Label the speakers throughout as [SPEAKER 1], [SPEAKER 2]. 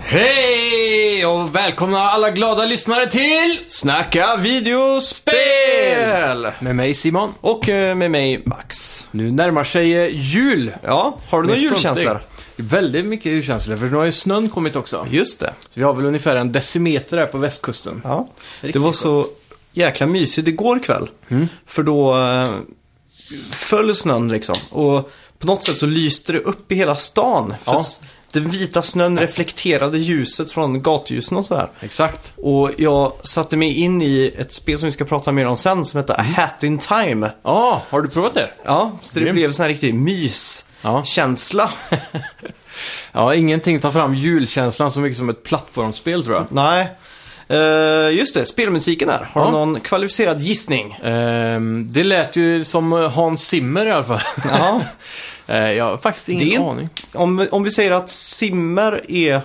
[SPEAKER 1] Hej och välkomna alla glada lyssnare till
[SPEAKER 2] Snacka videospel!
[SPEAKER 1] med mig Simon.
[SPEAKER 2] Och eh, med mig Max.
[SPEAKER 1] Nu närmar sig eh, jul.
[SPEAKER 2] Ja, har
[SPEAKER 1] Med
[SPEAKER 2] du några julkänslor?
[SPEAKER 1] stormsteg. Väldigt mycket julkänslor, för nu har ju snön kommit också.
[SPEAKER 2] Just det.
[SPEAKER 1] Så vi har väl ungefär en decimeter här på västkusten.
[SPEAKER 2] Ja. Det
[SPEAKER 1] Riktigt
[SPEAKER 2] var så jäkla mysigt igår kväll. För då eh, föll snön liksom. Och på något sätt så lyste det upp i hela stan. För
[SPEAKER 1] Ja.
[SPEAKER 2] s- Den vita snön reflekterade ljuset från gatljusen och sådär.
[SPEAKER 1] Exakt.
[SPEAKER 2] Och jag satte mig in i ett spel som vi ska prata mer om sen som heter A Hat In Time.
[SPEAKER 1] Ja, har du provat det?
[SPEAKER 2] Ja, så det
[SPEAKER 1] Grymt.
[SPEAKER 2] blev en sån här riktig myskänsla.
[SPEAKER 1] Ja. Ja, ingenting tar fram julkänslan så mycket som ett plattformsspel tror jag.
[SPEAKER 2] Nej. Eh, just det, spelmusiken här. Har
[SPEAKER 1] Ja.
[SPEAKER 2] du någon kvalificerad gissning?
[SPEAKER 1] Ehm, det lät ju som eh, Hans Zimmer i alla fall.
[SPEAKER 2] Ja.
[SPEAKER 1] Eh, jag har faktiskt ingen
[SPEAKER 2] Det är-
[SPEAKER 1] aning.
[SPEAKER 2] om, om vi säger att Simmer är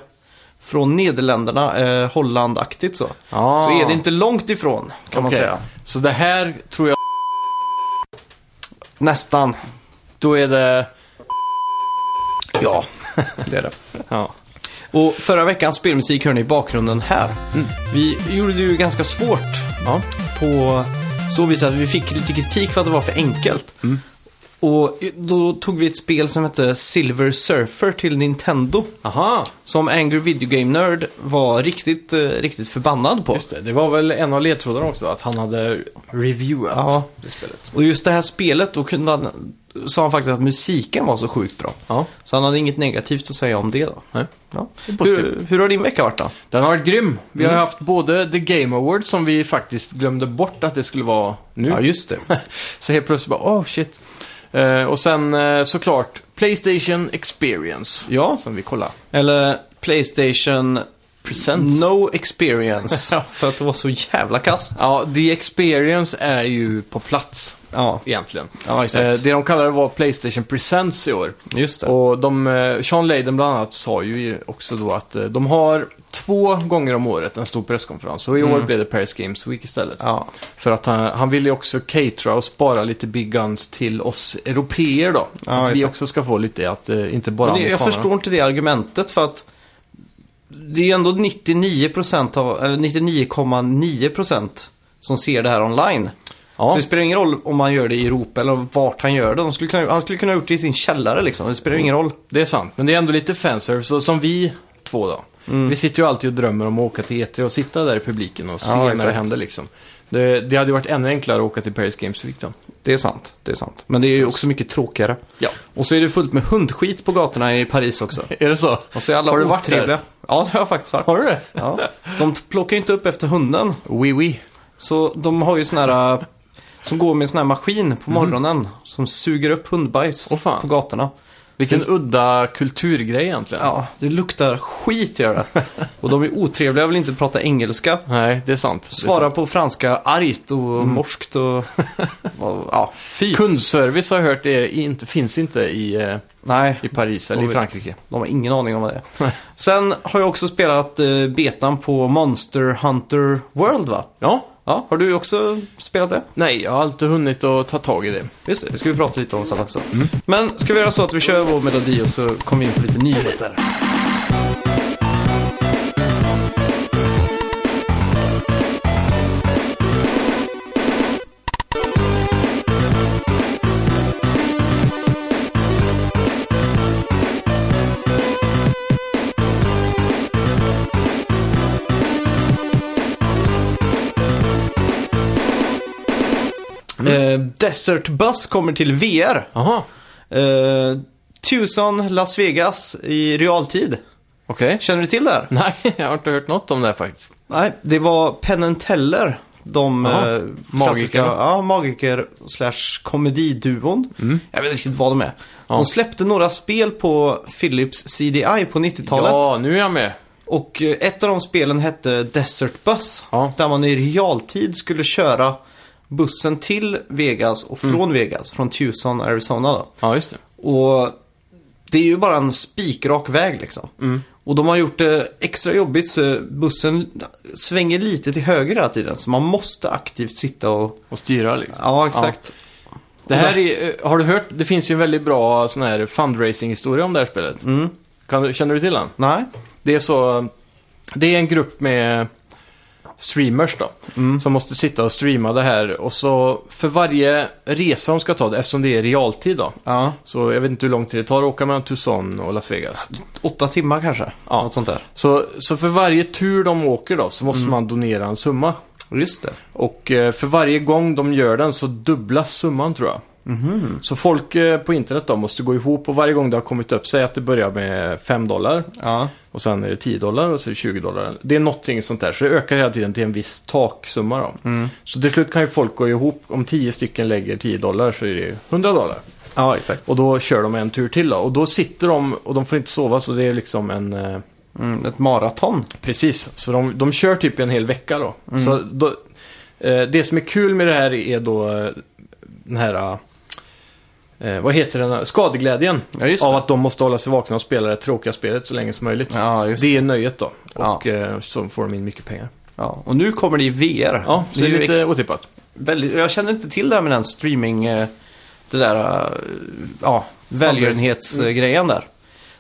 [SPEAKER 2] från Nederländerna, eh, Hollandaktigt så.
[SPEAKER 1] Ah.
[SPEAKER 2] Så är det inte långt ifrån, kan man
[SPEAKER 1] Okej.
[SPEAKER 2] säga.
[SPEAKER 1] Så det här tror jag,
[SPEAKER 2] Nästan.
[SPEAKER 1] då är det...
[SPEAKER 2] Ja, det är det.
[SPEAKER 1] Ja.
[SPEAKER 2] Och förra veckans spelmusik hör ni i bakgrunden här.
[SPEAKER 1] Mm.
[SPEAKER 2] Vi gjorde det ju ganska svårt
[SPEAKER 1] ja.
[SPEAKER 2] på så vis att vi fick lite kritik för att det var för enkelt.
[SPEAKER 1] Mm.
[SPEAKER 2] Och då tog vi ett spel som hette Silver Surfer till Nintendo.
[SPEAKER 1] Aha.
[SPEAKER 2] Som Angry Video Game Nerd var riktigt, eh, riktigt förbannad på.
[SPEAKER 1] Just det, det var väl en av ledtrådarna också, att han hade reviewat
[SPEAKER 2] Ja.
[SPEAKER 1] det spelet.
[SPEAKER 2] Och just det här spelet, då kunde han, sa han faktiskt att musiken var så sjukt bra.
[SPEAKER 1] Ja.
[SPEAKER 2] Så han hade inget negativt att säga om det Mm. då.
[SPEAKER 1] Nej.
[SPEAKER 2] Ja.
[SPEAKER 1] är positivt.
[SPEAKER 2] Hur, hur har din vecka varit då?
[SPEAKER 1] Den har varit grym. Vi
[SPEAKER 2] Mm.
[SPEAKER 1] har haft både The Game Awards som vi faktiskt glömde bort att det skulle vara nu.
[SPEAKER 2] Ja, just det.
[SPEAKER 1] Så helt plötsligt bara, oh shit. Eh, och sen eh, såklart Playstation Experience.
[SPEAKER 2] Ja,
[SPEAKER 1] Som vi kollar.
[SPEAKER 2] eller Playstation
[SPEAKER 1] Presents.
[SPEAKER 2] No Experience. För att det var så jävla kast.
[SPEAKER 1] Ja, The Experience är ju på plats
[SPEAKER 2] Ja,
[SPEAKER 1] egentligen.
[SPEAKER 2] ja
[SPEAKER 1] Eh,
[SPEAKER 2] exakt.
[SPEAKER 1] det de kallade var Playstation Presents i år.
[SPEAKER 2] Just det.
[SPEAKER 1] Och de, eh, Sean Layden bland annat sa ju också då att eh, de har två gånger om året en stor presskonferens. Och i år blev det Paris Games Week istället.
[SPEAKER 2] Ja,
[SPEAKER 1] För att han, han ville ju också catera och spara lite big guns till oss europeer då. att vi
[SPEAKER 2] exakt.
[SPEAKER 1] också ska få lite, att eh, inte bara
[SPEAKER 2] Men det, jag
[SPEAKER 1] amerikanerna.
[SPEAKER 2] förstår inte det argumentet för att det är ju ändå 99% av, eller 99,9% som ser det här online. Så
[SPEAKER 1] Ja,
[SPEAKER 2] det spelar ingen roll om man gör det i Europa eller vart han gör det. De skulle kunna, han skulle kunna ha gjort det i sin källare liksom. Det spelar ingen roll.
[SPEAKER 1] det är sant. Men det är ändå lite fanservice, så som vi två då. Vi sitter ju alltid och drömmer om att åka till E3 och sitta där i publiken och se
[SPEAKER 2] Ja,
[SPEAKER 1] när det
[SPEAKER 2] exakt.
[SPEAKER 1] händer liksom. Det, det hade ju varit ännu enklare att åka till Paris Games Week då.
[SPEAKER 2] Det är sant, det är sant. Men det är ju också mycket tråkigare.
[SPEAKER 1] Ja,
[SPEAKER 2] Och så är det fullt med hundskit på gatorna i Paris också.
[SPEAKER 1] är det så?
[SPEAKER 2] Och så är alla
[SPEAKER 1] Har du varit
[SPEAKER 2] otrevliga.
[SPEAKER 1] där?
[SPEAKER 2] Ja, det har jag faktiskt varit.
[SPEAKER 1] Har du det?
[SPEAKER 2] Ja. De t- plockar ju inte upp efter hunden.
[SPEAKER 1] Oui, oui.
[SPEAKER 2] Så de har ju sån här, äh, som går med en sån här maskin på morgonen som suger upp hundbajs
[SPEAKER 1] Mhm. Åh, fan.
[SPEAKER 2] på gatorna.
[SPEAKER 1] Vilken udda kulturgrej egentligen.
[SPEAKER 2] Ja, det luktar skit gör det. Och de är otrevliga, vill inte prata engelska.
[SPEAKER 1] Nej, det är sant. Mm.
[SPEAKER 2] Svarar på franska argt och morskt och, och ja,
[SPEAKER 1] Fy. Kundservice har jag hört är inte, finns inte i, eh,
[SPEAKER 2] nej,
[SPEAKER 1] i Paris eller i
[SPEAKER 2] Oj.
[SPEAKER 1] Frankrike.
[SPEAKER 2] de har ingen aning om vad det är. Sen har jag också spelat eh, betan på Monster Hunter World va?
[SPEAKER 1] Ja,
[SPEAKER 2] Ja, har du också spelat det?
[SPEAKER 1] nej, jag har inte hunnit att ta tag i det.
[SPEAKER 2] Just det, det ska vi prata lite om sen också.
[SPEAKER 1] Mm.
[SPEAKER 2] Men ska vi göra så att vi kör vår melodi och så kommer vi in på lite nyheter.
[SPEAKER 1] Mm.
[SPEAKER 2] Eh, Desert Bus kommer till VR.
[SPEAKER 1] Jaha,
[SPEAKER 2] Eh, Tucson, Las Vegas i realtid.
[SPEAKER 1] okej.
[SPEAKER 2] Känner du till det här?
[SPEAKER 1] Nej, jag har inte hört något om det här faktiskt.
[SPEAKER 2] Nej, det var Penn and Teller. De
[SPEAKER 1] Jaha.
[SPEAKER 2] eh,
[SPEAKER 1] Magiker.
[SPEAKER 2] klassiska- Ja, magiker slash komediduon. Jag vet inte riktigt vad de är.
[SPEAKER 1] Mm. Ja.
[SPEAKER 2] De släppte några spel på Philips CDI på 90-talet.
[SPEAKER 1] Ja, nu är jag med.
[SPEAKER 2] Och eh, ett av de spelen hette Desert Bus.
[SPEAKER 1] Ja.
[SPEAKER 2] Där man i realtid skulle köra bussen till Vegas och
[SPEAKER 1] Mm.
[SPEAKER 2] från Vegas. Från Tucson, Arizona då.
[SPEAKER 1] Ja, just det.
[SPEAKER 2] Och det är ju bara en spikrak väg liksom. Och de har gjort det extra jobbigt så bussen svänger lite till höger hela tiden. Så man måste aktivt sitta och...
[SPEAKER 1] Och styra liksom.
[SPEAKER 2] Ja, exakt.
[SPEAKER 1] Det här är, eh, har du hört, det finns ju en väldigt bra sån här fundraising-historia om det här spelet. Kan du, känner du till den?
[SPEAKER 2] Nej.
[SPEAKER 1] Det är så... Det är en grupp med streamers då. Som måste sitta och streama det här. Och så för varje resa de ska ta, eftersom det är realtid då.
[SPEAKER 2] Ja.
[SPEAKER 1] Så jag vet inte hur lång tid det tar att åka mellan Tucson och Las Vegas.
[SPEAKER 2] Åtta timmar kanske?
[SPEAKER 1] Ja.
[SPEAKER 2] Något sånt där.
[SPEAKER 1] Så, så för varje tur de åker då så måste man donera en summa.
[SPEAKER 2] Just det.
[SPEAKER 1] Och eh, för varje gång de gör den så dubblas summan tror jag. Så folk eh, på internet då måste gå ihop och varje gång det har kommit upp, säg att det börjar med 5 dollar
[SPEAKER 2] Ja.
[SPEAKER 1] och sen är det 10 dollar och så är det 20 dollar. Det är någonting sånt där, så det ökar hela tiden till en viss taksumma då.
[SPEAKER 2] Mm.
[SPEAKER 1] Så till slut kan ju folk gå ihop, om 10 stycken lägger 10 dollar så är det 100 dollar.
[SPEAKER 2] Ja, exakt.
[SPEAKER 1] Och då kör de en tur till då. Och då sitter de och de får inte sova så det är liksom en... Eh,
[SPEAKER 2] Mm, ett maraton.
[SPEAKER 1] Precis, så de, de kör typ en hel vecka då.
[SPEAKER 2] Mm.
[SPEAKER 1] Så då eh, det som är kul med det här är då eh, den här... Eh, vad heter den? här? Skadeglädjen.
[SPEAKER 2] Ja, just
[SPEAKER 1] av
[SPEAKER 2] det.
[SPEAKER 1] att de måste hålla sig vakna och spela det tråkiga spelet så länge som möjligt.
[SPEAKER 2] Ja, just det.
[SPEAKER 1] Det är nöjet då.
[SPEAKER 2] Ja.
[SPEAKER 1] Och eh, så får de in mycket pengar.
[SPEAKER 2] Ja. Och nu kommer det i VR.
[SPEAKER 1] Ja, så det är
[SPEAKER 2] ju
[SPEAKER 1] lite
[SPEAKER 2] ex-
[SPEAKER 1] otippat.
[SPEAKER 2] väldigt, jag känner inte till det här med den streaming, eh, det där, eh, ja, välgörenhetsgrejen där.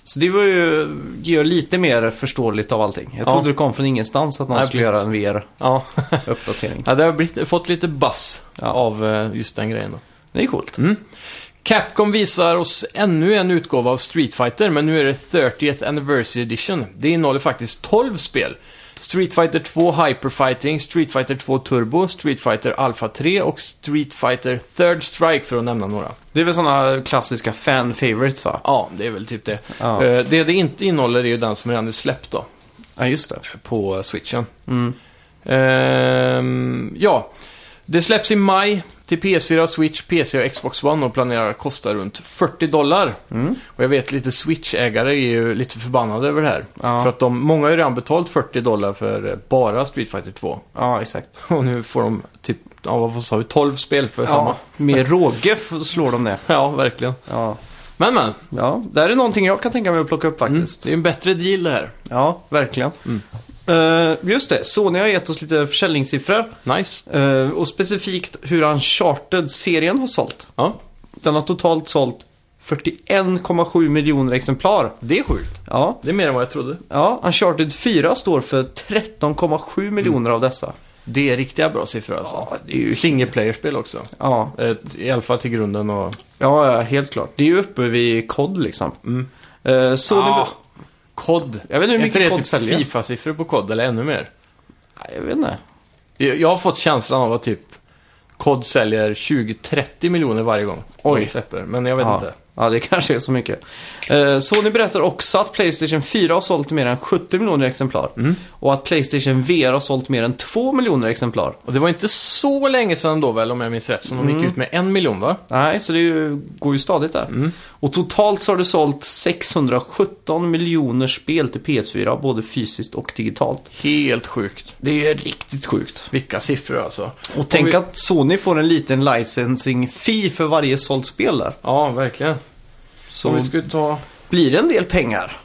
[SPEAKER 2] Så det var ju, gör lite mer förståeligt av allting. Jag
[SPEAKER 1] Ja.
[SPEAKER 2] trodde det kom från ingenstans att någon
[SPEAKER 1] Nej,
[SPEAKER 2] skulle göra en
[SPEAKER 1] Ja.
[SPEAKER 2] VR-uppdatering.
[SPEAKER 1] ja, det har blivit, fått lite buzz
[SPEAKER 2] Ja.
[SPEAKER 1] av eh, just den grejen då.
[SPEAKER 2] Det är coolt.
[SPEAKER 1] Mm. Capcom visar oss ännu en utgåva av Street Fighter, men nu är det 30th Anniversary Edition. Det innehåller faktiskt 12 spel. Street Fighter 2 Hyper Fighting, Street Fighter 2 Turbo, Street Fighter Alpha 3 och Street Fighter Third Strike för att nämna några.
[SPEAKER 2] Det är väl sådana klassiska fan favorites va?
[SPEAKER 1] Ja, det är väl typ det.
[SPEAKER 2] Ja.
[SPEAKER 1] Eh, Det det inte innehåller är ju den som redan är släppt då,
[SPEAKER 2] Ja, just det.
[SPEAKER 1] på switchen.
[SPEAKER 2] Mm.
[SPEAKER 1] Ehm, ja, det släpps i maj till PS4, Switch, PC och Xbox One och planerar att kosta runt 40 dollar. Och jag vet lite Switch-ägare är ju lite förbannade över det här.
[SPEAKER 2] Ja.
[SPEAKER 1] För att de, många har ju redan betalt 40 dollar för eh, bara Street Fighter 2.
[SPEAKER 2] Ja, exakt.
[SPEAKER 1] Och nu får de typ, ja vad sa vi, 12 spel för samma.
[SPEAKER 2] Ja, med råge f- slår de det.
[SPEAKER 1] Ja, verkligen.
[SPEAKER 2] Ja.
[SPEAKER 1] Men men,
[SPEAKER 2] ja, det här är någonting jag kan tänka mig att plocka upp faktiskt.
[SPEAKER 1] det är ju en bättre deal det här.
[SPEAKER 2] Ja, verkligen.
[SPEAKER 1] Mm.
[SPEAKER 2] Eh, just det, Sony har gett oss lite försäljningssiffror.
[SPEAKER 1] Nice.
[SPEAKER 2] Eh, och specifikt hur Uncharted-serien har sålt.
[SPEAKER 1] Ja,
[SPEAKER 2] Den har totalt sålt 41,7 miljoner exemplar.
[SPEAKER 1] det är sjukt.
[SPEAKER 2] Ja,
[SPEAKER 1] Det är mer än vad jag trodde.
[SPEAKER 2] ja, Uncharted 4 står för 13,7 miljoner av dessa.
[SPEAKER 1] Det är riktiga bra siffror alltså. Ja, det är ju... Single player-spel också.
[SPEAKER 2] Ja,
[SPEAKER 1] Eh, I alla fall till grunden och...
[SPEAKER 2] ja, ja, helt klart. Det är ju uppe vid COD liksom.
[SPEAKER 1] Mm.
[SPEAKER 2] Eh, Sony...
[SPEAKER 1] Ah, COD.
[SPEAKER 2] Jag vet inte hur
[SPEAKER 1] Är inte det
[SPEAKER 2] mycket COD
[SPEAKER 1] typ
[SPEAKER 2] säljer.
[SPEAKER 1] Fifa-siffror på COD eller ännu mer?
[SPEAKER 2] Nej, jag vet inte.
[SPEAKER 1] Jag jag har fått känslan av att typ COD säljer 20-30 miljoner varje gång.
[SPEAKER 2] Oj.
[SPEAKER 1] De släpper, men jag vet
[SPEAKER 2] ja.
[SPEAKER 1] inte.
[SPEAKER 2] Ja, det kanske är så mycket. Eh, Sony berättar också att Playstation 4 har sålt mer än 70 miljoner exemplar.
[SPEAKER 1] Mm.
[SPEAKER 2] Och att Playstation VR har sålt mer än 2 miljoner exemplar.
[SPEAKER 1] Och det var inte så länge sedan då väl, om jag minns rätt, som de
[SPEAKER 2] Mm.
[SPEAKER 1] gick ut med en miljon va?
[SPEAKER 2] Nej, så det är ju, går ju stadigt där. Och totalt så har du sålt 617 miljoner spel till PS4, både fysiskt och digitalt.
[SPEAKER 1] Helt sjukt.
[SPEAKER 2] Det är ju riktigt sjukt.
[SPEAKER 1] Vilka siffror alltså.
[SPEAKER 2] Och tänk
[SPEAKER 1] vi-
[SPEAKER 2] att Sony får en liten licensing fee för varje sålt spel där.
[SPEAKER 1] Ja, verkligen. Så
[SPEAKER 2] Så
[SPEAKER 1] om vi skulle ta...
[SPEAKER 2] blir det en del pengar.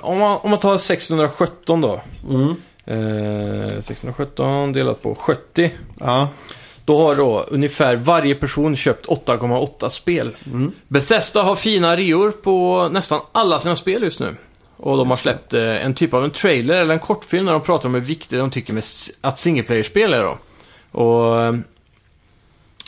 [SPEAKER 1] Om man, om man tar 617 då.
[SPEAKER 2] Mm.
[SPEAKER 1] Eh, 617 delat på 70.
[SPEAKER 2] Ja.
[SPEAKER 1] Då har då ungefär varje person köpt 8,8 spel.
[SPEAKER 2] Mm.
[SPEAKER 1] Bethesda har fina reor på nästan alla sina spel just nu. Och de har släppt eh, en typ av en trailer eller en kortfilm där de pratar om hur viktigt de tycker med s- att singleplayer-spel är då. Och... eh,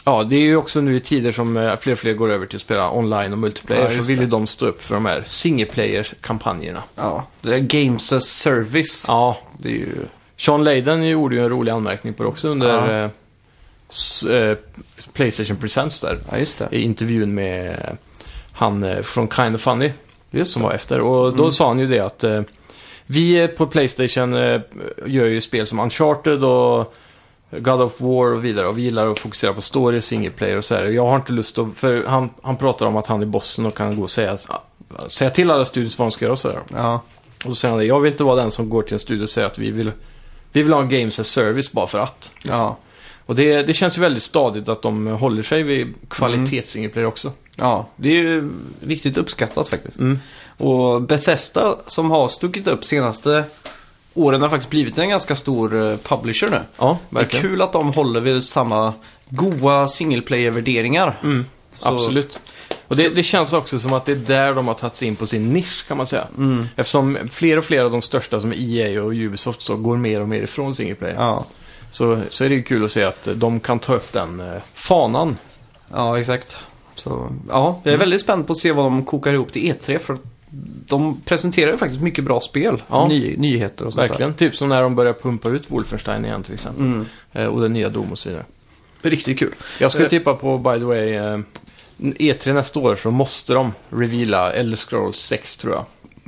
[SPEAKER 1] Ja, det är ju också nu i tider som eh, fler och fler går över till att spela online och
[SPEAKER 2] Ja,
[SPEAKER 1] multiplayer så
[SPEAKER 2] just
[SPEAKER 1] vill ju
[SPEAKER 2] det.
[SPEAKER 1] de stå upp för de här singleplayer-kampanjerna.
[SPEAKER 2] Ja, det är Games as Service.
[SPEAKER 1] Ja,
[SPEAKER 2] Det är ju...
[SPEAKER 1] Sean Layden gjorde ju en rolig anmärkning på det också under
[SPEAKER 2] Ja.
[SPEAKER 1] eh, s- eh, Playstation Presents där.
[SPEAKER 2] Ja, just det.
[SPEAKER 1] i intervjun med eh, han eh, från Kind of Funny
[SPEAKER 2] Just
[SPEAKER 1] som var efter. Och då sa han ju det att eh, vi eh, på Playstation eh, gör ju spel som Uncharted och God of War och vidare. Och vi gillar att fokusera på story, single player och så här. Jag har inte lust att... För han, han pratar om att han är bossen och kan gå och säga, säga till alla studios vad de ska göra och så här.
[SPEAKER 2] Ja,
[SPEAKER 1] Och så säger han det, jag vill inte vara den som går till en studio och säger att vi vill, vi vill ha en games as service bara för att.
[SPEAKER 2] ja,
[SPEAKER 1] Och det, det känns ju väldigt stadigt att de håller sig vid kvalitetsingleplayer också.
[SPEAKER 2] ja. Det är ju riktigt uppskattat faktiskt.
[SPEAKER 1] Mm.
[SPEAKER 2] Och Bethesda som har stuckit upp senaste åren har faktiskt blivit en ganska stor eh, publisher nu.
[SPEAKER 1] Ja,
[SPEAKER 2] Det är
[SPEAKER 1] verkligen.
[SPEAKER 2] kul att de håller vid samma goa single player värderingar
[SPEAKER 1] Mm,
[SPEAKER 2] Så-
[SPEAKER 1] absolut. Och det, det känns också som att det är där de har tagit sig in på sin nisch, kan man säga.
[SPEAKER 2] Mm.
[SPEAKER 1] Eftersom fler och fler av de största som EA och Ubisoft så går mer och mer ifrån single player.
[SPEAKER 2] Ja,
[SPEAKER 1] Så, så är det ju kul att se att de kan ta upp den eh, fanan.
[SPEAKER 2] ja exakt. Så, ja,
[SPEAKER 1] Mm.
[SPEAKER 2] jag är väldigt spänd på att se vad de kokar ihop till E3 för att de presenterar ju faktiskt mycket bra spel.
[SPEAKER 1] Ja.
[SPEAKER 2] Ny, nyheter och sånt
[SPEAKER 1] Verkligen. Typ som när de börjar pumpa ut Wolfenstein igen till exempel.
[SPEAKER 2] där. Mm.
[SPEAKER 1] Eh, Och den nya Doom och så vidare.
[SPEAKER 2] Riktigt kul.
[SPEAKER 1] Jag skulle
[SPEAKER 2] Eh.
[SPEAKER 1] tippa på, by the way, eh, E3 nästa år så måste de reveala Elder Scrolls 6 tror jag.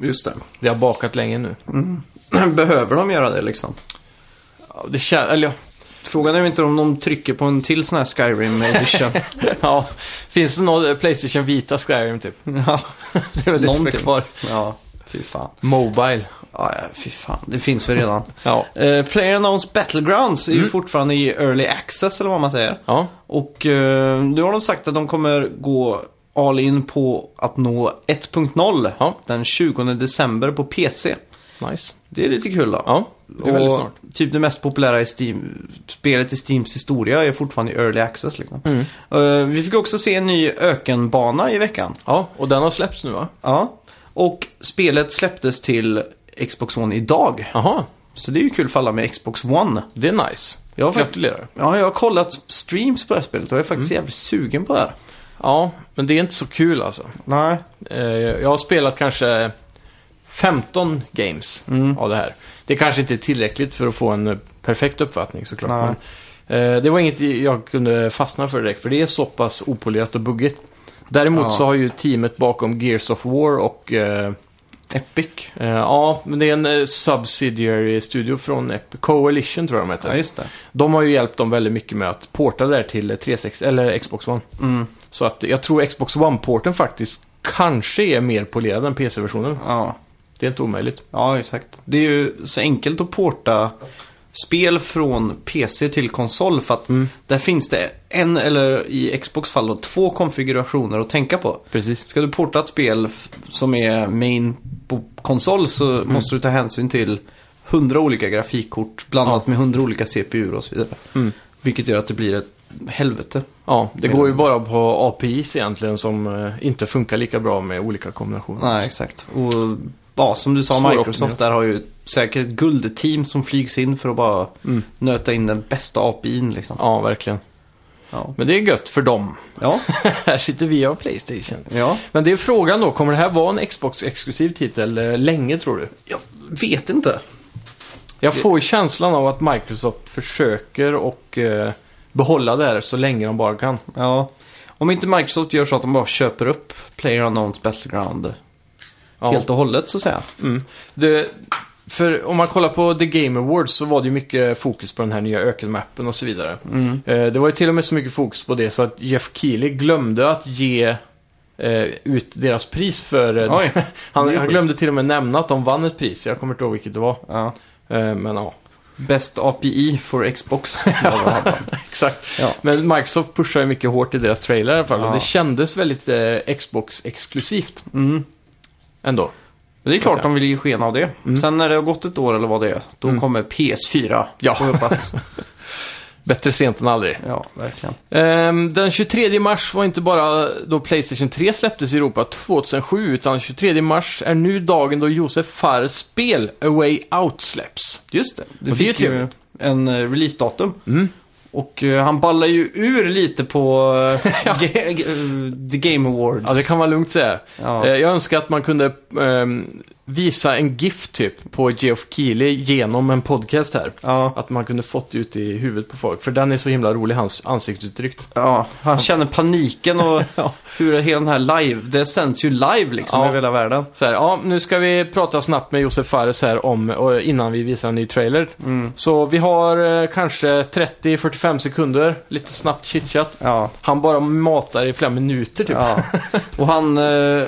[SPEAKER 2] Just det.
[SPEAKER 1] Det har bakat länge nu.
[SPEAKER 2] Mm. Behöver de göra det liksom?
[SPEAKER 1] Ja, Det kän- eller ja,
[SPEAKER 2] Frågan är ju inte om de trycker på en till sån här Skyrim edition.
[SPEAKER 1] ja, finns det någon eh, Playstation Vita Skyrim typ?
[SPEAKER 2] ja.
[SPEAKER 1] Det är väl det som är
[SPEAKER 2] Någonting.
[SPEAKER 1] kvar.
[SPEAKER 2] ja, fy fan.
[SPEAKER 1] Mobile.
[SPEAKER 2] Ja, ja, fy fan. Det finns väl redan.
[SPEAKER 1] Ja.
[SPEAKER 2] Uh, PlayerUnknown's Battlegrounds
[SPEAKER 1] Mm.
[SPEAKER 2] är ju fortfarande i Early Access eller vad man säger.
[SPEAKER 1] Ja.
[SPEAKER 2] Och eh, nu har de sagt att de kommer gå all in på att nå 1.0
[SPEAKER 1] Ja.
[SPEAKER 2] den 20 december på PC.
[SPEAKER 1] Nice.
[SPEAKER 2] Det är lite kul då.
[SPEAKER 1] Ja, det är väldigt snart.
[SPEAKER 2] Och typ det mest populära i Steam, spelet i Steams historia är fortfarande i Early Access liksom.
[SPEAKER 1] Mm.
[SPEAKER 2] Eh, vi fick också se en ny ökenbana i veckan.
[SPEAKER 1] Ja, och den har släppts nu va?
[SPEAKER 2] Ja. Och spelet släpptes till Xbox One idag.
[SPEAKER 1] Jaha,
[SPEAKER 2] Så det är ju kul för alla med Xbox One.
[SPEAKER 1] det är nice.
[SPEAKER 2] Jag har, fakt-
[SPEAKER 1] Gratulerar.
[SPEAKER 2] ja, jag har kollat streams på det här spelet och jag är
[SPEAKER 1] Mm.
[SPEAKER 2] faktiskt jävligt sugen på det här.
[SPEAKER 1] Ja, men det är inte så kul alltså.
[SPEAKER 2] Nej.
[SPEAKER 1] Eh, Jag har spelat kanske 15 games
[SPEAKER 2] Mm.
[SPEAKER 1] av det här. Det kanske inte är tillräckligt för att få en eh, perfekt uppfattning såklart.
[SPEAKER 2] Nej.
[SPEAKER 1] Men, eh, det var inget jag kunde fastna för direkt, för det är så pass opolerat och buggigt. Däremot
[SPEAKER 2] Ja.
[SPEAKER 1] så har ju teamet bakom Gears of War och... Eh,
[SPEAKER 2] Epic.
[SPEAKER 1] eh, ja, men det är en eh, subsidiary studio från Ep- Coalition tror jag de heter.
[SPEAKER 2] Ja, just det.
[SPEAKER 1] De har ju hjälpt dem väldigt mycket med att porta det där till 36 eller Xbox One.
[SPEAKER 2] Mm.
[SPEAKER 1] Så att jag tror Xbox One-porten faktiskt kanske är mer polerad än PC-versionen.
[SPEAKER 2] Ja.
[SPEAKER 1] Det är inte omöjligt.
[SPEAKER 2] ja, exakt. Det är ju så enkelt att porta spel från PC till konsol för att
[SPEAKER 1] Mm.
[SPEAKER 2] där finns det en, eller i Xbox fall då, två konfigurationer att tänka på.
[SPEAKER 1] Precis.
[SPEAKER 2] Ska du porta ett spel f- som är main på konsol så
[SPEAKER 1] Mm.
[SPEAKER 2] måste du ta hänsyn till hundra olika grafikkort blandat med hundra olika CPU och så vidare.
[SPEAKER 1] Mm.
[SPEAKER 2] Vilket gör att det blir ett helvete.
[SPEAKER 1] Ja, det går ju bara på APIs egentligen som eh, inte funkar lika bra med olika kombinationer.
[SPEAKER 2] Nej, exakt. Och ja, som du sa,
[SPEAKER 1] Svår
[SPEAKER 2] Microsoft där har ju säkert ett guldteam som flygs in för att bara
[SPEAKER 1] Mm.
[SPEAKER 2] nöta in den bästa API'n liksom.
[SPEAKER 1] Ja, verkligen.
[SPEAKER 2] Ja.
[SPEAKER 1] Men det är gött för dem.
[SPEAKER 2] Ja.
[SPEAKER 1] här sitter vi och har Playstation.
[SPEAKER 2] ja.
[SPEAKER 1] Men det är frågan då, kommer det här vara en Xbox-exklusiv titel eh, länge tror du?
[SPEAKER 2] Jag vet inte.
[SPEAKER 1] Jag får ju känslan av att Microsoft försöker och eh, behålla det här så länge de bara kan.
[SPEAKER 2] Ja. Om inte Microsoft gör så att de bara köper upp PlayerUnknown's Battleground
[SPEAKER 1] Ja.
[SPEAKER 2] helt och hållet så att säga.
[SPEAKER 1] Mm. Det, för om man kollar på The Game Awards så var det ju mycket fokus på den här nya ökenmappen och så vidare.
[SPEAKER 2] Mm.
[SPEAKER 1] Eh, Det var ju till och med så mycket fokus på det så att Jeff Keely glömde att ge eh, ut deras pris för... eh,
[SPEAKER 2] Oj. det
[SPEAKER 1] han,
[SPEAKER 2] är
[SPEAKER 1] han
[SPEAKER 2] sjukt.
[SPEAKER 1] glömde till och med nämna att de vann ett pris. Jag kommer inte ihåg vilket det var.
[SPEAKER 2] Ja.
[SPEAKER 1] Eh, Men ja,
[SPEAKER 2] Bäst API för Xbox. ja.
[SPEAKER 1] exakt. Men Microsoft pushar ju mycket hårt i deras trailer i alla fall.
[SPEAKER 2] Ja.
[SPEAKER 1] Och det kändes väldigt eh, Xbox-exklusivt
[SPEAKER 2] Mm.
[SPEAKER 1] ändå.
[SPEAKER 2] Men det är
[SPEAKER 1] Jag
[SPEAKER 2] klart
[SPEAKER 1] ser.
[SPEAKER 2] de vill ge sken av det. Sen när det har gått ett år eller vad det är, då
[SPEAKER 1] Mm.
[SPEAKER 2] kommer PS4.
[SPEAKER 1] Ja.
[SPEAKER 2] Får vi hoppas.
[SPEAKER 1] Bättre sent än aldrig.
[SPEAKER 2] ja, verkligen.
[SPEAKER 1] Ehm, Den 23 mars var inte bara då Playstation 3 släpptes i Europa 2007, utan 23 mars är nu dagen då Josef Fares spel A Way Out släpps.
[SPEAKER 2] Just det.
[SPEAKER 1] Och
[SPEAKER 2] Du
[SPEAKER 1] det är ju
[SPEAKER 2] fick ju
[SPEAKER 1] trevligt.
[SPEAKER 2] en eh, releasedatum.
[SPEAKER 1] Mm.
[SPEAKER 2] Och eh, han ballar ju ur lite på eh, ga- ga- eh, The Game Awards.
[SPEAKER 1] Ja, det kan man lugnt säga.
[SPEAKER 2] Ja.
[SPEAKER 1] Eh, Jag önskar att man kunde ehm, visa en GIF typ på Geoff Keighley genom en podcast här.
[SPEAKER 2] ja.
[SPEAKER 1] Att man kunde fått ut i huvudet på folk, för den är så himla rolig, hans ansiktsuttryck.
[SPEAKER 2] ja, han känner paniken och
[SPEAKER 1] Ja.
[SPEAKER 2] hur hela den här live, det sänds ju live liksom
[SPEAKER 1] Ja.
[SPEAKER 2] över hela världen.
[SPEAKER 1] Så här, ja, nu ska vi prata snabbt med Josef Fares här om, och innan vi visar en ny trailer. Så vi har eh, kanske 30-45 sekunder, lite snabbt chitchat.
[SPEAKER 2] Ja.
[SPEAKER 1] Han bara matar i flera minuter typ. Ja.
[SPEAKER 2] ja. Och han eh,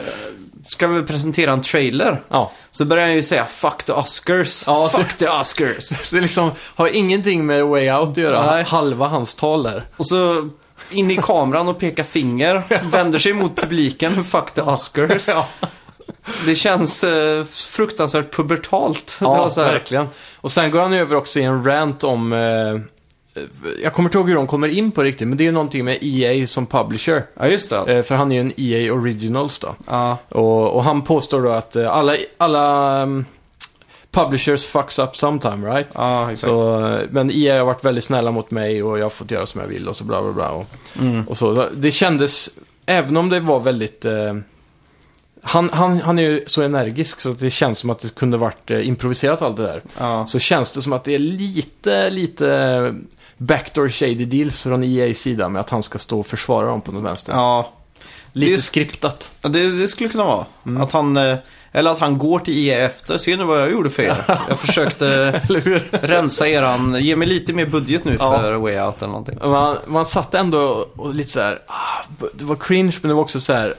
[SPEAKER 2] ska väl presentera en trailer. Så börjar han ju säga 'Fuck the Oscars'
[SPEAKER 1] Ja,
[SPEAKER 2] Fuck the Oscars!
[SPEAKER 1] Det liksom har ingenting med Way Out att göra,
[SPEAKER 2] Nej.
[SPEAKER 1] halva hans tal där.
[SPEAKER 2] Och så in i kameran och pekar finger, vänder sig mot publiken, 'Fuck the Oscars'
[SPEAKER 1] Ja,
[SPEAKER 2] Det känns eh, fruktansvärt pubertalt. Det var
[SPEAKER 1] ja
[SPEAKER 2] så här,
[SPEAKER 1] verkligen. Och sen går han över också i en rant om eh, Jag kommer inte ihåg hur de kommer in på riktigt, men det är ju någonting med EA som publisher.
[SPEAKER 2] Ja, just det.
[SPEAKER 1] Eh, För han är ju en EA Originals då.
[SPEAKER 2] Ja,
[SPEAKER 1] Och, och han påstår då att eh, alla, alla mm, publishers fucks up sometime, right?
[SPEAKER 2] ja exakt.
[SPEAKER 1] Så, eh, men EA har varit väldigt snälla mot mig och jag har fått göra som jag vill och så bla bla bla. Och,
[SPEAKER 2] Mm.
[SPEAKER 1] och så. Det kändes, även om det var väldigt... Eh, han, han, han är ju så energisk så att det känns som att det kunde varit eh, improviserat allt det där.
[SPEAKER 2] Ja.
[SPEAKER 1] Så känns det som att det är lite, lite backdoor shady deals från EA's sida med att han ska stå och försvara dem på något vänster.
[SPEAKER 2] ja.
[SPEAKER 1] lite
[SPEAKER 2] det är-
[SPEAKER 1] skriptat.
[SPEAKER 2] Ja, Det, det skulle kunna vara. Att han, eh, eller att han går till EA efter. Ser ni vad jag gjorde för er? Jag försökte
[SPEAKER 1] Eller hur?
[SPEAKER 2] rensa eran. Ge mig lite mer budget nu
[SPEAKER 1] Ja.
[SPEAKER 2] för Way Out eller någonting.
[SPEAKER 1] Man, man satt ändå och lite så här, ah, det var cringe men det var också så här,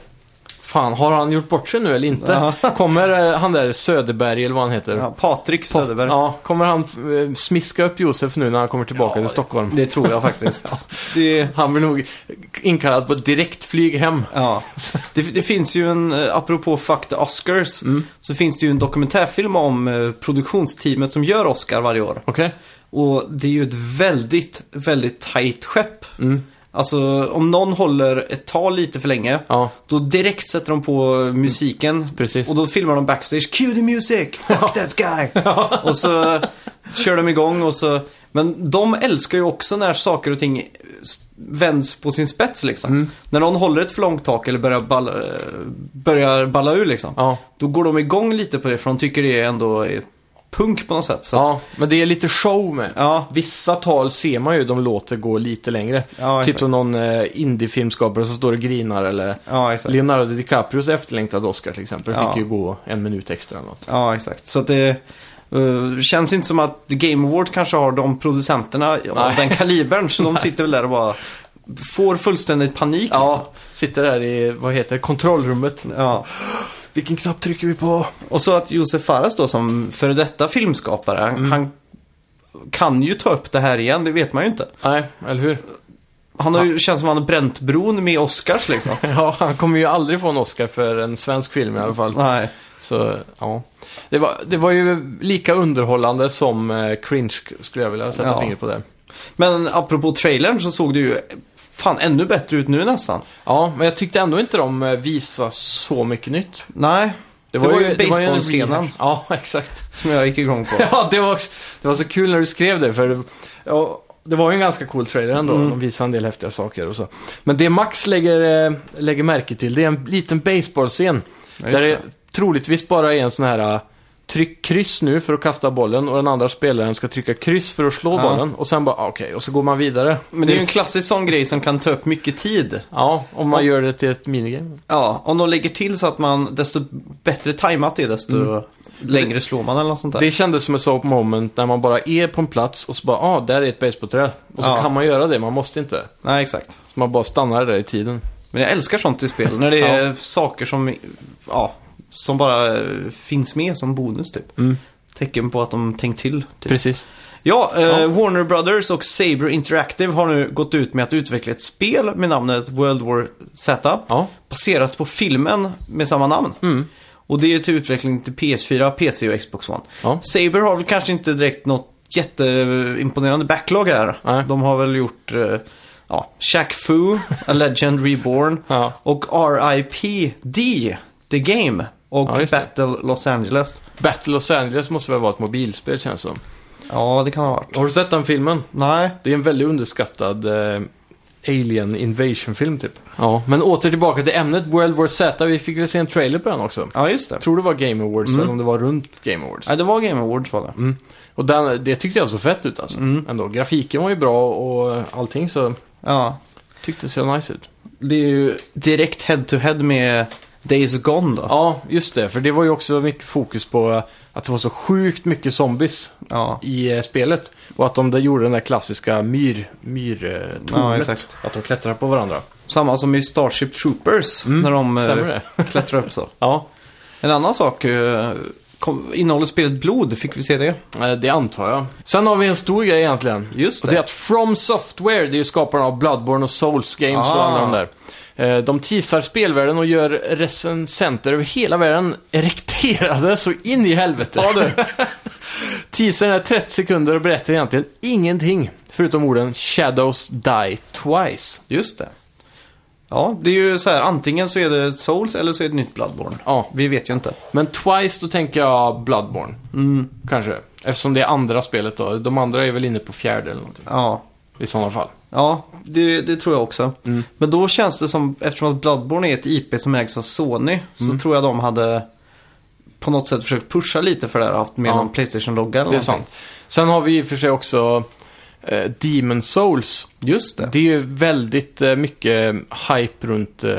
[SPEAKER 1] fan har han gjort bort sig nu eller inte? Kommer eh, han där Söderberg eller vad han heter?
[SPEAKER 2] Ja, Patrik Söderberg.
[SPEAKER 1] Ja, kommer han eh, smiska upp Josef nu när han kommer tillbaka
[SPEAKER 2] Ja,
[SPEAKER 1] till Stockholm?
[SPEAKER 2] Det tror jag faktiskt. Det,
[SPEAKER 1] Han blir nog inkallad på ett direktflyg hem.
[SPEAKER 2] ja. det, det finns ju en, eh, apropå Fuck the Oscars, så finns det ju en dokumentärfilm om eh, produktionsteamet som gör Oscar varje år.
[SPEAKER 1] Okej?
[SPEAKER 2] Och det är ju ett väldigt, väldigt tajt skepp.
[SPEAKER 1] Mm.
[SPEAKER 2] Alltså om någon håller ett tal lite för länge,
[SPEAKER 1] Ja,
[SPEAKER 2] då direkt sätter de på musiken.
[SPEAKER 1] precis.
[SPEAKER 2] Och då filmar de backstage, cue the music, fuck that guy. och så kör de igång och så. Men de älskar ju också när saker och ting s- vänds på sin spets liksom.
[SPEAKER 1] Mm.
[SPEAKER 2] När någon håller ett för långt tak eller börjar balla, eh, börjar balla ur liksom.
[SPEAKER 1] Ja.
[SPEAKER 2] Då går de igång lite på det för de tycker det ändå är punk på något sätt. Så att-
[SPEAKER 1] ja, men det är lite show med.
[SPEAKER 2] ja.
[SPEAKER 1] Vissa tal ser man ju, de låter gå lite längre.
[SPEAKER 2] Ja,
[SPEAKER 1] typ
[SPEAKER 2] exakt.
[SPEAKER 1] som någon eh, indiefilmskapare som står och grinar eller
[SPEAKER 2] Ja, exakt.
[SPEAKER 1] Leonardo DiCaprios efterlängtade Oscar till exempel
[SPEAKER 2] Ja.
[SPEAKER 1] fick ju gå en minut extra eller något.
[SPEAKER 2] Ja, exakt. Så att det eh, känns inte som att Game Award kanske har de producenterna av
[SPEAKER 1] Nej.
[SPEAKER 2] den kalibern. Så de sitter väl där och bara får fullständigt panik.
[SPEAKER 1] Ja, sitter där i, vad heter det, kontrollrummet.
[SPEAKER 2] liksom. ja.
[SPEAKER 1] Vilken knapp trycker vi på?
[SPEAKER 2] Och så att Josef Fares då som före detta filmskapare, han-
[SPEAKER 1] Mm.
[SPEAKER 2] han kan ju ta upp det här igen, det vet man ju inte.
[SPEAKER 1] Nej, eller hur?
[SPEAKER 2] Han har ju, känns som han har bränt bron med Oscars liksom.
[SPEAKER 1] Ja, han kommer ju aldrig få en Oscar för en svensk film i alla fall.
[SPEAKER 2] Nej,
[SPEAKER 1] Så, ja. Det var, det var ju lika underhållande som eh, cringe, skulle jag vilja sätta
[SPEAKER 2] Ja.
[SPEAKER 1] fingret på där.
[SPEAKER 2] men apropå trailern så såg det ju fan ännu bättre ut nu nästan.
[SPEAKER 1] Ja, men jag tyckte ändå inte de eh, visade så mycket nytt.
[SPEAKER 2] Nej, det
[SPEAKER 1] det
[SPEAKER 2] var, ju
[SPEAKER 1] var en
[SPEAKER 2] baseballscenen
[SPEAKER 1] rehash. Ja, exakt.
[SPEAKER 2] som jag gick igång på.
[SPEAKER 1] Ja, det var, också- det var så kul när du skrev det, för ja, det var ju en ganska cool trailer ändå.
[SPEAKER 2] Mm.
[SPEAKER 1] De visade en del häftiga saker och så. Men det Max lägger, eh, lägger märke till, det är en liten baseballscen
[SPEAKER 2] Ja, just
[SPEAKER 1] Där det
[SPEAKER 2] det.
[SPEAKER 1] troligtvis bara är en sån här eh, Tryck kryss nu för att kasta bollen och den andra spelaren ska trycka kryss för att slå
[SPEAKER 2] Ja.
[SPEAKER 1] bollen. Och sen bara, ah, okej, och så går man vidare.
[SPEAKER 2] Men det är ju en klassisk sån grej som kan ta upp mycket tid.
[SPEAKER 1] Ja, om man gör det till ett minigame.
[SPEAKER 2] Ja, om de lägger till så att man, desto bättre tajmat det är, desto längre slår man eller något sånt där.
[SPEAKER 1] Mm. Det kändes som ett soap moment när man bara är på en plats och så bara, ah, där är ett basebollträ. Och så
[SPEAKER 2] Ja.
[SPEAKER 1] kan man göra det, man måste inte.
[SPEAKER 2] Nej, exakt.
[SPEAKER 1] Så man bara stannar där i tiden.
[SPEAKER 2] Men jag älskar sånt i spel, när det är saker som, ja, som bara eh, finns med som bonus typ.
[SPEAKER 1] Mm.
[SPEAKER 2] Tecken på att de tänkt till. Typ.
[SPEAKER 1] Precis.
[SPEAKER 2] Ja, eh,
[SPEAKER 1] Ja.
[SPEAKER 2] Warner Brothers och Saber Interactive har nu gått ut med att utveckla ett spel med namnet World War Z.
[SPEAKER 1] Ja.
[SPEAKER 2] baserat på filmen med samma namn.
[SPEAKER 1] Mm.
[SPEAKER 2] Och det är till utveckling till PS4, PC och Xbox One.
[SPEAKER 1] Ja.
[SPEAKER 2] Saber har väl kanske inte direkt något jätteimponerande backlog här.
[SPEAKER 1] Nej.
[SPEAKER 2] De har väl gjort eh, ja, Shaq Fu, A Legend Reborn
[SPEAKER 1] Ja.
[SPEAKER 2] och R.I.P.D. The Game och
[SPEAKER 1] Ja, just det.
[SPEAKER 2] Battle Los Angeles.
[SPEAKER 1] Battle Los Angeles måste väl vara ett mobilspel känns som.
[SPEAKER 2] Ja, det kan ha varit.
[SPEAKER 1] Har du sett den filmen?
[SPEAKER 2] Nej.
[SPEAKER 1] Det är en väldigt underskattad eh, Alien Invasion-film typ. Ja, men åter tillbaka till ämnet World War Z. Vi fick väl se en trailer på den också.
[SPEAKER 2] Ja, just det.
[SPEAKER 1] Jag tror det var Game Awards eller om det var runt Game Awards.
[SPEAKER 2] Nej, det var Game Awards var det.
[SPEAKER 1] Och den, det tyckte jag så fett ut alltså. Ändå. Grafiken var ju bra och allting så
[SPEAKER 2] Ja.
[SPEAKER 1] tyckte det såg nice ut.
[SPEAKER 2] Det är ju direkt head-to-head med Days Gone då.
[SPEAKER 1] Ja, just det. För det var ju också mycket fokus på att det var så sjukt mycket zombies
[SPEAKER 2] Ja.
[SPEAKER 1] i eh, spelet. Och att de där gjorde den där klassiska myr,
[SPEAKER 2] Ja,
[SPEAKER 1] myrtornet.
[SPEAKER 2] exakt.
[SPEAKER 1] att de klättrar på varandra.
[SPEAKER 2] Samma som i Starship Troopers när de eh,
[SPEAKER 1] Mm. Stämmer det?
[SPEAKER 2] klättrar upp så.
[SPEAKER 1] Ja,
[SPEAKER 2] En annan sak, eh, kom, innehåller spelet blod? Fick vi se det?
[SPEAKER 1] eh, det antar jag. Sen har vi en stor grej egentligen.
[SPEAKER 2] Just
[SPEAKER 1] Och det är
[SPEAKER 2] det.
[SPEAKER 1] att From Software, det är ju skaparna av Bloodborne och Souls Games och
[SPEAKER 2] Ah.
[SPEAKER 1] alla de där. Eh, De teasar spelvärlden och gör recensenter över hela världen erekterade så in i helvete.
[SPEAKER 2] Ja, du.
[SPEAKER 1] Teasern är 30 sekunder och berättar egentligen ingenting. Förutom orden “Shadows die twice”.
[SPEAKER 2] Just det. Ja, det är ju så här. Antingen så är det Souls eller så är det nytt Bloodborne.
[SPEAKER 1] Ja,
[SPEAKER 2] Vi vet ju inte.
[SPEAKER 1] men twice då tänker jag Bloodborne,
[SPEAKER 2] Mm.
[SPEAKER 1] kanske. Eftersom det är andra spelet då. De andra är väl inne på fjärde eller någonting.
[SPEAKER 2] Ja,
[SPEAKER 1] I sådana fall.
[SPEAKER 2] ja det, det tror jag också.
[SPEAKER 1] Mm.
[SPEAKER 2] Men då känns det som, eftersom att Bloodborne är ett IP som ägs av Sony,
[SPEAKER 1] Mm.
[SPEAKER 2] så tror jag de hade på något sätt försökt pusha lite för det här och haft med
[SPEAKER 1] Ja.
[SPEAKER 2] någon Playstation-logga eller
[SPEAKER 1] Det är
[SPEAKER 2] någonting.
[SPEAKER 1] sant. Sen har vi i och för sig också eh, Demon Souls.
[SPEAKER 2] Just det.
[SPEAKER 1] Det är ju väldigt eh, mycket hype runt eh,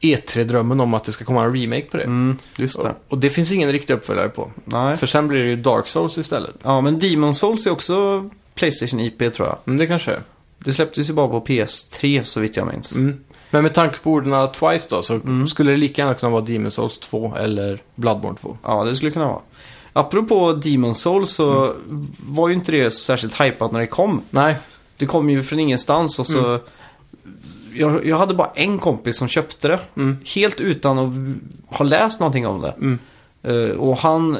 [SPEAKER 1] E3-drömmen om att det ska komma en remake på det.
[SPEAKER 2] Mm, just det.
[SPEAKER 1] Och det finns ingen riktig uppföljare på.
[SPEAKER 2] Nej.
[SPEAKER 1] För sen blir det ju Dark Souls istället.
[SPEAKER 2] Ja, men Demon Souls är också Playstation IP tror jag.
[SPEAKER 1] Mm, det kanske är.
[SPEAKER 2] Det släpptes ju bara på PS3 så vitt jag minns.
[SPEAKER 1] Mm. Men med tanke på orden Twice då, så
[SPEAKER 2] Mm.
[SPEAKER 1] skulle det lika gärna kunna vara Demon Souls 2 eller Bloodborne 2.
[SPEAKER 2] Ja, det skulle kunna vara. Apropå Demon Souls så
[SPEAKER 1] Mm.
[SPEAKER 2] var ju inte det särskilt hypat när det kom.
[SPEAKER 1] Nej,
[SPEAKER 2] Det kom ju från ingenstans och så...
[SPEAKER 1] Mm.
[SPEAKER 2] Jag, jag hade bara en kompis som köpte det.
[SPEAKER 1] Mm.
[SPEAKER 2] Helt utan att ha läst någonting om det.
[SPEAKER 1] Mm.
[SPEAKER 2] Eh, och han,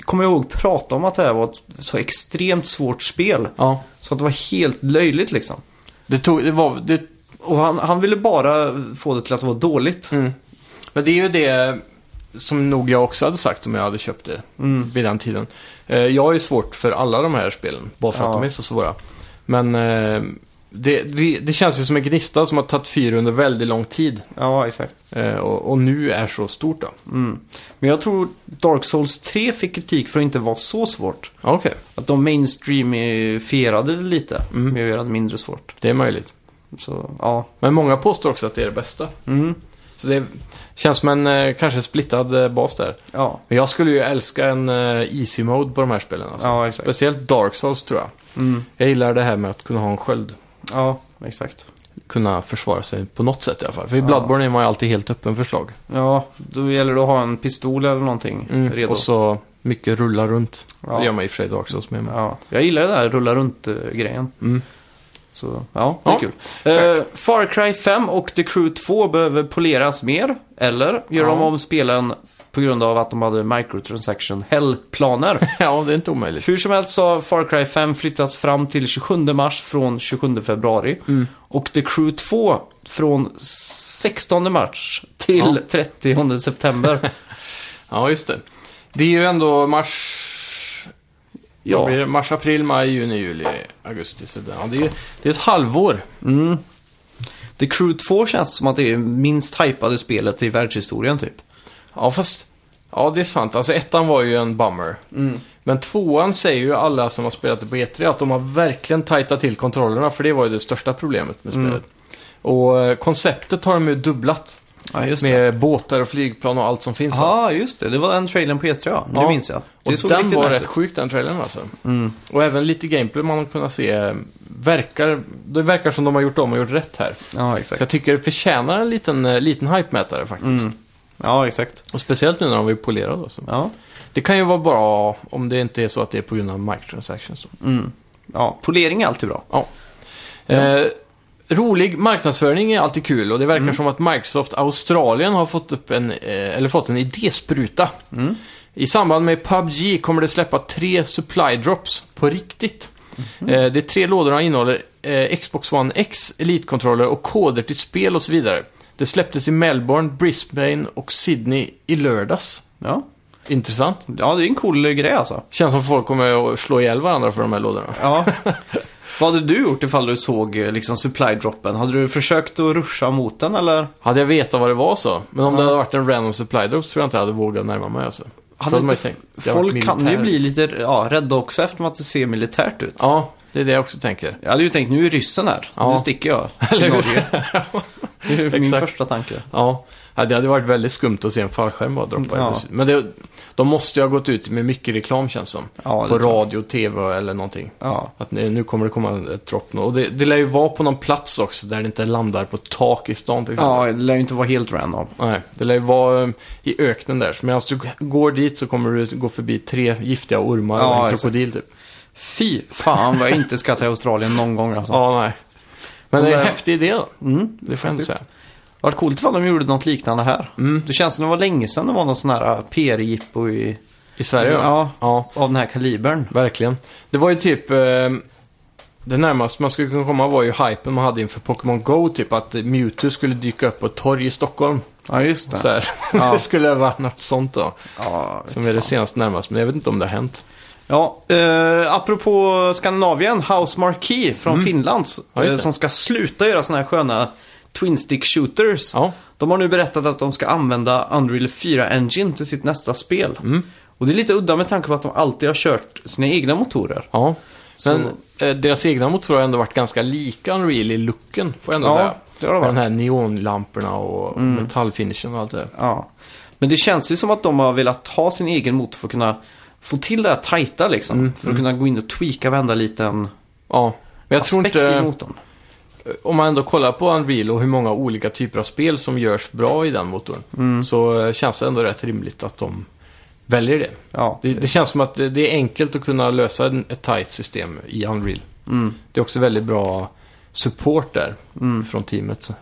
[SPEAKER 2] kommer jag ihåg, pratade om att det här var ett så extremt svårt spel.
[SPEAKER 1] ja.
[SPEAKER 2] Så att det var helt löjligt liksom.
[SPEAKER 1] Det tog, det var, det,
[SPEAKER 2] Och han, han ville bara få det till att vara dåligt.
[SPEAKER 1] mm. Men det är ju det som nog jag också hade sagt om jag hade köpt det
[SPEAKER 2] Mm.
[SPEAKER 1] vid den tiden. Eh, Jag har ju svårt för alla de här spelen, bara för att
[SPEAKER 2] Ja.
[SPEAKER 1] de är så svåra. Men eh, det, det, det känns ju som en gnista som har tagit fyr under väldigt lång tid.
[SPEAKER 2] Ja, exakt.
[SPEAKER 1] eh, Och, och nu är så stort då.
[SPEAKER 2] Mm. Men jag tror Dark Souls 3 fick kritik för att inte vara så svårt.
[SPEAKER 1] Ja, Okej,
[SPEAKER 2] Att de mainstreamifierade det lite
[SPEAKER 1] Mm.
[SPEAKER 2] med att göra det mindre svårt.
[SPEAKER 1] det är möjligt.
[SPEAKER 2] Så, ja.
[SPEAKER 1] Men många påstår också att det är det bästa.
[SPEAKER 2] Mm.
[SPEAKER 1] Så det känns som en eh, kanske splittad eh, bas där.
[SPEAKER 2] Ja,
[SPEAKER 1] Men jag skulle ju älska en eh, easy mode på de här spelen. Alltså.
[SPEAKER 2] ja exakt.
[SPEAKER 1] Speciellt Dark Souls tror jag.
[SPEAKER 2] Mm.
[SPEAKER 1] Jag gillar det här med att kunna ha en sköld.
[SPEAKER 2] Ja, exakt.
[SPEAKER 1] Kunna försvara sig på något sätt i alla fall. För i Bloodborne är man ju alltid helt öppen förslag.
[SPEAKER 2] Ja, då gäller det att ha en pistol eller någonting Mm. redo.
[SPEAKER 1] Mm. Och så mycket rulla runt.
[SPEAKER 2] Ja.
[SPEAKER 1] Det gör man i och för sig i Dark Souls med. men-
[SPEAKER 2] Ja, jag gillar det där rulla runt-grejen.
[SPEAKER 1] Mm.
[SPEAKER 2] Så, ja, det är
[SPEAKER 1] Ja,
[SPEAKER 2] kul. Eh, Far Cry 5 och The Crew 2 behöver poleras mer. Eller gör de
[SPEAKER 1] Ja.
[SPEAKER 2] om spelen på grund av att de hade microtransaction hell-planer.
[SPEAKER 1] ja, det är inte omöjligt.
[SPEAKER 2] Hur som helst så har Far Cry 5 flyttats fram till 27 mars från 27 februari.
[SPEAKER 1] Mm.
[SPEAKER 2] Och The Crew 2 från 16 mars till
[SPEAKER 1] Ja.
[SPEAKER 2] 30 september.
[SPEAKER 1] Ja, just det. Det är ju ändå mars...
[SPEAKER 2] Ja.
[SPEAKER 1] Ja. Blir det mars, april, maj, juni, juli, augusti, september. Ja, det, är, ju- det är ett halvår.
[SPEAKER 2] Mm. The Crew 2 känns som att det är minst hypade spelet i världshistorien typ.
[SPEAKER 1] Ja, fast... Ja, det är sant. Alltså, ettan var ju en bummer.
[SPEAKER 2] Mm.
[SPEAKER 1] Men tvåan säger ju alla som har spelat det på E3 att de har verkligen tajtat till kontrollerna, för det var ju det största problemet
[SPEAKER 2] Mm.
[SPEAKER 1] med spelet. Och eh, konceptet har de ju dubblat.
[SPEAKER 2] Ja, just det.
[SPEAKER 1] Med båtar och flygplan och allt som finns. här.
[SPEAKER 2] Ja, just det. Det var den trailern på E3, ja. Nu
[SPEAKER 1] Ja.
[SPEAKER 2] minns jag. Det
[SPEAKER 1] och
[SPEAKER 2] såg
[SPEAKER 1] den
[SPEAKER 2] riktigt
[SPEAKER 1] var
[SPEAKER 2] nice
[SPEAKER 1] rätt
[SPEAKER 2] ut.
[SPEAKER 1] sjuk den trailern alltså.
[SPEAKER 2] Mm.
[SPEAKER 1] Och även lite gameplay man har kunnat se. eh, Verkar, det verkar som de har gjort om och gjort rätt här.
[SPEAKER 2] Ja,
[SPEAKER 1] Så
[SPEAKER 2] exakt.
[SPEAKER 1] jag tycker det förtjänar en liten, eh, liten hype-mätare faktiskt.
[SPEAKER 2] Mm. Ja, exakt.
[SPEAKER 1] Och speciellt nu när de är polerade. Också.
[SPEAKER 2] Ja.
[SPEAKER 1] Det kan ju vara bra om det inte är så att det är på grund av microtransactions.
[SPEAKER 2] Mm. ja, polering är alltid bra.
[SPEAKER 1] Eh, rolig marknadsföring är alltid kul och det
[SPEAKER 2] Mm.
[SPEAKER 1] verkar som att Microsoft Australien har fått, upp en, eh, eller fått en idéspruta.
[SPEAKER 2] Mm.
[SPEAKER 1] I samband med PubG kommer det släppa tre supply drops på riktigt.
[SPEAKER 2] Mhm.
[SPEAKER 1] Eh, de tre lådorna innehåller eh, Xbox One X, Elite-kontroller och koder till spel och så vidare. Det släpptes i Melbourne, Brisbane och Sydney i lördags.
[SPEAKER 2] Ja.
[SPEAKER 1] Intressant.
[SPEAKER 2] ja, det är en cool eh, grej alltså.
[SPEAKER 1] Känns som folk kommer att slå ihjäl varandra för de här lådorna.
[SPEAKER 2] Ja. Vad hade du gjort ifall du såg eh, liksom supply-droppen? Hade du försökt att ruscha mot den eller?
[SPEAKER 1] Hade jag vetat vad det var så. Men om det hade varit en random supply drop så tror jag inte jag hade vågat närma mig alltså.
[SPEAKER 2] Hade
[SPEAKER 1] Hade man
[SPEAKER 2] inte
[SPEAKER 1] ju tänkt, det har varit
[SPEAKER 2] Folk kan ju
[SPEAKER 1] militär.
[SPEAKER 2] bli lite ja, rädda också eftersom att det ser militärt ut.
[SPEAKER 1] Ja, det är det jag också tänker.
[SPEAKER 2] Jag hade ju tänkt, nu är ryssen här.
[SPEAKER 1] Ja.
[SPEAKER 2] Nu sticker jag
[SPEAKER 1] Eller hur?
[SPEAKER 2] till Norge. Det är ju min
[SPEAKER 1] Exakt.
[SPEAKER 2] första tanke.
[SPEAKER 1] Ja, Ja, det hade varit väldigt skumt att se en fallskärm bara droppa.
[SPEAKER 2] Ja.
[SPEAKER 1] Ja. Men det, de måste ju ha gått ut med mycket reklam känns som.
[SPEAKER 2] Ja, det
[SPEAKER 1] på
[SPEAKER 2] tror jag.
[SPEAKER 1] radio, tv eller någonting.
[SPEAKER 2] Ja.
[SPEAKER 1] Att nu nu kommer det komma ett dropp. Och det, det lär ju vara på någon plats också där det inte landar på ett tak i stan till exempel.
[SPEAKER 2] ja, det lär ju inte vara helt random.
[SPEAKER 1] Nej, det lär ju vara eh, i öknen där. Så medan du g- går dit så kommer du gå förbi tre giftiga ormar
[SPEAKER 2] Ja,
[SPEAKER 1] och en
[SPEAKER 2] exakt.
[SPEAKER 1] krokodil typ.
[SPEAKER 2] Fy fan vad jag inte ska till Australien någon gång alltså.
[SPEAKER 1] Ja, nej. Men
[SPEAKER 2] De
[SPEAKER 1] det är en
[SPEAKER 2] där-
[SPEAKER 1] häftig idé då.
[SPEAKER 2] Mm.
[SPEAKER 1] Det får jag ändå säga.
[SPEAKER 2] Det var coolt ifall de gjorde något liknande här.
[SPEAKER 1] Mm.
[SPEAKER 2] Det känns som det var länge sedan det var någon sån här PR-jippo i...
[SPEAKER 1] I Sverige
[SPEAKER 2] Ja.
[SPEAKER 1] ja.
[SPEAKER 2] av den här kalibern.
[SPEAKER 1] Verkligen. Det var ju typ... Eh, Det närmaste man skulle kunna komma var ju hypen man hade inför Pokémon Go, typ att Mewtwo skulle dyka upp på ett torg i Stockholm.
[SPEAKER 2] Ja, just det.
[SPEAKER 1] Så här.
[SPEAKER 2] Ja.
[SPEAKER 1] det skulle vara något sånt då.
[SPEAKER 2] Ja, vet
[SPEAKER 1] Som är det
[SPEAKER 2] fan.
[SPEAKER 1] senaste närmaste, men jag vet inte om det har hänt.
[SPEAKER 2] Ja, eh, apropå Skandinavien, House Marquee från Finlands.
[SPEAKER 1] Mm. Ja, just
[SPEAKER 2] eh,
[SPEAKER 1] det.
[SPEAKER 2] som ska sluta göra såna här sköna Twin Stick Shooters.
[SPEAKER 1] Ja,
[SPEAKER 2] De har nu berättat att de ska använda Unreal 4 Engine till sitt nästa spel.
[SPEAKER 1] Mm.
[SPEAKER 2] Och det är lite udda med tanke på att de alltid har kört sina egna motorer.
[SPEAKER 1] ja. Men
[SPEAKER 2] Så-
[SPEAKER 1] eh, deras egna motorer har ändå varit ganska lika Unreal i looken, får jag ändå
[SPEAKER 2] Ja,
[SPEAKER 1] säga.
[SPEAKER 2] det har de
[SPEAKER 1] Med de
[SPEAKER 2] varit. Mm.
[SPEAKER 1] här neonlamporna och metallfinishen och allt det där.
[SPEAKER 2] Ja. Men det känns ju som att de har velat ha sin egen motor för att kunna få till det här tajta liksom.
[SPEAKER 1] Mm,
[SPEAKER 2] För att kunna gå in och tweaka varenda liten
[SPEAKER 1] Ja, men jag tror
[SPEAKER 2] aspekt i
[SPEAKER 1] inte...
[SPEAKER 2] motorn.
[SPEAKER 1] Om man ändå kollar på Unreal och hur många olika typer av spel som görs bra i den motorn,
[SPEAKER 2] Mm.
[SPEAKER 1] så eh, känns det ändå rätt rimligt att de väljer det.
[SPEAKER 2] Ja.
[SPEAKER 1] Det, det känns som att det, det är enkelt att kunna lösa en- ett tight system i Unreal.
[SPEAKER 2] Mm.
[SPEAKER 1] Det är också väldigt bra support där från teamet. så-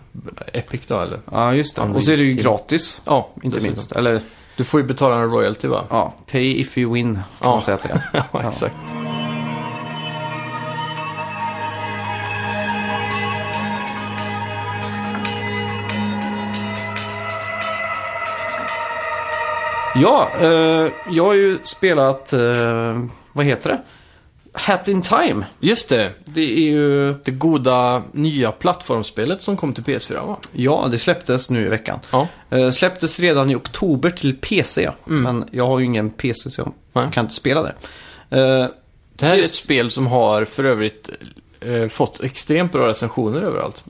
[SPEAKER 1] Epic då, eller?
[SPEAKER 2] ja, just det.
[SPEAKER 1] Unreal
[SPEAKER 2] Och så är det ju
[SPEAKER 1] Team.
[SPEAKER 2] gratis.
[SPEAKER 1] Ja,
[SPEAKER 2] Inte
[SPEAKER 1] dessutom.
[SPEAKER 2] minst. Eller
[SPEAKER 1] Du får ju betala en royalty, va?
[SPEAKER 2] ja, pay if you win. Får
[SPEAKER 1] Ja.
[SPEAKER 2] man säga att det är.
[SPEAKER 1] ja, exakt.
[SPEAKER 2] Ja, eh, jag har ju spelat, eh, vad heter det? Hat in Time.
[SPEAKER 1] Just det.
[SPEAKER 2] Det är ju
[SPEAKER 1] Det goda nya plattformsspelet som kom till PS4, va?
[SPEAKER 2] Ja, det släpptes nu i veckan.
[SPEAKER 1] Ja.
[SPEAKER 2] Eh, släpptes redan i oktober till PC, men jag har ju ingen PC så jag
[SPEAKER 1] Mm. Nej.
[SPEAKER 2] kan inte spela det. Eh,
[SPEAKER 1] Det här
[SPEAKER 2] Det-
[SPEAKER 1] är ett spel som har för övrigt eh, fått extremt bra recensioner överallt.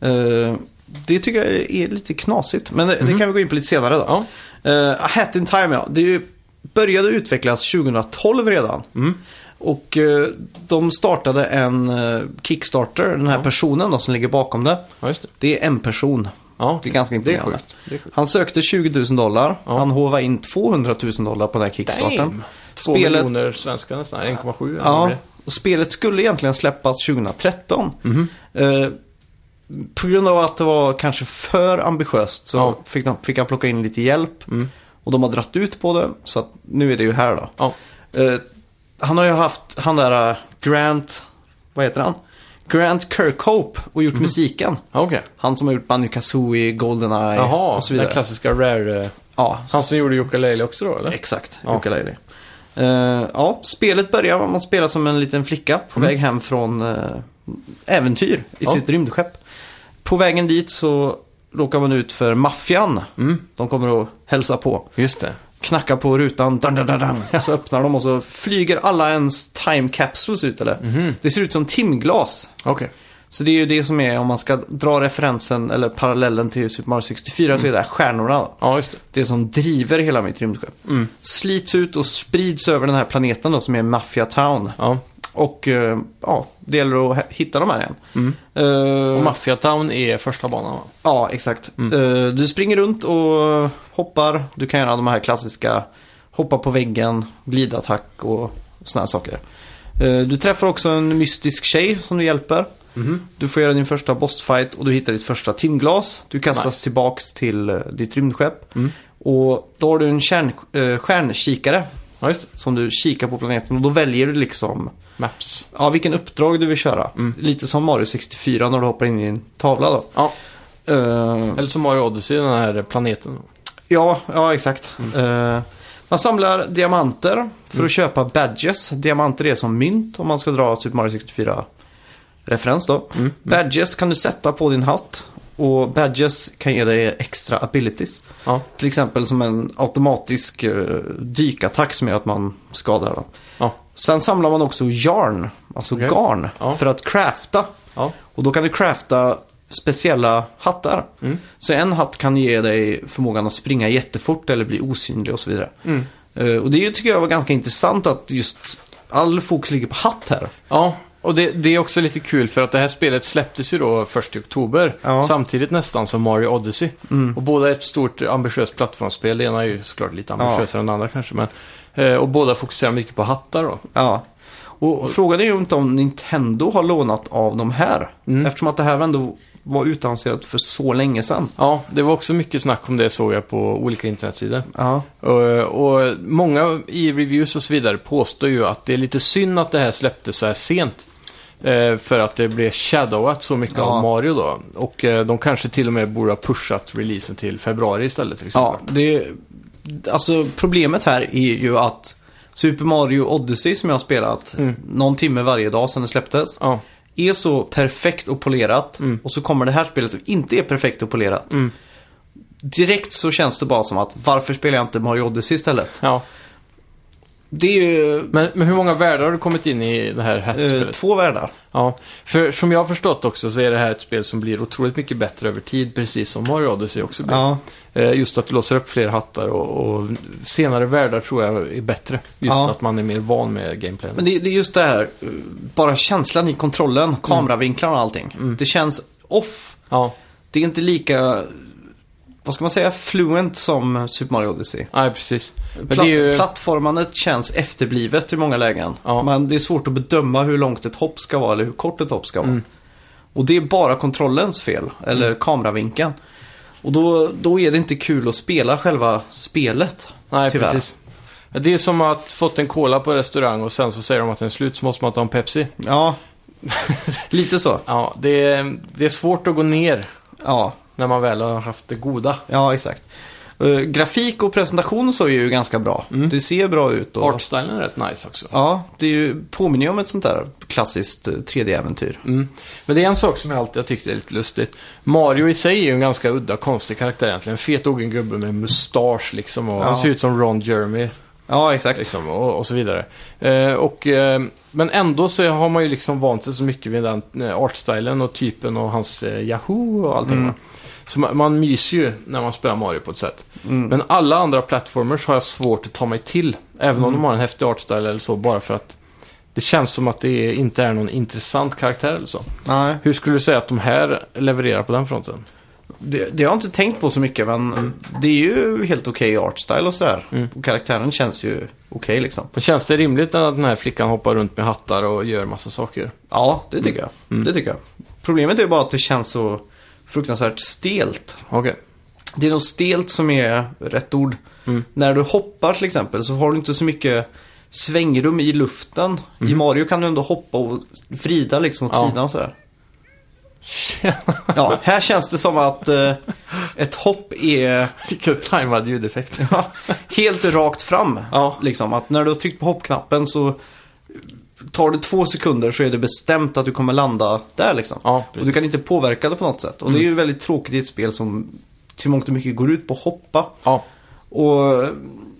[SPEAKER 2] eh, det tycker jag är lite knasigt, men det, det kan vi gå in på lite senare då.
[SPEAKER 1] Mhm. Ja.
[SPEAKER 2] Eh, A Hat in Time, ja. Det är ju, började utvecklas 2012 redan.
[SPEAKER 1] Mm.
[SPEAKER 2] Och eh, de startade en eh, Kickstarter, den här personen då, som ligger bakom det.
[SPEAKER 1] Ja, just det.
[SPEAKER 2] Det är en person.
[SPEAKER 1] Ja,
[SPEAKER 2] Det är ganska
[SPEAKER 1] det är
[SPEAKER 2] imponerande.
[SPEAKER 1] sjukt. Det är sjukt.
[SPEAKER 2] Han sökte 20 000 dollar.
[SPEAKER 1] Ja.
[SPEAKER 2] Han håvade in 200 000 dollar på den här Kickstarten.
[SPEAKER 1] Damn! Två
[SPEAKER 2] Spelet-
[SPEAKER 1] miljoner svenska nästan, 1,7 eller vad
[SPEAKER 2] Ja,
[SPEAKER 1] det är.
[SPEAKER 2] och spelet skulle egentligen släppas 2013.
[SPEAKER 1] Mhm.
[SPEAKER 2] Eh, på grund av att det var kanske för ambitiöst så
[SPEAKER 1] Ja. Mm.
[SPEAKER 2] fick, de, fick han plocka in lite hjälp. Och de har dratt ut på det, så att nu är det ju här då.
[SPEAKER 1] Ja.
[SPEAKER 2] Eh, han har ju haft han där eh, Grant, vad heter han? Grant Kirkhope och
[SPEAKER 1] Mhm.
[SPEAKER 2] gjort musiken.
[SPEAKER 1] Ja, Okej.
[SPEAKER 2] Han som har gjort Banjo Kazooie, Goldeneye
[SPEAKER 1] Jaha,
[SPEAKER 2] och så
[SPEAKER 1] den
[SPEAKER 2] vidare.
[SPEAKER 1] klassiska Rare... eh,
[SPEAKER 2] Ja,
[SPEAKER 1] Han som gjorde Ukulele också då, eller?
[SPEAKER 2] Exakt,
[SPEAKER 1] Ja.
[SPEAKER 2] ukulele. Eh, ja, spelet börjar man spelar som en liten flicka på väg hem från eh, äventyr i
[SPEAKER 1] Mm. Ja.
[SPEAKER 2] sitt rymdskepp. På vägen dit så råkar man ut för maffian.
[SPEAKER 1] Mm.
[SPEAKER 2] De kommer och hälsa på.
[SPEAKER 1] Just det.
[SPEAKER 2] Knackar på rutan, dun, dun, dun, dun. så öppnar de och så flyger alla ens time capsules ut. Eller?
[SPEAKER 1] Mhm.
[SPEAKER 2] Det ser ut som timglas.
[SPEAKER 1] Okej.
[SPEAKER 2] Så det är ju det som är, om man ska dra referensen eller parallellen till Super Mario 64,
[SPEAKER 1] Mm.
[SPEAKER 2] så är det här stjärnorna. Då
[SPEAKER 1] Ja, just det.
[SPEAKER 2] det som driver hela mitt rymdskepp. Slits ut och sprids över den här planeten då som är Mafia Town.
[SPEAKER 1] Ja.
[SPEAKER 2] Och eh, ja, det gäller att he- hitta de här igen. Eh,
[SPEAKER 1] Och Mafia Town är första banan, va?
[SPEAKER 2] ja, exakt. Eh, du springer runt och hoppar. Du kan göra de här klassiska hoppa på väggen, glidattack och sådana saker. Eh, du träffar också en mystisk tjej som du hjälper. Du får göra din första bossfight och du hittar ditt första timglas. Du kastas
[SPEAKER 1] Nice.
[SPEAKER 2] tillbaks till eh, ditt rymdskepp. Och då har du en kärn, eh, stjärnkikare
[SPEAKER 1] Ja, just det.
[SPEAKER 2] som du kikar på planeten och då väljer du liksom
[SPEAKER 1] Maps.
[SPEAKER 2] ja, vilken uppdrag du vill köra. Lite som Mario 64 när du hoppar in i en tavla då.
[SPEAKER 1] Ja.
[SPEAKER 2] Eh,
[SPEAKER 1] Eller som Mario Odyssey, den här planeten.
[SPEAKER 2] ja, ja, exakt. Eh, man samlar diamanter för att köpa badges. Diamanter är som mynt om man ska dra Super Mario 64-referens då. Badges kan du sätta på din hatt och badges kan ge dig extra abilities.
[SPEAKER 1] Ja.
[SPEAKER 2] Till exempel som en automatisk eh, dykattack som gör att man skadar. Då.
[SPEAKER 1] Ja.
[SPEAKER 2] Sen samlar man också yarn, alltså
[SPEAKER 1] Okej.
[SPEAKER 2] garn,
[SPEAKER 1] Ja.
[SPEAKER 2] för att crafta.
[SPEAKER 1] Ja.
[SPEAKER 2] Och då kan du crafta speciella hattar.
[SPEAKER 1] Mm.
[SPEAKER 2] Så en hatt kan ge dig förmågan att springa jättefort eller bli osynlig och så vidare.
[SPEAKER 1] Mm.
[SPEAKER 2] Eh, och det tycker jag var ganska intressant att just all fokus ligger på hatt här.
[SPEAKER 1] Ja, och det, det är också lite kul för att det här spelet släpptes ju då först i oktober.
[SPEAKER 2] Ja.
[SPEAKER 1] Samtidigt nästan som Mario Odyssey. Och båda är ett stort ambitiöst plattformsspel. Det ena är ju såklart lite ambitiösare än det andra kanske. Men, eh, och båda fokuserar mycket på hattar då.
[SPEAKER 2] Ja. Och, frågan är ju inte om Nintendo har lånat av de här.
[SPEAKER 1] Mm.
[SPEAKER 2] Eftersom att det här ändå var utannonserat för så länge sedan.
[SPEAKER 1] Ja, det var också mycket snack om det såg jag på olika internetsidor.
[SPEAKER 2] Ja,
[SPEAKER 1] Och, Eh, och många i reviews och så vidare påstår ju att det är lite synd att det här släpptes så här sent. Eh, För att det blev shadowat så mycket
[SPEAKER 2] Ja.
[SPEAKER 1] av Mario då. Och eh, de kanske till och med borde ha pushat releasen till februari istället till
[SPEAKER 2] Ja,
[SPEAKER 1] exempel.
[SPEAKER 2] det... Alltså problemet här är ju att Super Mario Odyssey som jag har spelat någon timme varje dag sedan det släpptes.
[SPEAKER 1] Mm. Ja.
[SPEAKER 2] Är så perfekt och polerat. Och så kommer det här spelet som inte är perfekt och polerat.
[SPEAKER 1] Mm.
[SPEAKER 2] Direkt så känns det bara som att varför spelar jag inte Mario Odyssey istället?
[SPEAKER 1] ja.
[SPEAKER 2] Det är ju
[SPEAKER 1] Men, men hur många världar har du kommit in i det här
[SPEAKER 2] eh,
[SPEAKER 1] hattspelet?
[SPEAKER 2] två världar.
[SPEAKER 1] Ja, för som jag har förstått också så är det här ett spel som blir otroligt mycket bättre över tid, precis som Mario Odyssey också blir.
[SPEAKER 2] Ja.
[SPEAKER 1] Eh, Just att du låser upp fler hattar och, och senare världar tror jag är bättre. Just
[SPEAKER 2] Ja.
[SPEAKER 1] att man är mer van med gameplayen.
[SPEAKER 2] Men det, det är just det här, eh, bara känslan i kontrollen,
[SPEAKER 1] Mm.
[SPEAKER 2] kameravinklarna och allting. Det känns off.
[SPEAKER 1] Ja,
[SPEAKER 2] Det är inte lika, vad ska man säga, fluent som Super Mario Odyssey.
[SPEAKER 1] nej precis. Men
[SPEAKER 2] Pla-
[SPEAKER 1] det är ju...
[SPEAKER 2] Plattformandet känns efterblivet i många lägen.
[SPEAKER 1] Ja.
[SPEAKER 2] Men det är svårt att bedöma hur långt ett hopp ska vara eller hur kort ett hopp ska
[SPEAKER 1] Mm.
[SPEAKER 2] vara. Och det är bara kontrollens fel, eller kameravinkeln. Och då, då är det inte kul att spela själva spelet.
[SPEAKER 1] Nej,
[SPEAKER 2] tyvärr.
[SPEAKER 1] precis. Det är som att fått en cola på restaurang och sen så säger de att den är slut så måste man ta en Pepsi.
[SPEAKER 2] Ja, lite så.
[SPEAKER 1] Ja, det är, det är svårt att gå ner
[SPEAKER 2] Ja,
[SPEAKER 1] när man väl har haft det goda.
[SPEAKER 2] ja exakt. Eh, grafik och presentation så är ju ganska bra.
[SPEAKER 1] Mm.
[SPEAKER 2] Det ser bra ut. Och,
[SPEAKER 1] Artstylen är rätt nice också.
[SPEAKER 2] Ja, det är ju, påminner ju om ett sånt där klassiskt eh, 3D-äventyr.
[SPEAKER 1] Mm. Men det är en sak som jag alltid har tyckt är lite lustigt. Mario i sig är ju en ganska udda, konstig karaktär egentligen. En fet, ogen gubbe med mustasch liksom. Och
[SPEAKER 2] Ja.
[SPEAKER 1] Han ser ut som Ron Jeremy
[SPEAKER 2] Ja, exakt.
[SPEAKER 1] liksom, och, och så vidare. Eh, och, eh, men ändå så har man ju liksom vant sig så mycket vid den eh, artstylen och typen och hans eh, Yahoo och allting. va. Så man, man myser ju när man spelar Mario på ett sätt. Men alla andra plattformers har jag svårt att ta mig till. Även om de har en häftig artstyle eller så, bara för att det känns som att det inte är någon intressant karaktär eller så.
[SPEAKER 2] Nej.
[SPEAKER 1] Hur skulle du säga att de här levererar på den fronten?
[SPEAKER 2] Det, det har jag inte tänkt på så mycket men det är ju helt okej artstyle och sådär.
[SPEAKER 1] Mm.
[SPEAKER 2] Och karaktären känns ju okej liksom.
[SPEAKER 1] Men känns det rimligt att den här flickan hoppar runt med hattar och gör massa saker?
[SPEAKER 2] Ja, det tycker jag.
[SPEAKER 1] Mm.
[SPEAKER 2] Det tycker jag. Problemet är bara att det känns så fruktansvärt stelt.
[SPEAKER 1] Okej.
[SPEAKER 2] Det är nog stelt som är rätt ord.
[SPEAKER 1] Mm.
[SPEAKER 2] När du hoppar till exempel så har du inte så mycket svängrum i luften. I Mario kan du ändå hoppa och vrida liksom åt
[SPEAKER 1] Mm. Ja.
[SPEAKER 2] sidan och sådär. Ja, här känns det som att eh, ett hopp är
[SPEAKER 1] Vilken tajmad ljudeffekt.
[SPEAKER 2] Ja, helt rakt fram.
[SPEAKER 1] Ja.
[SPEAKER 2] Liksom, att när du har tryckt på hoppknappen så tar det två sekunder så är det bestämt att du kommer landa där liksom.
[SPEAKER 1] Ja, Mm.
[SPEAKER 2] och du kan inte påverka det på något sätt. Och det är ju väldigt tråkigt i ett spel som till mångt och mycket går ut på att hoppa.
[SPEAKER 1] Ja,
[SPEAKER 2] Och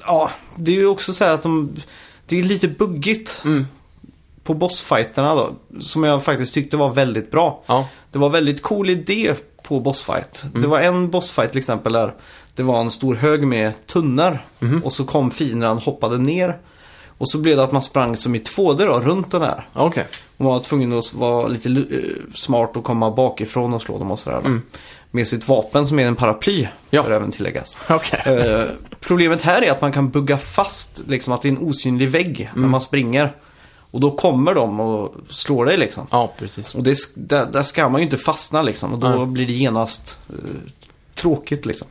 [SPEAKER 2] ja, det är ju också så här att de, det är lite buggigt.
[SPEAKER 1] Mm.
[SPEAKER 2] På bossfighterna då, som jag faktiskt tyckte var väldigt bra.
[SPEAKER 1] ja, Mm.
[SPEAKER 2] Det var väldigt cool idé på bossfight. Det var en bossfight till exempel där det var en stor hög med tunnor.
[SPEAKER 1] Mhm.
[SPEAKER 2] Och så kom fienden och hoppade ner. Och så blev det att man sprang som i 2D då, runt den här.
[SPEAKER 1] okej.
[SPEAKER 2] Man var tvungen att vara lite eh, smart och komma bakifrån och slå dem och sådär. Med sitt vapen som är en paraply,
[SPEAKER 1] Mm. Ja.
[SPEAKER 2] bör även tilläggas.
[SPEAKER 1] Okej.
[SPEAKER 2] Eh, problemet här är att man kan bugga fast, liksom att det är en osynlig vägg
[SPEAKER 1] Mm.
[SPEAKER 2] när man springer. Och då kommer de och slår dig liksom.
[SPEAKER 1] Ja, precis.
[SPEAKER 2] Och det, sk- där, där ska man ju inte fastna liksom och då
[SPEAKER 1] Nej.
[SPEAKER 2] blir det genast eh, tråkigt liksom.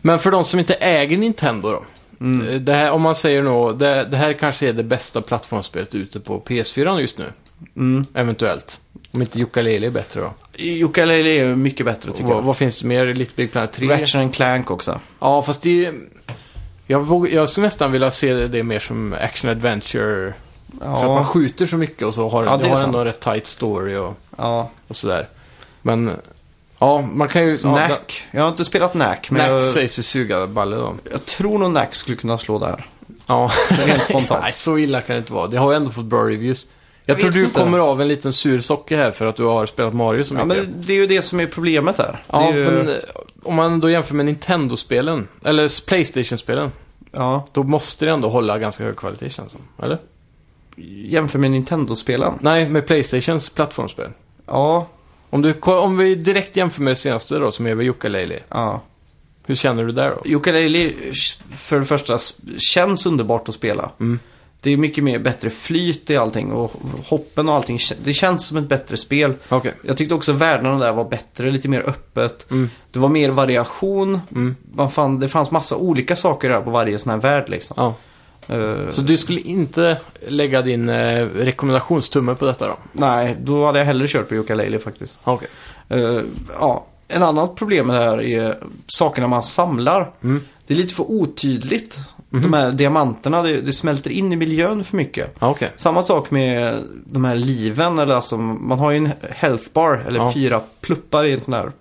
[SPEAKER 1] Men för de som inte äger Nintendo då?
[SPEAKER 2] Mm.
[SPEAKER 1] Eh, Det här, om man säger nå, det, det här kanske är det bästa plattformsspelet ute på PS4 just nu.
[SPEAKER 2] Mm.
[SPEAKER 1] Eventuellt. Om inte Yooka-Laylee är bättre då.
[SPEAKER 2] Yooka-Laylee är ju mycket bättre tycker
[SPEAKER 1] Vad,
[SPEAKER 2] jag.
[SPEAKER 1] vad finns det mer? Little Big Planet 3?
[SPEAKER 2] Ratchet and Clank också.
[SPEAKER 1] Ja, fast det är ju- jag, våg, jag skulle nästan vilja se det, det mer som action adventure. För att man
[SPEAKER 2] Ja,
[SPEAKER 1] skjuter så mycket och så har
[SPEAKER 2] Ja,
[SPEAKER 1] det
[SPEAKER 2] det är
[SPEAKER 1] har ändå en
[SPEAKER 2] sant.
[SPEAKER 1] rätt tight story och,
[SPEAKER 2] ja.
[SPEAKER 1] och sådär. Men, ja, man kan ju... Ja, da-
[SPEAKER 2] Knack. Jag har inte spelat Knack, men
[SPEAKER 1] Knack
[SPEAKER 2] jag,
[SPEAKER 1] sägs ju suga balle då.
[SPEAKER 2] jag tror nog Knack skulle kunna slå där.
[SPEAKER 1] Ja.
[SPEAKER 2] Rent spontant.
[SPEAKER 1] Nej, så illa kan det inte vara. Det har ju ändå fått bra reviews. Jag,
[SPEAKER 2] Jag
[SPEAKER 1] tror
[SPEAKER 2] vet
[SPEAKER 1] du
[SPEAKER 2] inte.
[SPEAKER 1] kommer av en liten sur socker här för att du har spelat Mario så
[SPEAKER 2] Ja,
[SPEAKER 1] mycket.
[SPEAKER 2] men det är ju det som är problemet här.
[SPEAKER 1] Ja,
[SPEAKER 2] det är ju,
[SPEAKER 1] men, eh, om man då jämför med Nintendo-spelen, eller s- Playstation-spelen,
[SPEAKER 2] ja,
[SPEAKER 1] då måste det ändå hålla ganska hög kvalitet känns det som. Eller?
[SPEAKER 2] jämför med Nintendo-spelen.
[SPEAKER 1] Nej, med Playstations plattformsspel.
[SPEAKER 2] Ja,
[SPEAKER 1] Om, du, ko- om vi direkt jämför med det senaste då, som är med Yooka-Laylee.
[SPEAKER 2] ja.
[SPEAKER 1] Hur känner du där då?
[SPEAKER 2] Ukulele för det första s- känns underbart att spela. Det är mycket mer bättre flyt i allting och hoppen och allting. kä- Det känns som ett bättre spel.
[SPEAKER 1] Okej. Mm,
[SPEAKER 2] Jag tyckte också världarna där var bättre, lite mer öppet. Det var mer variation. Man fann, det fanns massa olika saker där på varje sån här värld liksom.
[SPEAKER 1] Ja.
[SPEAKER 2] Eh,
[SPEAKER 1] Så du skulle inte lägga din eh, rekommendationstumme på detta då?
[SPEAKER 2] nej, då hade jag hellre kört på Yooka-Laylee faktiskt.
[SPEAKER 1] Okej.
[SPEAKER 2] Eh, ja. En annat problem med det här är sakerna man samlar.
[SPEAKER 1] Mm.
[SPEAKER 2] Det är lite för otydligt. De här diamanterna, det, det smälter in i miljön för mycket.
[SPEAKER 1] Ja, okej.
[SPEAKER 2] Samma sak med de här liven, eller alltså, man har ju en health bar, eller
[SPEAKER 1] Ja.
[SPEAKER 2] fyra pluppar i en sån här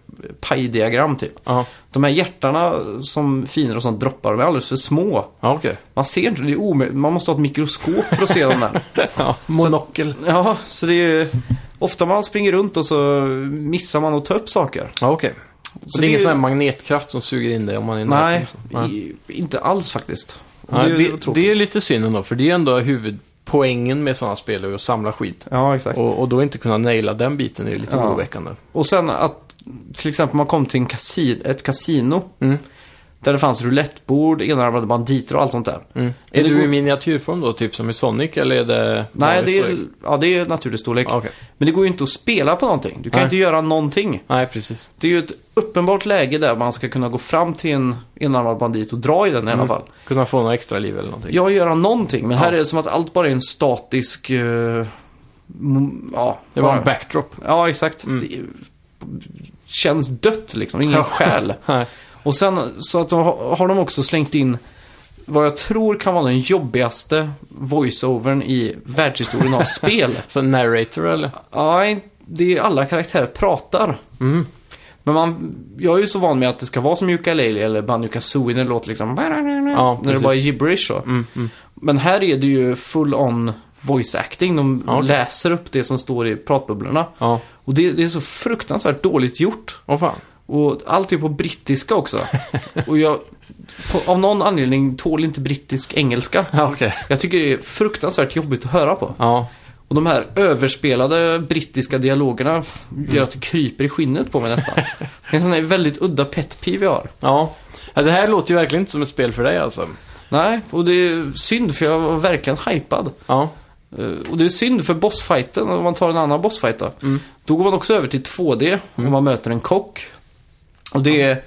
[SPEAKER 2] pajdiagram typ.
[SPEAKER 1] Ja,
[SPEAKER 2] De här hjärtarna som finor och sånt droppar, de är alldeles för små.
[SPEAKER 1] ja okej.
[SPEAKER 2] Man ser inte, det är omöjligt, man måste ha ett mikroskop för att se dem där.
[SPEAKER 1] Ja, monokel.
[SPEAKER 2] Ja, så det är ju, ofta man springer runt och så missar man att ta upp saker.
[SPEAKER 1] Ja, okej. Så
[SPEAKER 2] Så
[SPEAKER 1] det är ingen
[SPEAKER 2] det-
[SPEAKER 1] sån här magnetkraft som suger in dig om man är i
[SPEAKER 2] Nej,
[SPEAKER 1] närheten och så? Nej.
[SPEAKER 2] i- inte alls faktiskt. Och
[SPEAKER 1] Nej,
[SPEAKER 2] det, är ju
[SPEAKER 1] det,
[SPEAKER 2] tråkigt.
[SPEAKER 1] det är lite synd ändå, för det är ändå huvudpoängen med sådana spel, är ju att samla skit.
[SPEAKER 2] Ja, exakt.
[SPEAKER 1] Och, och då inte kunna naila den biten är ju lite
[SPEAKER 2] Ja.
[SPEAKER 1] oroväckande. Mm.
[SPEAKER 2] Och sen att till exempel man kom till en kasi ett kasino.
[SPEAKER 1] Mm.
[SPEAKER 2] Där det fanns roulettebord, enarmade banditer och allt sånt där.
[SPEAKER 1] Mm. Är
[SPEAKER 2] det
[SPEAKER 1] du i
[SPEAKER 2] går-
[SPEAKER 1] miniatyrform då, typ som i Sonic, eller är det...
[SPEAKER 2] Nej,
[SPEAKER 1] vanlig
[SPEAKER 2] det är,
[SPEAKER 1] storlek?
[SPEAKER 2] ja, det är naturlig storlek.
[SPEAKER 1] Ja, okej.
[SPEAKER 2] Men det går ju inte att spela på någonting. Du kan
[SPEAKER 1] Nej.
[SPEAKER 2] inte göra någonting.
[SPEAKER 1] Nej, precis.
[SPEAKER 2] Det är ju ett uppenbart läge där man ska kunna gå fram till en enarmad bandit och dra i den i alla fall.
[SPEAKER 1] Kunna få några extra liv eller någonting.
[SPEAKER 2] Ja, göra någonting. Men här
[SPEAKER 1] Mm. Ja.
[SPEAKER 2] är det som att allt bara är en statisk... eh, mm, ja,
[SPEAKER 1] Det var
[SPEAKER 2] bara-
[SPEAKER 1] en backdrop.
[SPEAKER 2] Ja, exakt.
[SPEAKER 1] Mm.
[SPEAKER 2] Det känns dött liksom. Ingen
[SPEAKER 1] Ja.
[SPEAKER 2] själ.
[SPEAKER 1] Nej.
[SPEAKER 2] Och sen så att de, har har de också slängt in vad jag tror kan vara den jobbigaste voiceovern i världshistorien av spel.
[SPEAKER 1] Så en narrator eller?
[SPEAKER 2] Ja, in- det är alla karaktärer pratar.
[SPEAKER 1] Mm.
[SPEAKER 2] Men man, jag är ju så van med att det ska vara som Ukulele eller Banjo Kazooie när det låter liksom... när det
[SPEAKER 1] precis.
[SPEAKER 2] bara är gibberish så.
[SPEAKER 1] Mm, mm.
[SPEAKER 2] Men här är det ju full on voice acting. De
[SPEAKER 1] Ja, okej.
[SPEAKER 2] läser upp det som står i pratbubblorna.
[SPEAKER 1] Ja.
[SPEAKER 2] Och det, det är så fruktansvärt dåligt gjort.
[SPEAKER 1] Åh fan.
[SPEAKER 2] Och allt är på brittiska också. Och jag, på, av någon anledning, tål inte brittisk engelska.
[SPEAKER 1] Ja, okej.
[SPEAKER 2] Jag tycker det är fruktansvärt jobbigt att höra på.
[SPEAKER 1] Ja.
[SPEAKER 2] Och de här överspelade brittiska dialogerna f- gör att det kryper i skinnet på mig nästan. Det är en sån här väldigt udda pet peeve jag har.
[SPEAKER 1] Ja. ja. Det här låter ju verkligen inte som ett spel för dig alltså.
[SPEAKER 2] Nej, och det är synd för jag var verkligen hypad.
[SPEAKER 1] Ja.
[SPEAKER 2] Eh, Och det är synd för bossfighten, om man tar en annan bossfight då.
[SPEAKER 1] Mm.
[SPEAKER 2] Då går man också över till 2D och man möter en kock. Och det är,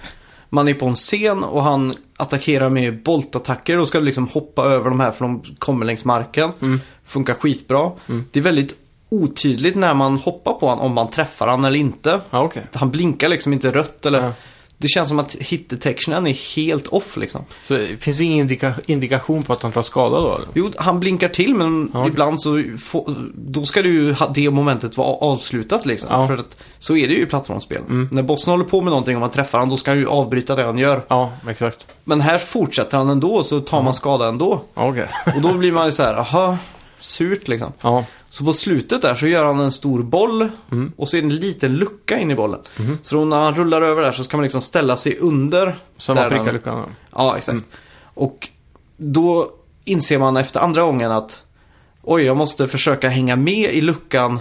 [SPEAKER 2] man är på en scen och han attackerar med boltattacker och ska liksom hoppa över de här för de kommer längs marken.
[SPEAKER 1] Mm.
[SPEAKER 2] Funkar skitbra.
[SPEAKER 1] Mm.
[SPEAKER 2] Det är väldigt otydligt när man hoppar på honom om man träffar han eller inte.
[SPEAKER 1] Ja, okej.
[SPEAKER 2] Han blinkar liksom inte rött eller...
[SPEAKER 1] Ja.
[SPEAKER 2] Det känns som att hit detectionen är helt off liksom.
[SPEAKER 1] Så det finns ingen indika indikation på att han tar skada då? Eller?
[SPEAKER 2] Jo, han blinkar till men
[SPEAKER 1] Ja, okej.
[SPEAKER 2] ibland så få, då ska det ju ha det momentet vara avslutat liksom.
[SPEAKER 1] Ja. Mm.
[SPEAKER 2] För att så är det ju i plattformsspel. När bossen håller på med någonting och man träffar han då ska han ju avbryta det han gör.
[SPEAKER 1] Ja, exakt.
[SPEAKER 2] Men här fortsätter han ändå och så tar man skada ändå.
[SPEAKER 1] Ja, okej.
[SPEAKER 2] Och då blir man ju så här, aha, surt liksom.
[SPEAKER 1] Ja.
[SPEAKER 2] Så på slutet där så gör han en stor boll
[SPEAKER 1] Mm.
[SPEAKER 2] och så är det en liten lucka in i bollen. Så då när han rullar över där så ska man liksom ställa sig under.
[SPEAKER 1] Så
[SPEAKER 2] där
[SPEAKER 1] man prickar
[SPEAKER 2] han-
[SPEAKER 1] luckan. ja.
[SPEAKER 2] Ja, exakt. Och då inser man efter andra gången att oj, jag måste försöka hänga med i luckan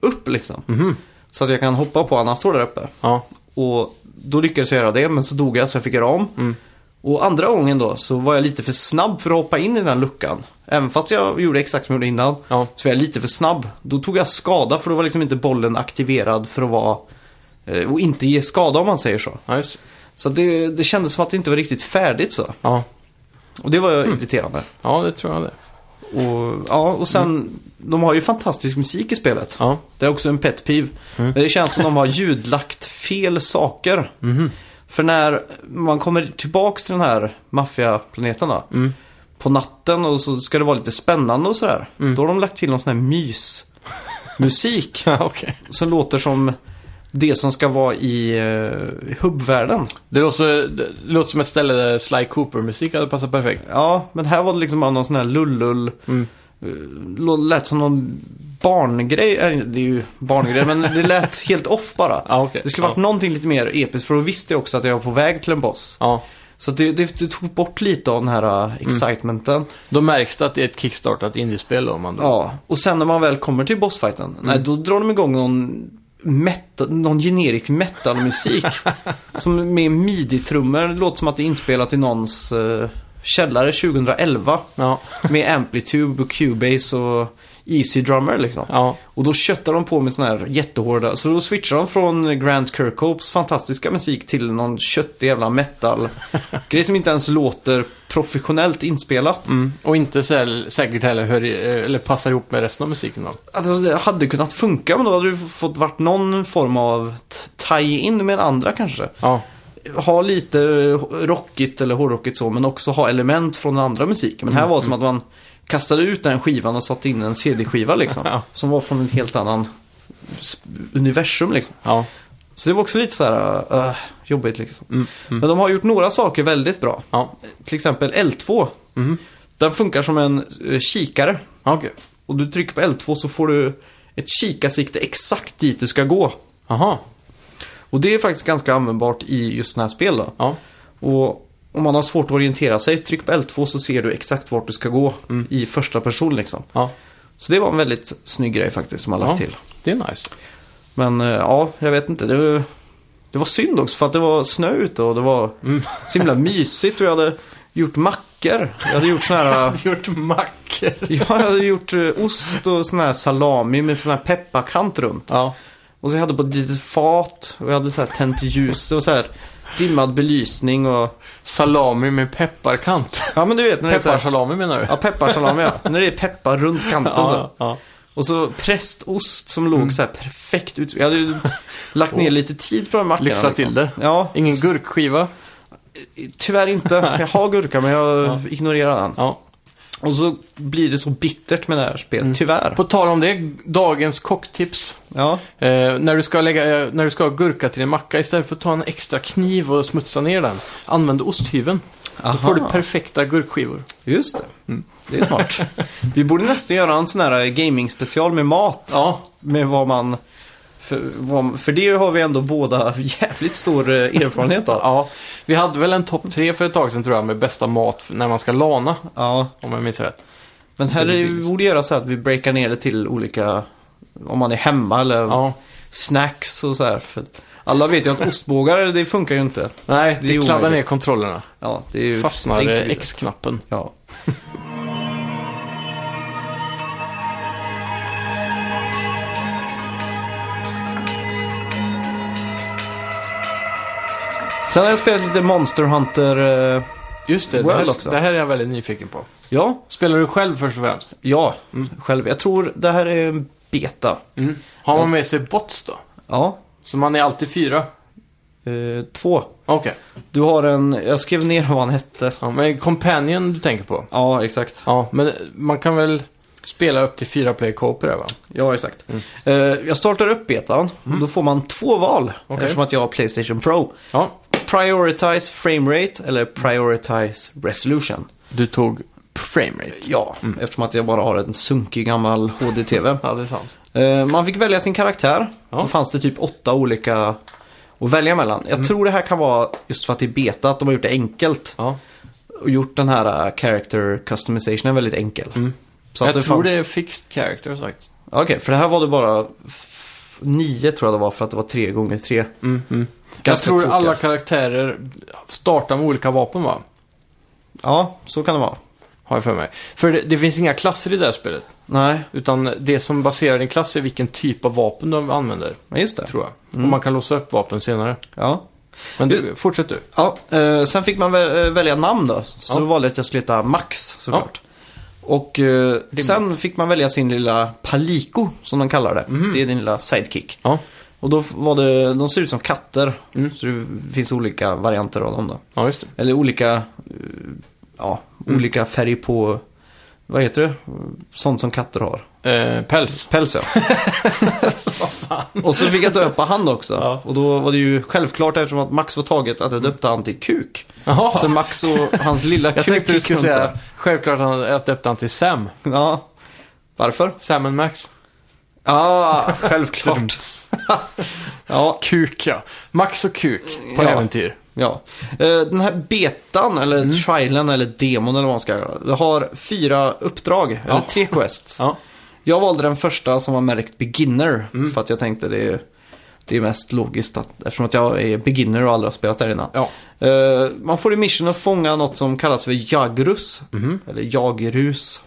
[SPEAKER 2] upp liksom. Så att jag kan hoppa på honom, han står där uppe.
[SPEAKER 1] Ja.
[SPEAKER 2] Och då lyckades jag göra det, men så dog jag så jag fick göra om. Och andra gången då så var jag lite för snabb för att hoppa in i den luckan. Även fast jag gjorde exakt som jag gjorde innan.
[SPEAKER 1] Ja.
[SPEAKER 2] Så var jag lite för snabb. Då tog jag skada för då var liksom inte bollen aktiverad för att vara... eh, Och inte ge skada om man säger så.
[SPEAKER 1] Ja, just
[SPEAKER 2] Så att det, det kändes som att det inte var riktigt färdigt så.
[SPEAKER 1] Ja.
[SPEAKER 2] Och det var irriterande.
[SPEAKER 1] Ja, det tror jag det.
[SPEAKER 2] Och, ja, och sen, de har ju fantastisk musik i spelet.
[SPEAKER 1] Ja.
[SPEAKER 2] Det är också en pet peeve. Men det känns som de har ljudlagt fel saker. För när man kommer tillbaks till den här maffiaplaneten då, på natten och så ska det vara lite spännande och sådär. Då har de lagt till någon sån här mysmusik
[SPEAKER 1] Ja, okej.
[SPEAKER 2] som låter som det som ska vara i uh, hubbvärlden.
[SPEAKER 1] Det låter, det låter som ett ställe där Sly Cooper-musik hade passat perfekt.
[SPEAKER 2] Ja, men här var det liksom bara någon sån här lullull.
[SPEAKER 1] Mm.
[SPEAKER 2] Eh, lå- Lät som någon barngrej. Eh, Det är ju barngrej, men det lät helt off bara.
[SPEAKER 1] Ja, okej.
[SPEAKER 2] Det skulle varit
[SPEAKER 1] ja.
[SPEAKER 2] någonting lite mer episkt för då visste jag också att jag var på väg till en boss.
[SPEAKER 1] ja.
[SPEAKER 2] Så att det, det, det tog bort lite av den här
[SPEAKER 1] Mm.
[SPEAKER 2] eh, excitementen.
[SPEAKER 1] Då märks det att det är ett kickstartat indiespel då, om man
[SPEAKER 2] Ja, och sen när man väl kommer till bossfighten,
[SPEAKER 1] Mm.
[SPEAKER 2] nej då drar de igång någon, metal, någon generisk metalmusik. som med midi-trummor, det låter som att det är inspelat i någons eh, källare 2011.
[SPEAKER 1] Ja.
[SPEAKER 2] Med Amplitube och Cubase och Easy Drummer liksom.
[SPEAKER 1] Ja.
[SPEAKER 2] Och då köttar de på med såna här jättehårda, så då switchar de från Grant Kirkhopes fantastiska musik till någon köttig jävla metal. Grej som inte ens låter professionellt inspelat.
[SPEAKER 1] Mm. Och inte sä- säkert heller hör, i- eller passar ihop med resten av musiken då.
[SPEAKER 2] Alltså det hade kunnat funka men då hade det fått varit någon form av t- tie-in med andra kanske.
[SPEAKER 1] Ja.
[SPEAKER 2] ha lite rockigt eller hårdrockigt så, men också ha element från den andra musiken. Men här var det som att man kastade ut den skivan och satte in en CD-skiva liksom.
[SPEAKER 1] Ja.
[SPEAKER 2] Som var från en helt annan s- universum liksom.
[SPEAKER 1] Ja.
[SPEAKER 2] Så det var också lite så här äh, jobbigt liksom. Men de har gjort några saker väldigt bra.
[SPEAKER 1] Ja.
[SPEAKER 2] Till exempel L2. Den funkar som en eh, kikare.
[SPEAKER 1] Ja, Okej.
[SPEAKER 2] Och du trycker på L2 så får du ett kikarsikte exakt dit du ska gå.
[SPEAKER 1] Jaha.
[SPEAKER 2] Och det är faktiskt ganska användbart i just den här spel då.
[SPEAKER 1] Ja.
[SPEAKER 2] Och om man har svårt att orientera sig, tryck på L2 så ser du exakt vart du ska gå
[SPEAKER 1] Mm.
[SPEAKER 2] i första person liksom.
[SPEAKER 1] Ja.
[SPEAKER 2] Så det var en väldigt snygg grej faktiskt som man lagt
[SPEAKER 1] Ja.
[SPEAKER 2] till.
[SPEAKER 1] Det är nice.
[SPEAKER 2] Men eh, ja, jag vet inte. Det var, det var synd också för att det var snö ute och det var
[SPEAKER 1] Mm.
[SPEAKER 2] så himla mysigt och jag hade gjort mackor. Jag hade gjort såna här...
[SPEAKER 1] Gjort mackor.
[SPEAKER 2] Jag hade gjort eh, ost och sån här salami med sån här pepparkant runt.
[SPEAKER 1] Ja.
[SPEAKER 2] Och så jag hade på ett litet fat och jag hade så här tänt ljus och så här dimmad belysning och...
[SPEAKER 1] Salami med pepparkant.
[SPEAKER 2] Ja men du vet när det är så här...
[SPEAKER 1] Pepparsalami menar du?
[SPEAKER 2] Ja, alltså. pepparsalami ja. När det är peppar runt kanten så.
[SPEAKER 1] ja. Mm. ja.
[SPEAKER 2] Och så prästost som låg så här perfekt ut. Jag hade ju lagt ner lite tid på de mackorna. liksom.
[SPEAKER 1] Lyxa till det.
[SPEAKER 2] Ja,
[SPEAKER 1] Ingen gurkskiva.
[SPEAKER 2] tyvärr inte. Jag har gurka men jag ignorerar den.
[SPEAKER 1] Ja.
[SPEAKER 2] Och så blir det så bittert med det här spelet, tyvärr.
[SPEAKER 1] Mm. På tal om det, dagens kocktips.
[SPEAKER 2] Ja,
[SPEAKER 1] Eh, när, du ska lägga, eh, när du ska ha gurka till din macka, istället för att ta en extra kniv och smutsa ner den, använd osthyveln.
[SPEAKER 2] Aha.
[SPEAKER 1] Då får du perfekta gurkskivor.
[SPEAKER 2] just det.
[SPEAKER 1] Mm.
[SPEAKER 2] Det är smart. Vi borde nästan göra en sån här gaming-special med mat.
[SPEAKER 1] Ja,
[SPEAKER 2] Med vad man... För, vad, för det har vi ändå båda jävligt stor eh, erfarenhet av.
[SPEAKER 1] ja. Vi hade väl en topp tre för ett tag sedan tror jag, med bästa mat f- när man ska lana,
[SPEAKER 2] Ja.
[SPEAKER 1] om jag minns rätt.
[SPEAKER 2] Men här
[SPEAKER 1] Det blir
[SPEAKER 2] är- vi
[SPEAKER 1] billigt.
[SPEAKER 2] borde göra så här att vi breakar ner det till olika, om man är hemma eller
[SPEAKER 1] Ja.
[SPEAKER 2] snacks och så här. För att alla vet ju att ostbågar, det funkar ju inte.
[SPEAKER 1] Nej,
[SPEAKER 2] Det är
[SPEAKER 1] det kladdar ner
[SPEAKER 2] omöjligt.
[SPEAKER 1] kontrollerna.
[SPEAKER 2] Ja, det är ju
[SPEAKER 1] Fastnar
[SPEAKER 2] strängt
[SPEAKER 1] eh,
[SPEAKER 2] förbjudet.
[SPEAKER 1] X-knappen.
[SPEAKER 2] Ja. Sen har jag spelat lite Monster Hunter, eh,
[SPEAKER 1] Just det, det
[SPEAKER 2] World
[SPEAKER 1] här,
[SPEAKER 2] också.
[SPEAKER 1] det här är jag väldigt nyfiken på.
[SPEAKER 2] ja,
[SPEAKER 1] Spelar du själv först och främst?
[SPEAKER 2] ja,
[SPEAKER 1] Mm.
[SPEAKER 2] själv. Jag tror det här är en beta.
[SPEAKER 1] Har man med sig bots då?
[SPEAKER 2] Ja,
[SPEAKER 1] Så man är alltid fyra?
[SPEAKER 2] eh, två.
[SPEAKER 1] Okej.
[SPEAKER 2] Du har en, jag skrev ner vad han hette.
[SPEAKER 1] Ja, men Companion du tänker på?
[SPEAKER 2] Ja, exakt.
[SPEAKER 1] Ja, men man kan väl spela upp till fyra player co-op i det här, va?
[SPEAKER 2] Ja, exakt.
[SPEAKER 1] Mm.
[SPEAKER 2] Eh, jag startar upp betan. Då får man två val
[SPEAKER 1] Okej.
[SPEAKER 2] eftersom att jag har Playstation Pro.
[SPEAKER 1] Ja.
[SPEAKER 2] Prioritize framerate eller prioritize resolution.
[SPEAKER 1] Du tog framerate.
[SPEAKER 2] Ja,
[SPEAKER 1] Mm.
[SPEAKER 2] eftersom att jag bara har en sunkig gammal HD-TV.
[SPEAKER 1] Ja, det är sant.
[SPEAKER 2] Eh, man fick välja sin karaktär.
[SPEAKER 1] Ja.
[SPEAKER 2] Då fanns det typ åtta olika att välja mellan.
[SPEAKER 1] Mm.
[SPEAKER 2] Jag tror det här kan vara just för att det är beta, att de har gjort det enkelt.
[SPEAKER 1] Ja.
[SPEAKER 2] Och gjort den här eh, character customizationen väldigt enkel. Så
[SPEAKER 1] Mm. Jag
[SPEAKER 2] att det
[SPEAKER 1] tror
[SPEAKER 2] fanns-
[SPEAKER 1] det är fixed character faktiskt.
[SPEAKER 2] Okej, för det här var det bara f- nio tror jag det var för att det var tre gånger tre.
[SPEAKER 1] Mm-hmm. Jag tror
[SPEAKER 2] tråkiga.
[SPEAKER 1] alla karaktärer startar med olika vapen, va?
[SPEAKER 2] Ja, så kan det vara.
[SPEAKER 1] Har jag för mig. För det, det finns inga klasser i det här spelet.
[SPEAKER 2] Nej,
[SPEAKER 1] Utan det som baserar din klass är vilken typ av vapen du använder,
[SPEAKER 2] men just det.
[SPEAKER 1] tror jag. Och man kan låsa upp vapen senare.
[SPEAKER 2] Ja.
[SPEAKER 1] Men du, fortsätt du.
[SPEAKER 2] Ja, eh, sen fick man väl, eh, välja namn då. Så
[SPEAKER 1] Ja.
[SPEAKER 2] då valde jag att jag skulle heta Max såklart. Och eh, sen fick man välja sin lilla Palico som de kallar det.
[SPEAKER 1] Mhm.
[SPEAKER 2] Det är din lilla sidekick.
[SPEAKER 1] Ja,
[SPEAKER 2] Och då var det, de ser ut som katter.
[SPEAKER 1] Mm.
[SPEAKER 2] Så det finns olika varianter av dem då.
[SPEAKER 1] ja just det.
[SPEAKER 2] Eller olika, eh, ja,
[SPEAKER 1] Mm.
[SPEAKER 2] olika färg på, vad heter det? Sånt som katter har.
[SPEAKER 1] Eh, päls.
[SPEAKER 2] Päls ja. och så fick jag döpa han också.
[SPEAKER 1] Ja. Mm.
[SPEAKER 2] Och då var det ju självklart eftersom att Max var taget att jag döpte han till Kuk.
[SPEAKER 1] Jaha.
[SPEAKER 2] Så Max och hans lilla
[SPEAKER 1] Jag
[SPEAKER 2] Kuk
[SPEAKER 1] tänkte du
[SPEAKER 2] gick
[SPEAKER 1] skulle
[SPEAKER 2] runt där.
[SPEAKER 1] säga, självklart han- att jag döpte han till Sam.
[SPEAKER 2] Ja. Varför?
[SPEAKER 1] Sam and Max.
[SPEAKER 2] Ja, självklart. ja,
[SPEAKER 1] Kuk, ja. Max och kuk på
[SPEAKER 2] Ja.
[SPEAKER 1] äventyr.
[SPEAKER 2] ja. Eh, Den här betan, eller
[SPEAKER 1] Mm.
[SPEAKER 2] trialen, eller demon eller vad man ska göra. Det har fyra uppdrag, eller
[SPEAKER 1] Ja.
[SPEAKER 2] tre quests.
[SPEAKER 1] Ja.
[SPEAKER 2] Jag valde den första som var märkt beginner.
[SPEAKER 1] Mm.
[SPEAKER 2] För att jag tänkte det är, det är mest logiskt att, eftersom att jag är beginner och aldrig har spelat där innan.
[SPEAKER 1] ja.
[SPEAKER 2] Eh, man får i mission att fånga något
[SPEAKER 1] Mhm.
[SPEAKER 2] som kallas för jagrus. Eller jagrus.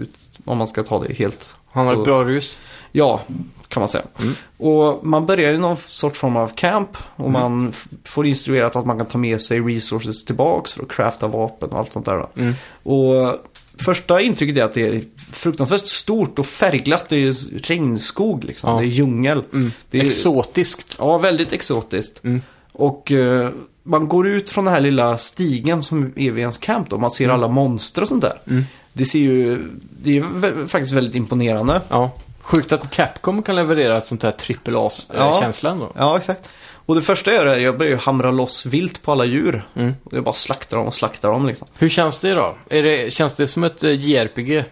[SPEAKER 2] Ut- Om man ska ta det helt
[SPEAKER 1] Mm. Han har ett
[SPEAKER 2] Och-
[SPEAKER 1] bra rus.
[SPEAKER 2] Ja, kan man säga.
[SPEAKER 1] Mm.
[SPEAKER 2] Och man börjar i någon sorts form av camp och
[SPEAKER 1] Mm.
[SPEAKER 2] man f- får instruerat att man kan ta med sig resources tillbaks för att crafta vapen och allt sånt där. Då.
[SPEAKER 1] Mm.
[SPEAKER 2] Och första intrycket är att det är fruktansvärt stort och färgglatt. Det är s- regnskog liksom,
[SPEAKER 1] Ja. Mm.
[SPEAKER 2] det är djungel. Det är,
[SPEAKER 1] Exotiskt.
[SPEAKER 2] Ja, väldigt exotiskt.
[SPEAKER 1] Mm.
[SPEAKER 2] Och eh, man går ut från den här lilla stigen som är vid ens camp då. Man ser alla monster och sånt där.
[SPEAKER 1] Mm.
[SPEAKER 2] Det ser ju, det är vä- faktiskt väldigt imponerande.
[SPEAKER 1] Ja. Sjukt att Capcom kan leverera ett sånt här trippel eh,
[SPEAKER 2] Ja.
[SPEAKER 1] A-känsla ändå.
[SPEAKER 2] Ja, exakt. Och det första jag gör är att jag börjar ju hamra loss vilt på alla djur.
[SPEAKER 1] Mm.
[SPEAKER 2] Och jag bara slaktar dem och slaktar dem liksom.
[SPEAKER 1] Hur känns det då? Är det, känns det som ett eh, JRPG?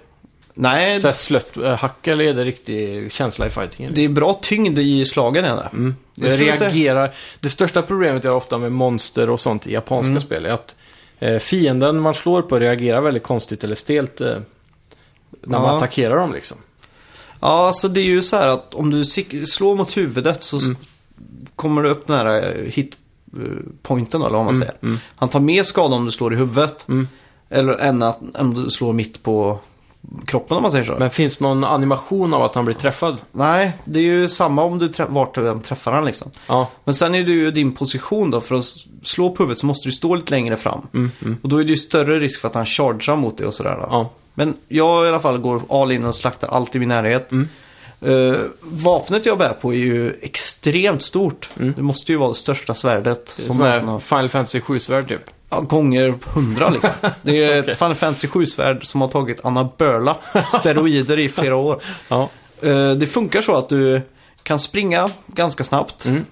[SPEAKER 2] Nej,
[SPEAKER 1] Såhär slött eh, hack eller är det riktig känsla i fightingen?
[SPEAKER 2] det är bra tyngd i slagen är det. Jag
[SPEAKER 1] Det
[SPEAKER 2] skulle säga-
[SPEAKER 1] Mm. reagerar. Det största problemet jag har ofta med monster och sånt i japanska
[SPEAKER 2] Mm.
[SPEAKER 1] spel är att eh, fienden man slår på reagerar väldigt konstigt eller stelt eh, när man
[SPEAKER 2] Ja.
[SPEAKER 1] attackerar dem liksom.
[SPEAKER 2] Ja, så det är ju så här att om du sik- slår mot huvudet så s- kommer du upp den här eh, hit eh, pointen eller vad man säger. Han tar mer skada om du slår i huvudet. Eller än att, om du slår mitt på kroppen om man säger så.
[SPEAKER 1] Men finns någon animation av att han blir träffad?
[SPEAKER 2] Nej, det är ju samma om du trä- vart du än träffar han liksom.
[SPEAKER 1] Ja,
[SPEAKER 2] Men sen är det ju din position då. För att s- slå på huvudet så måste du stå lite längre fram. Och då är det ju större risk för att han chargear mot dig och sådär. Då.
[SPEAKER 1] ja.
[SPEAKER 2] Men jag i alla fall går all in och slaktar allt i min närhet.
[SPEAKER 1] Mm.
[SPEAKER 2] Eh, vapnet jag bär på är ju extremt stort. Det måste ju vara det största svärdet.
[SPEAKER 1] Som
[SPEAKER 2] Som
[SPEAKER 1] Mm. sån
[SPEAKER 2] man kan
[SPEAKER 1] här
[SPEAKER 2] ha,
[SPEAKER 1] Final Fantasy 7-svärd typ.
[SPEAKER 2] ja, gånger hundra liksom. Det är ett Final Fantasy 7-svärd som har tagit anabola steroider i flera år.
[SPEAKER 1] Ja.
[SPEAKER 2] Eh, det funkar så att du kan springa ganska snabbt.
[SPEAKER 1] Mm.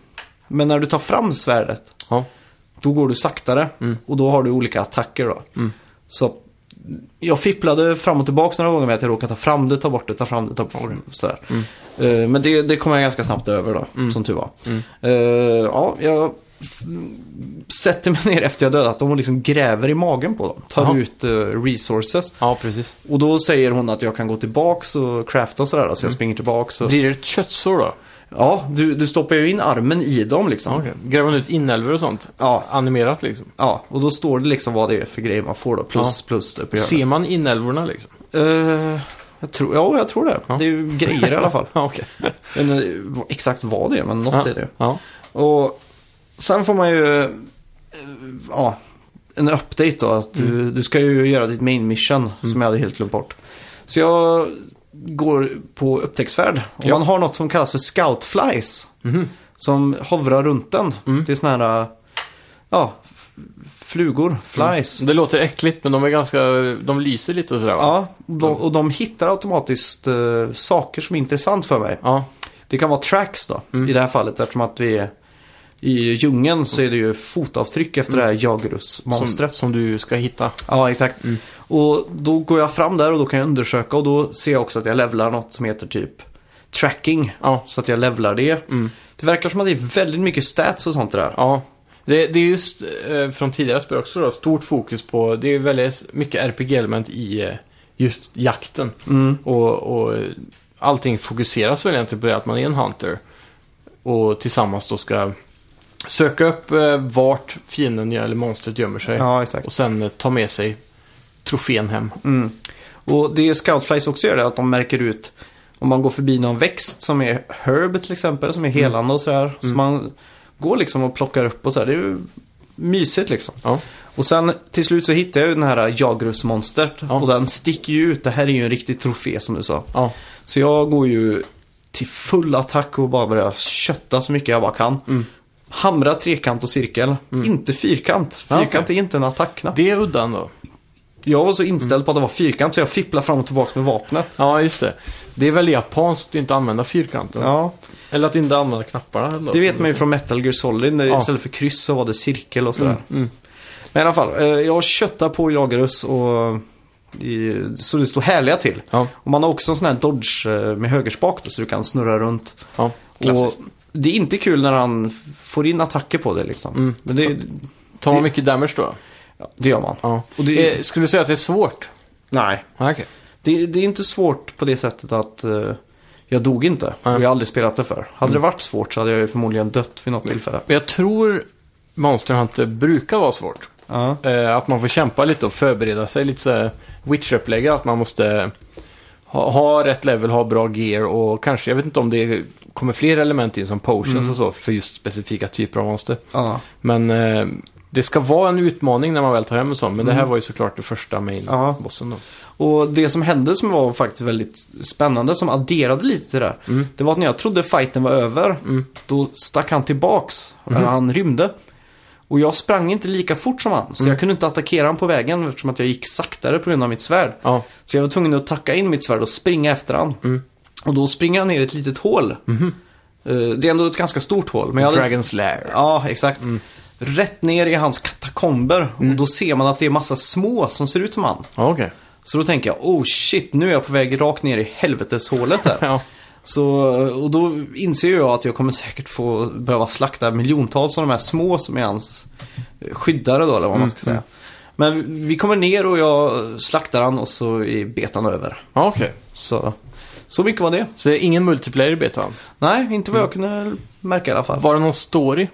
[SPEAKER 2] Men när du tar fram svärdet
[SPEAKER 1] ja.
[SPEAKER 2] då går du saktare
[SPEAKER 1] Mm.
[SPEAKER 2] och då har du olika attacker då. Så att jag fipplade fram och tillbaka några gånger med att jag råkade ta fram det, ta bort det, ta fram det, ta bort det. Sådär.
[SPEAKER 1] Mm.
[SPEAKER 2] Eh, Men det, det kom jag ganska snabbt över då, som tur var.
[SPEAKER 1] Mm.
[SPEAKER 2] Eh, ja, jag f- sätter mig ner efter jag dödat dem och liksom gräver i magen på dem. Tar
[SPEAKER 1] Jaha.
[SPEAKER 2] ut eh, resources.
[SPEAKER 1] ja, precis.
[SPEAKER 2] Och då säger hon att jag kan gå tillbaks och crafta och sådär. då, Så jag springer tillbaks. Och...
[SPEAKER 1] Blir Mm. det ett köttsår då?
[SPEAKER 2] Ja, du, du stoppar ju in armen i dem liksom.
[SPEAKER 1] Okay. Gräver man ut inälvor och sånt?
[SPEAKER 2] Ja,
[SPEAKER 1] Animerat liksom?
[SPEAKER 2] Ja, och då står det liksom vad det är för grejer man får då. Plus, plus det på hörnet.
[SPEAKER 1] Ser man inälvorna liksom?
[SPEAKER 2] Eh, jag tror, ja, jag tror det.
[SPEAKER 1] Ja.
[SPEAKER 2] Det är ju grejer i alla fall.
[SPEAKER 1] Ja, okej.
[SPEAKER 2] Men, eh, exakt vad det är, men något
[SPEAKER 1] Ja.
[SPEAKER 2] är det.
[SPEAKER 1] Ja.
[SPEAKER 2] Och sen får man ju, eh, ja, en update då. Att du, du ska ju göra ditt main mission som jag hade helt glömt bort. Så jag går på upptäcktsfärd. Och
[SPEAKER 1] Ja.
[SPEAKER 2] man har något som kallas för scoutflies.
[SPEAKER 1] Mhm.
[SPEAKER 2] Som hovrar runt den. Det är sådana här, ja, f- flugor, flies.
[SPEAKER 1] Det låter äckligt, men de är ganska... De lyser lite och sådär va?
[SPEAKER 2] Ja, och de, och de hittar automatiskt eh, saker som är intressant för mig.
[SPEAKER 1] Ja.
[SPEAKER 2] Det kan vara tracks då, i det här fallet eftersom att vi är i djungen så är det ju fotavtryck efter det här
[SPEAKER 1] Som,
[SPEAKER 2] Jagrus-monstret.
[SPEAKER 1] som du ska hitta.
[SPEAKER 2] Ja, exakt. Och då går jag fram där och då kan jag undersöka och då ser jag också att jag levlar något som heter typ tracking.
[SPEAKER 1] Ja.
[SPEAKER 2] Så att jag levlar det. Det verkar som att det är väldigt mycket stats och sånt där.
[SPEAKER 1] ja. Det, det är just eh, från tidigare spel också då, stort fokus på... Det är väldigt mycket RPG-element i eh, just jakten.
[SPEAKER 2] Mm.
[SPEAKER 1] Och, och eh, allting fokuseras väl egentligen på det att man är en hunter. Och tillsammans då ska söka upp eh, vart fienden eller monstret gömmer sig.
[SPEAKER 2] Ja, exakt.
[SPEAKER 1] Och sen eh, ta med sig trofén hem.
[SPEAKER 2] Och det Scoutflies också gör det är att de märker ut om man går förbi någon växt som är herb till exempel,
[SPEAKER 1] Mm.
[SPEAKER 2] som är helande och sådär. Så man går liksom och plockar upp och sådär. Det är ju mysigt liksom.
[SPEAKER 1] Ja.
[SPEAKER 2] Och sen till slut så hittar jag ju den här Jagrus-monstret.
[SPEAKER 1] Ja.
[SPEAKER 2] Och den sticker ju ut. Det här är ju en riktig trofé som du sa.
[SPEAKER 1] Ja.
[SPEAKER 2] Så jag går ju till full attack och bara börjar kötta så mycket jag bara kan.
[SPEAKER 1] Mm.
[SPEAKER 2] Hamra trekant och cirkel. Inte fyrkant.
[SPEAKER 1] Ja,
[SPEAKER 2] Fyrkant är inte en attackknapp.
[SPEAKER 1] Det är uddan då.
[SPEAKER 2] Jag var så inställd på att det var fyrkant så jag fipplade fram och tillbaka med vapnet.
[SPEAKER 1] Ja, just det. Det är väl japanskt att inte använda fyrkanten.
[SPEAKER 2] Ja,
[SPEAKER 1] Eller att inte använda knapparna. Eller
[SPEAKER 2] det vet man ju från Metal Gear Solid. När
[SPEAKER 1] Ja. Mm,
[SPEAKER 2] Istället för kryss så var det cirkel och sådär. Men i alla fall, eh, jag köttar på Jagerus och eh, i, så det står härliga till.
[SPEAKER 1] Ja,
[SPEAKER 2] Och man har också en sån här dodge eh, med högerspak då, så du kan snurra runt.
[SPEAKER 1] ja.
[SPEAKER 2] Och
[SPEAKER 1] Klassiskt.
[SPEAKER 2] det är inte kul när han f- får in attacker på det liksom.
[SPEAKER 1] Mm.
[SPEAKER 2] Men det,
[SPEAKER 1] Tar man
[SPEAKER 2] det-
[SPEAKER 1] mycket damage då?
[SPEAKER 2] ja, det gör man.
[SPEAKER 1] Ja.
[SPEAKER 2] Och det,
[SPEAKER 1] Eh, skulle du säga att det är svårt?
[SPEAKER 2] nej,
[SPEAKER 1] Ja, okej.
[SPEAKER 2] det, det är inte svårt på det sättet att eh, jag dog inte.
[SPEAKER 1] Nej. Mm.
[SPEAKER 2] Och jag har aldrig spelat det för. Hade det varit svårt så hade jag ju förmodligen dött vid något tillfälle.
[SPEAKER 1] Men Jag tror Monster Hunter brukar vara svårt.
[SPEAKER 2] Ja.
[SPEAKER 1] Eh, att man får kämpa lite och förbereda sig. Lite så här Witcher-upplägg, att man måste ha, ha rätt level, ha bra gear och kanske, jag vet inte om det kommer fler element in som potions och så för just specifika typer av monster.
[SPEAKER 2] Mm. Ja,
[SPEAKER 1] Men eh, det ska vara en utmaning när man väl tar hem en sån. Men det här var ju såklart det första
[SPEAKER 2] Mm. Ja.
[SPEAKER 1] main-bossen då.
[SPEAKER 2] Och det som hände som var faktiskt väldigt spännande, som adderade lite till det där. Det var att när jag trodde fighten var över, då stack han tillbaks. Eller han rymde. Och jag sprang inte lika fort som han. Så jag kunde inte attackera honom på vägen eftersom att jag gick saktare på grund av mitt svärd.
[SPEAKER 1] Ja,
[SPEAKER 2] Så jag var tvungen att tacka in mitt svärd och springa efter han. Och då springer han ner i ett litet hål. Eh, Det är ändå ett ganska stort hål. Men jag hade inte-
[SPEAKER 1] Dragon's Lair.
[SPEAKER 2] Ja, exakt. Rätt ner i hans katakomber. Och då ser man att det är massa små som ser ut som han.
[SPEAKER 1] Ja, okej.
[SPEAKER 2] Så då tänker jag, oh shit, nu är jag på väg rakt ner i helveteshålet här.
[SPEAKER 1] Ja.
[SPEAKER 2] Så, och då inser jag att jag kommer säkert få behöva slakta miljontals av de här små som är hans skyddare då, eller
[SPEAKER 1] Mm,
[SPEAKER 2] vad man ska säga. Men vi kommer ner och jag slaktar han och så är betan över.
[SPEAKER 1] Ja, okej.
[SPEAKER 2] Så, så mycket var det.
[SPEAKER 1] Så det är ingen multiplayer i betan?
[SPEAKER 2] Nej, inte vad jag
[SPEAKER 1] Mm.
[SPEAKER 2] kunde märka i alla fall.
[SPEAKER 1] Var det någon story?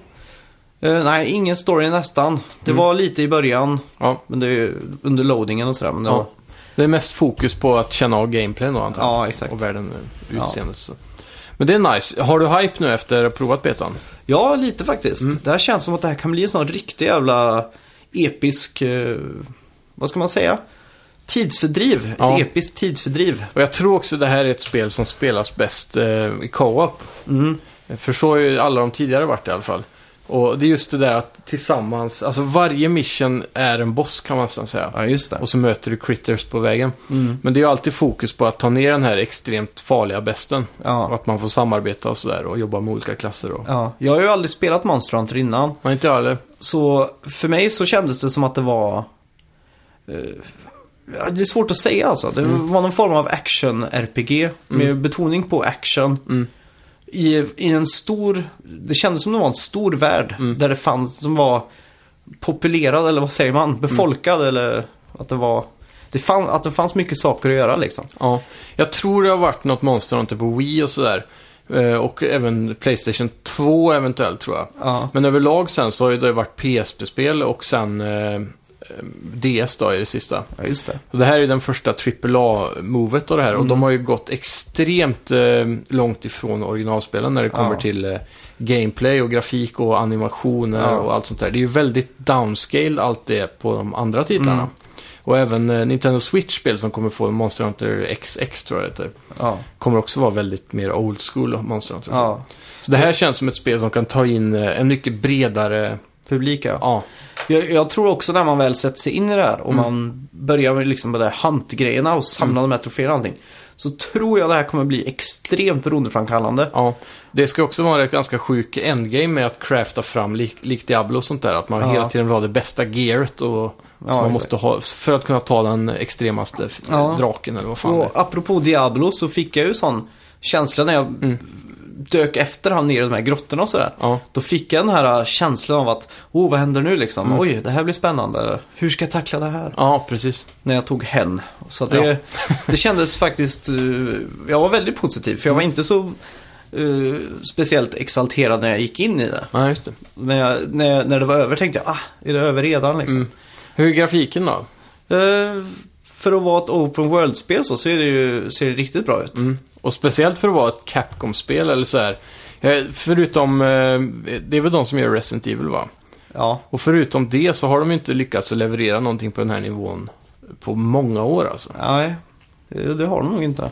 [SPEAKER 2] Eh, nej, ingen story nästan. Det var lite i början,
[SPEAKER 1] Mm. Ja.
[SPEAKER 2] men det är ju under loadingen och sådär. Men det
[SPEAKER 1] ja.
[SPEAKER 2] var,
[SPEAKER 1] Det är mest fokus på att känna av gameplayen då, antar jag.
[SPEAKER 2] ja, exakt.
[SPEAKER 1] Och världen, eh, utseendet så. Men det är nice. Har du hype nu efter att ha provat betan?
[SPEAKER 2] Ja, lite faktiskt. Det här känns som att det här kan bli en sån riktig jävla episk, eh, vad ska man säga? Tidsfördriv.
[SPEAKER 1] Ja.
[SPEAKER 2] Ett episkt tidsfördriv.
[SPEAKER 1] Och jag tror också det här är ett spel som spelas bäst eh, i co-op. För så har ju alla de tidigare varit i alla fall. Och det är just det där att tillsammans, alltså varje mission är en boss kan man nästan säga.
[SPEAKER 2] Ja, just det.
[SPEAKER 1] Och så möter du critters på vägen. Men det är ju alltid fokus på att ta ner den här extremt farliga besten. Och
[SPEAKER 2] Ja.
[SPEAKER 1] att man får samarbeta och sådär och jobba med olika klasser. Och...
[SPEAKER 2] ja. Jag har ju aldrig spelat Monster Hunter innan.
[SPEAKER 1] Nej, inte jag heller.
[SPEAKER 2] Så för mig så kändes det som att det var... eh, ja, det är svårt att säga alltså. Det var någon form av action-RPG med betoning på action. I, I en stor... Det kändes som det var en stor värld där det fanns som var populerad eller vad säger man? Befolkad eller att det var... Det fann, att det fanns mycket saker att göra liksom.
[SPEAKER 1] Ja. Jag tror det har varit något Monster Hunter på Wii och sådär. Eh, Och även Playstation 2 eventuellt tror jag.
[SPEAKER 2] Ja.
[SPEAKER 1] Men överlag sen så har ju det varit PSP-spel och sen eh, eh, DS då i det sista.
[SPEAKER 2] Ja, just det.
[SPEAKER 1] Och det här är ju den första AAA-movet av det här
[SPEAKER 2] Mm.
[SPEAKER 1] och de har ju gått extremt eh, långt ifrån originalspelen när det kommer
[SPEAKER 2] Ja.
[SPEAKER 1] till eh, gameplay och grafik och animationer
[SPEAKER 2] Ja.
[SPEAKER 1] och allt sånt där. Det är ju väldigt downscaled allt det på de andra titlarna.
[SPEAKER 2] Mm.
[SPEAKER 1] Och även eh, Nintendo Switch-spel som kommer få Monster Hunter XX tror jag det heter.
[SPEAKER 2] Ja.
[SPEAKER 1] Kommer också vara väldigt mer old school Monster Hunter.
[SPEAKER 2] ja.
[SPEAKER 1] Så det här känns som ett spel som kan ta in eh, en mycket bredare...
[SPEAKER 2] Publik ja.
[SPEAKER 1] Ja,
[SPEAKER 2] Jag, jag tror också när man väl sätter sig in i det här och man börjar med liksom med det här hunt-grejerna och samla de här troféerna och allting. Så tror jag det här kommer bli extremt beroendeframkallande.
[SPEAKER 1] Ja, det ska också vara ett ganska sjuk endgame med att crafta fram lik, likt Diablo och sånt där. Att man
[SPEAKER 2] Ja.
[SPEAKER 1] hela tiden vill ha det bästa gearet och som man
[SPEAKER 2] exakt.
[SPEAKER 1] måste ha för att kunna ta den extremaste f-
[SPEAKER 2] Ja.
[SPEAKER 1] draken eller vad fan det är.
[SPEAKER 2] och apropå Diablo så fick jag ju sån känsla när jag dök efter han ner i de här grottorna och sådär.
[SPEAKER 1] Ja.
[SPEAKER 2] Då fick jag den här känslan av att, oh vad händer nu liksom? Oj, det här blir spännande. Hur ska jag tackla det här?
[SPEAKER 1] ja, precis.
[SPEAKER 2] När jag tog hen. Så att det, det kändes faktiskt, eh, jag var väldigt positiv för jag
[SPEAKER 1] Mm.
[SPEAKER 2] var inte så eh, speciellt exalterad när jag gick in i det.
[SPEAKER 1] Ja, just det.
[SPEAKER 2] När, jag, när, jag, när det var över tänkte jag, ah, är det över redan liksom?
[SPEAKER 1] Hur är grafiken då? Mm.
[SPEAKER 2] Eh, för att vara ett open world-spel så ser det ju ser det riktigt bra ut.
[SPEAKER 1] Mm. Och speciellt för att vara ett Capcom-spel eller så här. Eh, Förutom, eh, det är väl de som gör Resident Evil va?
[SPEAKER 2] Ja,
[SPEAKER 1] Och förutom det så har de ju inte lyckats att leverera någonting på den här nivån på många år alltså.
[SPEAKER 2] nej, det, det har de nog inte.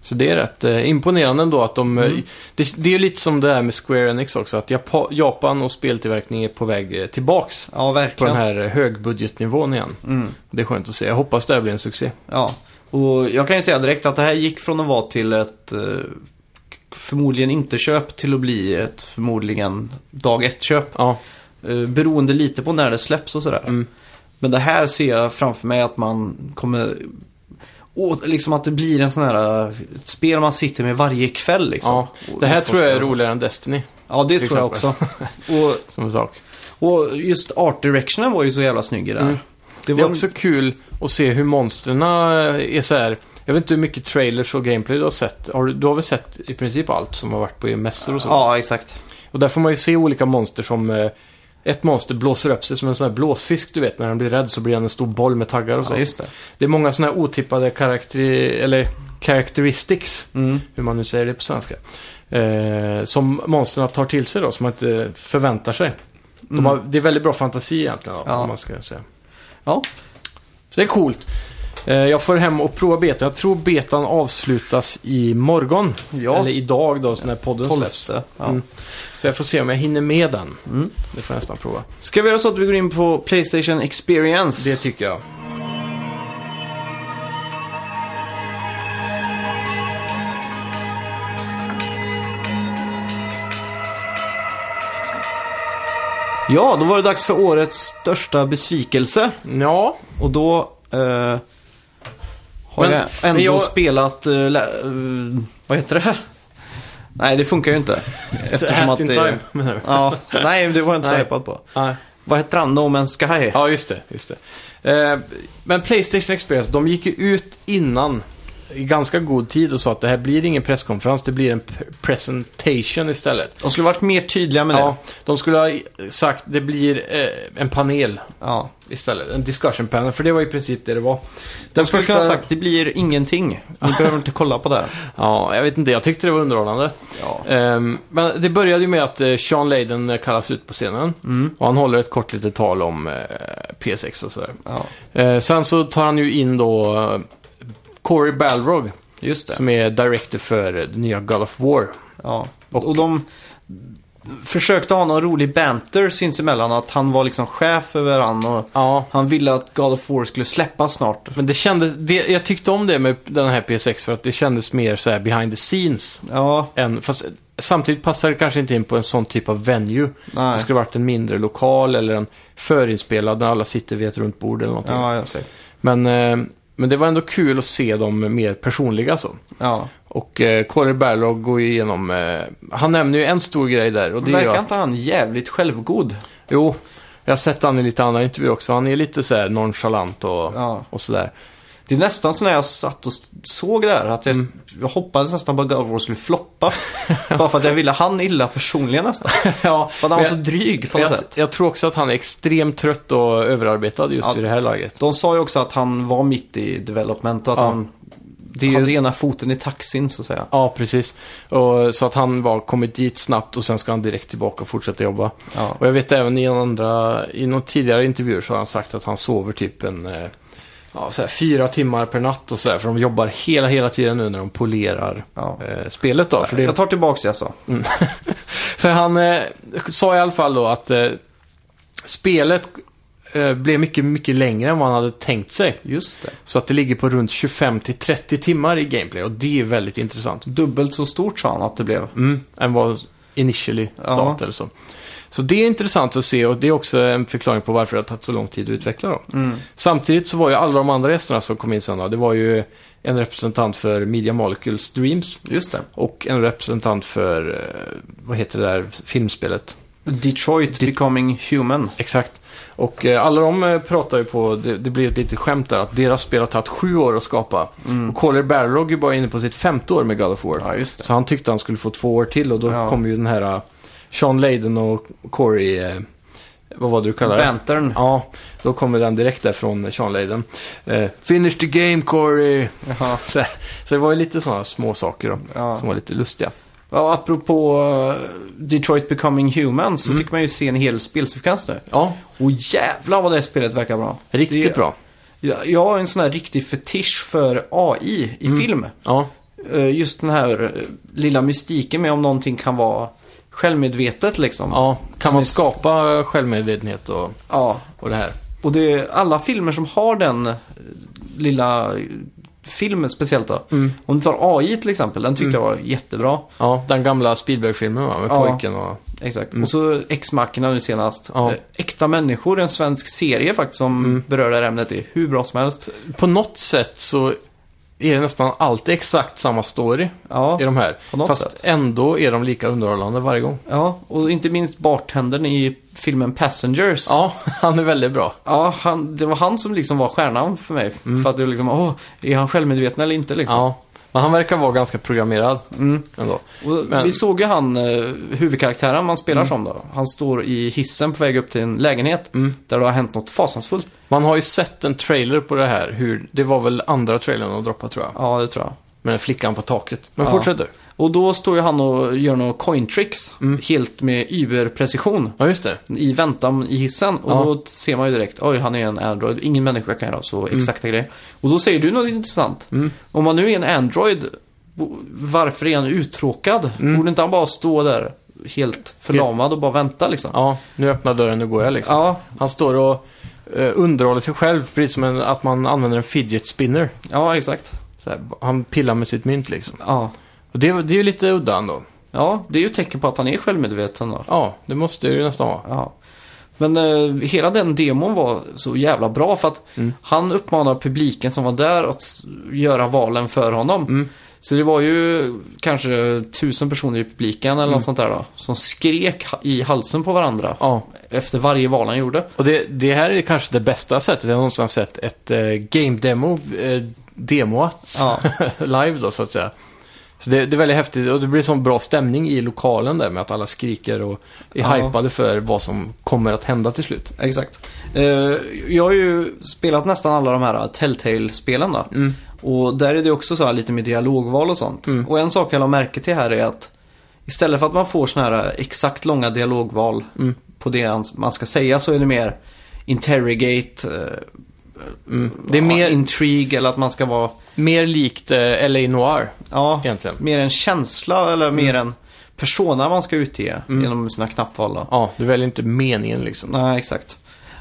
[SPEAKER 1] Så det är rätt eh, imponerande ändå att de...
[SPEAKER 2] Mm.
[SPEAKER 1] eh, Det, det är ju lite som det här med Square Enix också, att Japa, Japan och speltillverkning är på väg eh, tillbaks
[SPEAKER 2] Ja,
[SPEAKER 1] på
[SPEAKER 2] Mm. verkligen.
[SPEAKER 1] den här eh, högbudgetnivån igen. Det är skönt att se. Jag hoppas det här blir en succé.
[SPEAKER 2] Ja, och jag kan ju säga direkt att det här gick från att vara till ett eh, förmodligen inte köp till att bli ett förmodligen dag ett köp.
[SPEAKER 1] Ja,
[SPEAKER 2] Eh, beroende lite på när det släpps och sådär.
[SPEAKER 1] Mm.
[SPEAKER 2] Men det här ser jag framför mig att man kommer... å- liksom att det blir en sån här... eh, Ett spel man sitter med varje kväll liksom.
[SPEAKER 1] ja.
[SPEAKER 2] Och
[SPEAKER 1] det här
[SPEAKER 2] utforskar
[SPEAKER 1] tror jag är
[SPEAKER 2] och så.
[SPEAKER 1] roligare än Destiny,
[SPEAKER 2] Ja, det
[SPEAKER 1] till
[SPEAKER 2] tror jag också. och,
[SPEAKER 1] som en sak.
[SPEAKER 2] och just art directionen var ju så jävla snygg i det här.
[SPEAKER 1] Mm.
[SPEAKER 2] Det
[SPEAKER 1] Det
[SPEAKER 2] var
[SPEAKER 1] är också kul att se hur monstren är så här. Jag vet inte hur mycket trailers och gameplay du har sett. Har du, du har väl sett i princip allt som har varit på mässor och så?
[SPEAKER 2] Ja, exakt.
[SPEAKER 1] Och där får man ju se olika monster som eh, ett monster blåser upp sig som en sån här blåsfisk, du vet. När den blir rädd så blir han en stor boll med taggar och så.
[SPEAKER 2] Ja, just det.
[SPEAKER 1] Det är många sådana här otippade karaktär, eller characteristics,
[SPEAKER 2] Mm.
[SPEAKER 1] hur man nu säger det på svenska. Eh, som monstren tar till sig då, som man inte förväntar sig. De har, det är väldigt bra fantasi egentligen,
[SPEAKER 2] Mm. Ja.
[SPEAKER 1] ja. om man ska säga.
[SPEAKER 2] Ja,
[SPEAKER 1] Så det är coolt. Eh, jag får hem och prova beta. Jag tror betan avslutas i morgon.
[SPEAKER 2] Ja.
[SPEAKER 1] Eller idag då, så när podden släpps.
[SPEAKER 2] tolfte. Ja.
[SPEAKER 1] Mm. Så jag får se om jag hinner med den. Det får jag nästan prova.
[SPEAKER 2] Ska vi göra så att vi går in på Playstation Experience?
[SPEAKER 1] Det tycker jag.
[SPEAKER 2] Ja, då var det dags för årets största besvikelse.
[SPEAKER 1] Ja,
[SPEAKER 2] Och då eh, har
[SPEAKER 1] Men-
[SPEAKER 2] jag ändå
[SPEAKER 1] men jag-
[SPEAKER 2] spelat... eh, lä, eh, vad heter det? Nej, det funkar ju inte. Eftersom att
[SPEAKER 1] Hat in time
[SPEAKER 2] det...
[SPEAKER 1] menar du?
[SPEAKER 2] Ja, nej, det var jag inte så
[SPEAKER 1] Nej.
[SPEAKER 2] hypad på.
[SPEAKER 1] Nej.
[SPEAKER 2] Vad heter han? No Man's Sky?
[SPEAKER 1] Ja, just det. Just det. Eh, men Playstation Experience, de gick ju ut innan i ganska god tid och sa att det här blir ingen presskonferens, det blir en p- presentation istället.
[SPEAKER 2] De skulle varit mer tydliga med
[SPEAKER 1] Ja,
[SPEAKER 2] det.
[SPEAKER 1] de skulle ha i- sagt det blir eh, en panel
[SPEAKER 2] Ja.
[SPEAKER 1] istället, en discussion panel, för det var i princip det det var. Den
[SPEAKER 2] De skulle kunna ha sagt, det blir ingenting. Ni behöver inte kolla på det. här."
[SPEAKER 1] Ja, jag vet inte, jag tyckte det var underhållande.
[SPEAKER 2] Ja.
[SPEAKER 1] Ehm, men det började ju med att eh, Sean Layden eh, kallas ut på scenen.
[SPEAKER 2] Mm.
[SPEAKER 1] Och han håller ett kort litet tal om eh, P6 och sådär.
[SPEAKER 2] ja.
[SPEAKER 1] Eh, sen så tar han ju in då eh, Corey Balrog,
[SPEAKER 2] Just det.
[SPEAKER 1] som är director för eh, det nya God of War.
[SPEAKER 2] Ja. Och,
[SPEAKER 1] Och-
[SPEAKER 2] de försökte ha någon rolig banter sinsemellan. Att han var liksom chef över han och
[SPEAKER 1] Ja,
[SPEAKER 2] han ville att God of War skulle släppas snart.
[SPEAKER 1] men det kändes, det, jag tyckte om det med den här P6 för att det kändes mer så här behind the scenes.
[SPEAKER 2] Ja,
[SPEAKER 1] Än, fast eh, samtidigt passar det kanske inte in på en sån typ av venue.
[SPEAKER 2] nej.
[SPEAKER 1] Det skulle varit en mindre lokal eller en förinspelad där alla sitter vid ett runt bord eller någonting.
[SPEAKER 2] Ja, jag ser.
[SPEAKER 1] Men, eh, men det var ändå kul att se dem mer personliga så.
[SPEAKER 2] Ja.
[SPEAKER 1] Och eh, Corey Barlog går ju igenom, eh, han nämner ju en stor grej där och det är ju
[SPEAKER 2] Verkar
[SPEAKER 1] att,
[SPEAKER 2] inte han jävligt självgod?
[SPEAKER 1] jo, jag har sett han i lite andra intervjuer också, han är lite så här nonchalant och,
[SPEAKER 2] Ja.
[SPEAKER 1] och sådär.
[SPEAKER 2] Det är nästan så när jag satt och s- såg det här att jag,
[SPEAKER 1] Mm.
[SPEAKER 2] jag hoppades nästan på att God of War skulle floppa. bara för att jag ville han illa personligen nästan.
[SPEAKER 1] ja,
[SPEAKER 2] För att han var
[SPEAKER 1] men
[SPEAKER 2] så
[SPEAKER 1] jag,
[SPEAKER 2] dryg på något
[SPEAKER 1] jag,
[SPEAKER 2] sätt.
[SPEAKER 1] jag tror också att han är extremt trött och överarbetad just
[SPEAKER 2] Ja.
[SPEAKER 1] i det här laget.
[SPEAKER 2] De sa ju också att han var mitt i development och att
[SPEAKER 1] Ja.
[SPEAKER 2] han
[SPEAKER 1] Det är ju-
[SPEAKER 2] hade ena foten i taxin så att säga.
[SPEAKER 1] Ja, precis. Och, så att han var kommit dit snabbt och sen ska han direkt tillbaka och fortsätta jobba.
[SPEAKER 2] Ja.
[SPEAKER 1] Och jag vet även i, en andra, i någon tidigare intervjuer så har han sagt att han sover typ en eh, ja, så här, fyra timmar per natt och sådär. För de jobbar hela, hela tiden nu när de polerar
[SPEAKER 2] Ja.
[SPEAKER 1] eh, spelet då. För, det, Mm.
[SPEAKER 2] Jag tar tillbaka det jag sa.
[SPEAKER 1] för han eh, sa i alla fall då att eh, spelet eh, blev mycket, mycket längre än vad han hade tänkt sig.
[SPEAKER 2] Just det.
[SPEAKER 1] Så att det ligger på runt 25 till 30 timmar i gameplay och det är väldigt intressant.
[SPEAKER 2] Dubbelt så stort sa han att det blev.
[SPEAKER 1] Mm, än vad initially
[SPEAKER 2] Ja.
[SPEAKER 1] thought eller så. Så det är intressant att se och det är också en förklaring på varför det har tagit så lång tid att utveckla dem. Samtidigt så var ju alla de andra gästerna som kom in sen då, det var ju en representant för Media Molecules Dreams
[SPEAKER 2] Just det.
[SPEAKER 1] och en representant för, eh, vad heter det där filmspelet?
[SPEAKER 2] Detroit becoming human.
[SPEAKER 1] Exakt. Och eh, alla de eh, pratar ju på, det, det blir ett litet skämt där, att deras spel har tagit sju år att skapa. Och Corey Barrog är bara inne på sitt femte år med God of War.
[SPEAKER 2] Mm. Ja, just det.
[SPEAKER 1] Så han tyckte han skulle få två år till och då
[SPEAKER 2] Ja.
[SPEAKER 1] kom ju den här eh, Sean Layden och Corey, eh, vad var det du kallade det?
[SPEAKER 2] Bantern.
[SPEAKER 1] Ja, då kommer den direkt där från Sean Layden. Eh, Finish the game Corey!
[SPEAKER 2] Jaha.
[SPEAKER 1] Så, så det var ju lite sådana små saker då,
[SPEAKER 2] Ja.
[SPEAKER 1] som var lite lustiga.
[SPEAKER 2] Ja, apropå eh, Detroit Becoming Human
[SPEAKER 1] Mm.
[SPEAKER 2] så fick man ju se en hel spelsekvens nu.
[SPEAKER 1] Ja,
[SPEAKER 2] Och jävlar vad det här spelet verkar bra.
[SPEAKER 1] riktigt
[SPEAKER 2] det,
[SPEAKER 1] bra.
[SPEAKER 2] Jag, jag har en sån här riktig fetisch för AI
[SPEAKER 1] Mm.
[SPEAKER 2] i film.
[SPEAKER 1] Ja,
[SPEAKER 2] Eh, Just den här eh, lilla mystiken med om någonting kan vara självmedvetet liksom.
[SPEAKER 1] ja. kan
[SPEAKER 2] Som
[SPEAKER 1] man
[SPEAKER 2] är-
[SPEAKER 1] skapa självmedvetenhet och,
[SPEAKER 2] Ja.
[SPEAKER 1] och det här?
[SPEAKER 2] Och det är alla filmer som har den eh, lilla eh, filmen speciellt då.
[SPEAKER 1] Mm.
[SPEAKER 2] Om du tar AI till exempel, den tyckte jag var jättebra.
[SPEAKER 1] Ja, den gamla Spielberg-filmen va, med
[SPEAKER 2] Ja.
[SPEAKER 1] pojken och...
[SPEAKER 2] Exakt. Och så X-Machina nu senast.
[SPEAKER 1] Mm. Ja. Mm.
[SPEAKER 2] Eh, Äkta människor, en svensk serie faktiskt som berör det här ämnet. Det är hur bra som helst.
[SPEAKER 1] På något sätt så är det nästan alltid exakt samma story
[SPEAKER 2] Ja.
[SPEAKER 1] i de här.
[SPEAKER 2] På något
[SPEAKER 1] Fast
[SPEAKER 2] sätt.
[SPEAKER 1] ändå är de lika underhållande varje gång.
[SPEAKER 2] ja, och inte minst bartendern i filmen Passengers.
[SPEAKER 1] Ja, han är väldigt bra.
[SPEAKER 2] Ja,
[SPEAKER 1] Mm.
[SPEAKER 2] han, det var han som liksom var stjärnan för mig. För att det var liksom, åh, är han självmedveten eller inte liksom?
[SPEAKER 1] Ja. Men han verkar vara ganska programmerad
[SPEAKER 2] Mm.
[SPEAKER 1] ändå.
[SPEAKER 2] Och
[SPEAKER 1] Men- Mm.
[SPEAKER 2] Vi såg ju han, eh, huvudkaraktären man spelar som då. Han står i hissen på väg upp till en lägenhet
[SPEAKER 1] Mm.
[SPEAKER 2] där det har hänt något fasansfullt.
[SPEAKER 1] Man har ju sett en trailer på det här. Hur, det var väl andra trailern de droppade tror jag.
[SPEAKER 2] Ja, det tror jag.
[SPEAKER 1] Med flickan på taket. Men
[SPEAKER 2] Ja.
[SPEAKER 1] fortsätt du.
[SPEAKER 2] Och då står ju han och gör några coin tricks.
[SPEAKER 1] Mm.
[SPEAKER 2] Helt med überprecision.
[SPEAKER 1] Ja, just det.
[SPEAKER 2] I väntan i hissen. Och
[SPEAKER 1] Ja.
[SPEAKER 2] då ser man ju direkt, oj han är en Android. Ingen människa kan göra så
[SPEAKER 1] Mm.
[SPEAKER 2] exakta grejer. Och då säger du något intressant. Om man nu är en Android, bo- varför är han uttråkad?
[SPEAKER 1] Mm.
[SPEAKER 2] Borde inte han bara stå där helt förlamad och bara vänta liksom?
[SPEAKER 1] Ja, nu öppnar dörren, nu går jag liksom.
[SPEAKER 2] Ja,
[SPEAKER 1] Han står och eh, underhåller sig själv, precis som en, att man använder en fidget spinner.
[SPEAKER 2] ja exakt.
[SPEAKER 1] Så här, han pillar med sitt mynt liksom.
[SPEAKER 2] Ja.
[SPEAKER 1] Och det, det är ju lite udda ändå.
[SPEAKER 2] ja, det är ju ett tecken på att han är självmedveten då.
[SPEAKER 1] Ja, det måste det ju nästan vara.
[SPEAKER 2] Ja. Men eh, hela den demon var så jävla bra för att han uppmanar publiken som var där att s- göra valen för honom. Så det var ju kanske tusen personer i publiken eller något sånt där då. Som skrek ha- i halsen på varandra
[SPEAKER 1] Ja,
[SPEAKER 2] efter varje val han gjorde.
[SPEAKER 1] och det, det här är kanske det bästa sättet jag någonsin har sett ett eh, game demo eh, demoat
[SPEAKER 2] Ja.
[SPEAKER 1] live då så att säga. Så det, det är väldigt häftigt och det blir sån bra stämning i lokalen där med att alla skriker och är
[SPEAKER 2] Ja.
[SPEAKER 1] hypade för vad som kommer att hända till slut.
[SPEAKER 2] Exakt. Eh, jag har ju spelat nästan alla de här Telltale-spelen då.
[SPEAKER 1] Mm.
[SPEAKER 2] Och där är det också så här lite med dialogval och sånt. Och en sak jag la märke till här är att istället för att man får såna här exakt långa dialogval
[SPEAKER 1] Mm.
[SPEAKER 2] på det ans- man ska säga så är det mer interrogate, eh,
[SPEAKER 1] Mm. Det är
[SPEAKER 2] ja,
[SPEAKER 1] mer,
[SPEAKER 2] intrigue eller att man ska vara,
[SPEAKER 1] mer likt eh, LA Noir
[SPEAKER 2] ja,
[SPEAKER 1] egentligen.
[SPEAKER 2] mer en känsla eller mer
[SPEAKER 1] Mm.
[SPEAKER 2] en persona man ska utge genom sina knappval då.
[SPEAKER 1] Ja, du väljer inte meningen liksom.
[SPEAKER 2] Nej, exakt.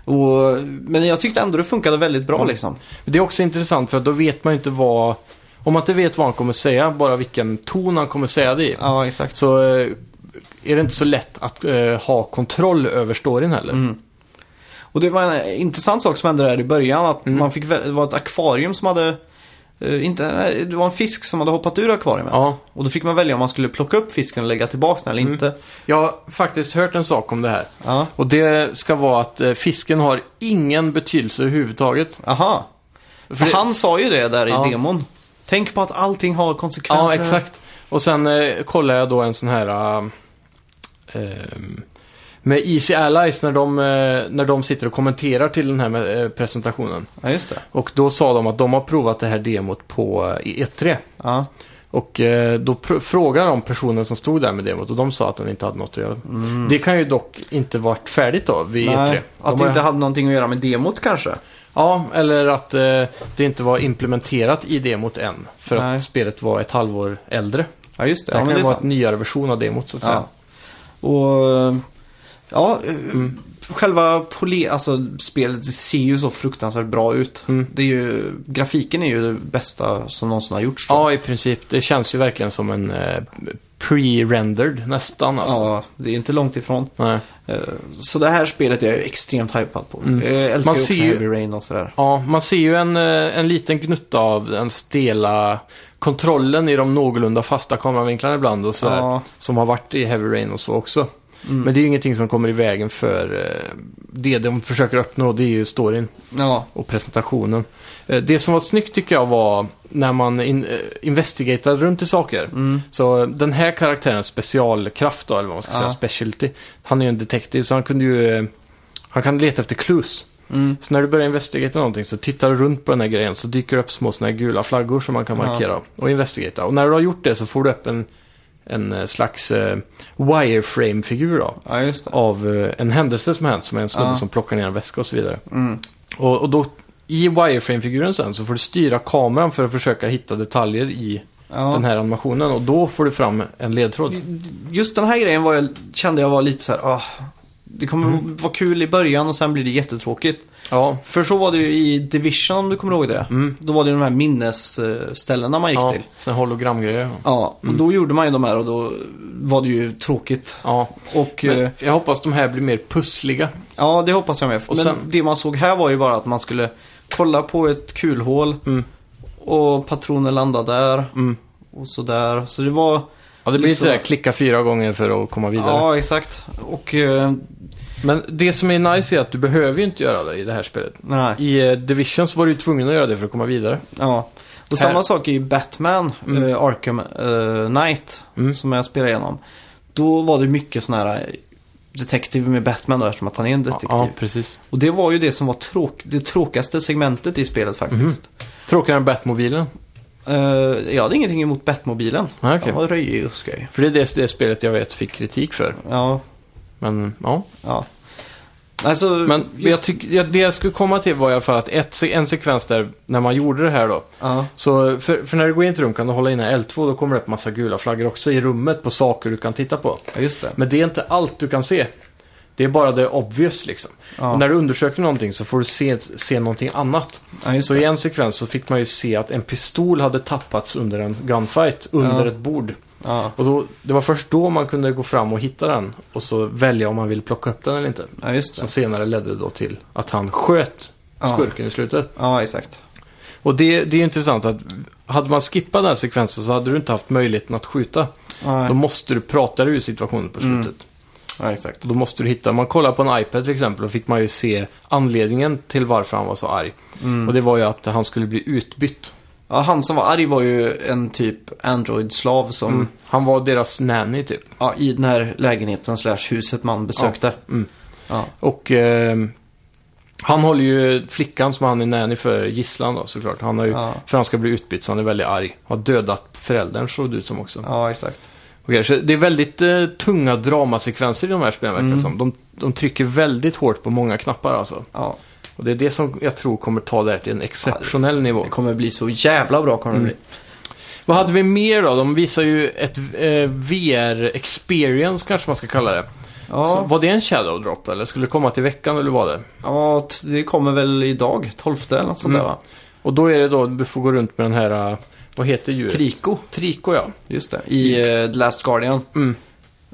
[SPEAKER 2] Och, men jag tyckte ändå det funkade väldigt bra liksom.
[SPEAKER 1] Det är också intressant för att då vet man ju inte vad... Om man inte vet vad han kommer säga, bara vilken ton han kommer säga det i,
[SPEAKER 2] Ja, exakt.
[SPEAKER 1] så eh, är det inte så lätt att eh, ha kontroll över storyn heller.
[SPEAKER 2] Och det var en intressant sak som hände där i början. Att
[SPEAKER 1] Mm.
[SPEAKER 2] man fick, vä- det var ett akvarium som hade, eh, inte, nej, det var en fisk som hade hoppat ur akvariet.
[SPEAKER 1] Ja. Mm.
[SPEAKER 2] Och då fick man välja om man skulle plocka upp fisken och lägga tillbaka den eller inte.
[SPEAKER 1] Jag har faktiskt hört en sak om det här.
[SPEAKER 2] Ja.
[SPEAKER 1] Och det ska vara att eh, fisken har ingen betydelse överhuvudtaget.
[SPEAKER 2] Aha. För
[SPEAKER 1] det-
[SPEAKER 2] han sa ju det där
[SPEAKER 1] Ja.
[SPEAKER 2] i demon. Tänk på att allting har
[SPEAKER 1] Ja,
[SPEAKER 2] konsekvenser.
[SPEAKER 1] exakt. Och sen eh, kollar jag då en sån här... eh, ehm, med Easy Allies när de, eh, när de sitter och kommenterar till den här med, eh, presentationen.
[SPEAKER 2] Ja, just det.
[SPEAKER 1] Och då sa de att de har provat det här demot på eh, i E3.
[SPEAKER 2] Ja.
[SPEAKER 1] Och eh, då pr- frågade de personen som stod där med demot och de sa att den inte hade något att göra. Det kan ju dock inte varit färdigt då vid E3.
[SPEAKER 2] Mm. Nej,
[SPEAKER 1] De
[SPEAKER 2] att
[SPEAKER 1] har-
[SPEAKER 2] det inte hade någonting att göra med demot kanske.
[SPEAKER 1] Ja, eller att eh, det inte var implementerat i demot än. För
[SPEAKER 2] Nej.
[SPEAKER 1] att spelet var ett halvår äldre.
[SPEAKER 2] Ja, just det.
[SPEAKER 1] Det här
[SPEAKER 2] ja,
[SPEAKER 1] kan
[SPEAKER 2] men
[SPEAKER 1] ju
[SPEAKER 2] det är
[SPEAKER 1] vara
[SPEAKER 2] sant.
[SPEAKER 1] en nyare version av demot så att säga.
[SPEAKER 2] Ja. Och ja, eh, själva poli- alltså, spelet ser ju så fruktansvärt bra ut.
[SPEAKER 1] Mm.
[SPEAKER 2] Det är ju, grafiken är ju det bästa som någonsin har gjorts. tror jag.
[SPEAKER 1] Ja, i princip. Det känns ju verkligen som en eh, pre-rendered nästan alltså.
[SPEAKER 2] ja, det är inte långt ifrån.
[SPEAKER 1] Nej.
[SPEAKER 2] Eh, Så det här spelet är jag ju extremt hypad på. Jag älskar
[SPEAKER 1] Mm. Man
[SPEAKER 2] ju också
[SPEAKER 1] ser ju-
[SPEAKER 2] Heavy Rain och sådär.
[SPEAKER 1] Ja, man ser ju en, eh, en liten gnutta av den stela kontrollen i de någorlunda fasta kameravinklarna ibland och så här,
[SPEAKER 2] Ja. Mm.
[SPEAKER 1] Som har varit i Heavy Rain och så också. Men det är ju ingenting som kommer i vägen för eh, det de försöker uppnå, det är ju storyn
[SPEAKER 2] Ja,
[SPEAKER 1] och presentationen. Eh, det som var snyggt tycker jag var när man in, eh, investigated runt i saker.
[SPEAKER 2] Mm,
[SPEAKER 1] Så eh, den här karaktärens specialkraft då, eller vad man ska
[SPEAKER 2] Ja.
[SPEAKER 1] säga, specialty. Han är ju en detektiv så han kunde ju, eh, han kan leta efter clues.
[SPEAKER 2] Mm.
[SPEAKER 1] Så när du börjar investigata någonting så tittar du runt på den här grejen så dyker det upp små såna här gula flaggor som man kan
[SPEAKER 2] Ja.
[SPEAKER 1] markera och investigata. Och när du har gjort det så får du upp en, en eh, slags eh, wireframe-figur då
[SPEAKER 2] ja just det.
[SPEAKER 1] av eh, en händelse som hänt, som är en snubbe
[SPEAKER 2] Ja.
[SPEAKER 1] som plockar ner en väska och så vidare.
[SPEAKER 2] Mm.
[SPEAKER 1] Och, och då, i wireframe-figuren sen, så får du styra kameran för att försöka hitta detaljer i
[SPEAKER 2] Ja.
[SPEAKER 1] den här animationen. Och då får du fram en ledtråd.
[SPEAKER 2] Just den här grejen var jag, kände jag var lite så här, ah, det kommer
[SPEAKER 1] Mm.
[SPEAKER 2] vara kul i början och sen blir det jättetråkigt.
[SPEAKER 1] Ja,
[SPEAKER 2] För så var det ju i Division om du kommer ihåg det. Då var det ju de här minnesställena man gick
[SPEAKER 1] Mm. ja Mm.
[SPEAKER 2] till.
[SPEAKER 1] sen hologramgrejer.
[SPEAKER 2] Ja, och då gjorde man ju de här och då var det ju tråkigt.
[SPEAKER 1] Ja,
[SPEAKER 2] Och eh,
[SPEAKER 1] men jag hoppas de här blir mer pussliga.
[SPEAKER 2] ja, det hoppas jag med.
[SPEAKER 1] Och
[SPEAKER 2] Men
[SPEAKER 1] sen-
[SPEAKER 2] det man såg här var ju bara att man skulle kolla på ett kulhål
[SPEAKER 1] Mm.
[SPEAKER 2] och patroner landade där
[SPEAKER 1] Mm.
[SPEAKER 2] och så där. Så det var,
[SPEAKER 1] Ja, det blir
[SPEAKER 2] Liksom-
[SPEAKER 1] sådär klicka fyra gånger för att komma vidare.
[SPEAKER 2] ja exakt. Och eh,
[SPEAKER 1] Men det som är nice är att du behöver ju inte göra det i det här spelet.
[SPEAKER 2] nej,
[SPEAKER 1] I eh, Division så var du ju tvungen att göra det för att komma vidare.
[SPEAKER 2] ja.
[SPEAKER 1] Här.
[SPEAKER 2] Och samma sak är ju Batman,
[SPEAKER 1] Mm.
[SPEAKER 2] eh, Arkham eh, Knight,
[SPEAKER 1] Mm.
[SPEAKER 2] som jag spelade igenom. Då var det mycket sån här eh, detektiv med Batman då, eftersom att han är en detektiv.
[SPEAKER 1] Ja, precis.
[SPEAKER 2] Och det var ju det som var tråk det tråkigaste segmentet i spelet faktiskt.
[SPEAKER 1] Tråkigare än Batmobilen.
[SPEAKER 2] Eh, jag hade ingenting emot Batmobilen.
[SPEAKER 1] Ah, Mhm. okej.
[SPEAKER 2] Den var röjig och skoj.
[SPEAKER 1] För det är det, det spelet jag vet fick kritik för.
[SPEAKER 2] Ja,
[SPEAKER 1] Men ja.
[SPEAKER 2] ja. Alltså,
[SPEAKER 1] Men
[SPEAKER 2] just-
[SPEAKER 1] jag tyck, jag, det jag skulle komma till var i alla fall att ett, se- en sekvens där, när man gjorde det här då.
[SPEAKER 2] ja.
[SPEAKER 1] Så för, för när du går in i ett rum kan du hålla in en L2, då kommer det upp massa gula flaggor också i rummet på saker du kan titta på.
[SPEAKER 2] ja, just det.
[SPEAKER 1] Men det är inte allt du kan se. Det är bara det obvious liksom.
[SPEAKER 2] Ja,
[SPEAKER 1] Och när du undersöker någonting så får du se, se någonting annat.
[SPEAKER 2] ja just
[SPEAKER 1] Så
[SPEAKER 2] det.
[SPEAKER 1] i en sekvens så fick man ju se att en pistol hade tappats under en gunfight, under
[SPEAKER 2] Ja.
[SPEAKER 1] ett bord.
[SPEAKER 2] Ja,
[SPEAKER 1] Och då, det var först då man kunde gå fram och hitta den och så välja om man vill plocka upp den eller inte.
[SPEAKER 2] ja, just
[SPEAKER 1] Som
[SPEAKER 2] det.
[SPEAKER 1] senare ledde då till att han sköt
[SPEAKER 2] Ja,
[SPEAKER 1] skurken i slutet.
[SPEAKER 2] ja exakt.
[SPEAKER 1] Och det, det är ju intressant att hade man skippat den här sekvensen så hade du inte haft möjligheten att skjuta. Då
[SPEAKER 2] Ja,
[SPEAKER 1] måste du prata dig ur situationen på
[SPEAKER 2] Mm.
[SPEAKER 1] slutet.
[SPEAKER 2] ja exakt.
[SPEAKER 1] Då måste du hitta, om man kollar på en iPad till exempel, då fick man ju se anledningen till varför han var så arg.
[SPEAKER 2] Mm.
[SPEAKER 1] Och det var ju att han skulle bli utbytt.
[SPEAKER 2] Ja, han som var arg var ju en typ Android-slav som,
[SPEAKER 1] Han var deras nanny typ.
[SPEAKER 2] ja, i den här lägenheten slash huset man besökte.
[SPEAKER 1] mm.
[SPEAKER 2] Ja,
[SPEAKER 1] Och ehm, han håller ju flickan som han är nanny för gisslan då såklart. Han har ju,
[SPEAKER 2] ja,
[SPEAKER 1] för han ska bli utbytt så han är väldigt arg. Har dödat föräldern såg det ut som också.
[SPEAKER 2] ja exakt.
[SPEAKER 1] Okej, så det är väldigt eh, tunga dramasekvenser i de här spelen verkar det
[SPEAKER 2] Mm.
[SPEAKER 1] som. De, de trycker väldigt hårt på många knappar alltså.
[SPEAKER 2] Ja,
[SPEAKER 1] Och det är det som jag tror kommer ta det här till en exceptionell nivå.
[SPEAKER 2] det kommer bli så jävla bra kommer
[SPEAKER 1] Mm.
[SPEAKER 2] det bli.
[SPEAKER 1] Vad hade vi mer då? De visar ju ett eh, VR-experience kanske man ska kalla det. Så,
[SPEAKER 2] Ja,
[SPEAKER 1] var det en shadow drop eller skulle det komma till veckan eller vad var det?
[SPEAKER 2] ja, t- det kommer väl idag, 12 eller något sånt
[SPEAKER 1] Mm.
[SPEAKER 2] där va?
[SPEAKER 1] Och då är det då du får gå runt med den här, eh, vad heter djuret?
[SPEAKER 2] Kriko,
[SPEAKER 1] Trico ja.
[SPEAKER 2] just det, i eh, The Last Guardian.
[SPEAKER 1] Mm.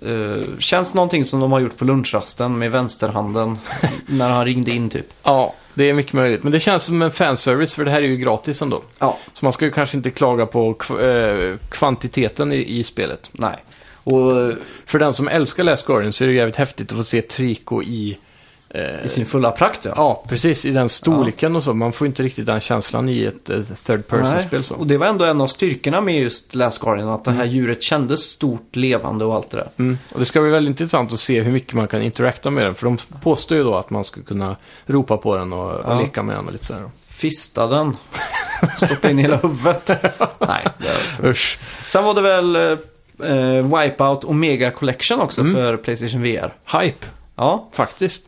[SPEAKER 2] Eh, känns någonting som de har gjort på lunchrasten med vänsterhanden när han ringde in typ.
[SPEAKER 1] Ja, det är mycket möjligt. Men det känns som en fanservice för det här är ju gratis ändå.
[SPEAKER 2] Ja,
[SPEAKER 1] Så man ska ju kanske inte klaga på kv- eh, kvantiteten i, i spelet.
[SPEAKER 2] nej. Och eh,
[SPEAKER 1] För den som älskar Last Guardian så är det jävligt häftigt att få se Trico i...
[SPEAKER 2] i sin fulla prakt ja.
[SPEAKER 1] Ja, precis. I den storleken och så. Man får inte riktigt den känslan i ett eh, third person-spel.
[SPEAKER 2] Nej,
[SPEAKER 1] Så.
[SPEAKER 2] Och det var ändå en av styrkorna med just Last Guardian, att det här djuret kändes stort, levande och allt det där.
[SPEAKER 1] Mm. Och det ska bli väldigt intressant att se hur mycket man kan interakta med den. För de påstår ju då att man ska kunna ropa på den och, och
[SPEAKER 2] Ja.
[SPEAKER 1] leka med den och lite sådär.
[SPEAKER 2] Fista den. Stoppa in hela huvudet. Nej. det var för-
[SPEAKER 1] Usch.
[SPEAKER 2] Sen var det väl eh, Wipeout Omega Collection också
[SPEAKER 1] Mm.
[SPEAKER 2] för Playstation VR.
[SPEAKER 1] Hype,
[SPEAKER 2] Ja,
[SPEAKER 1] faktiskt.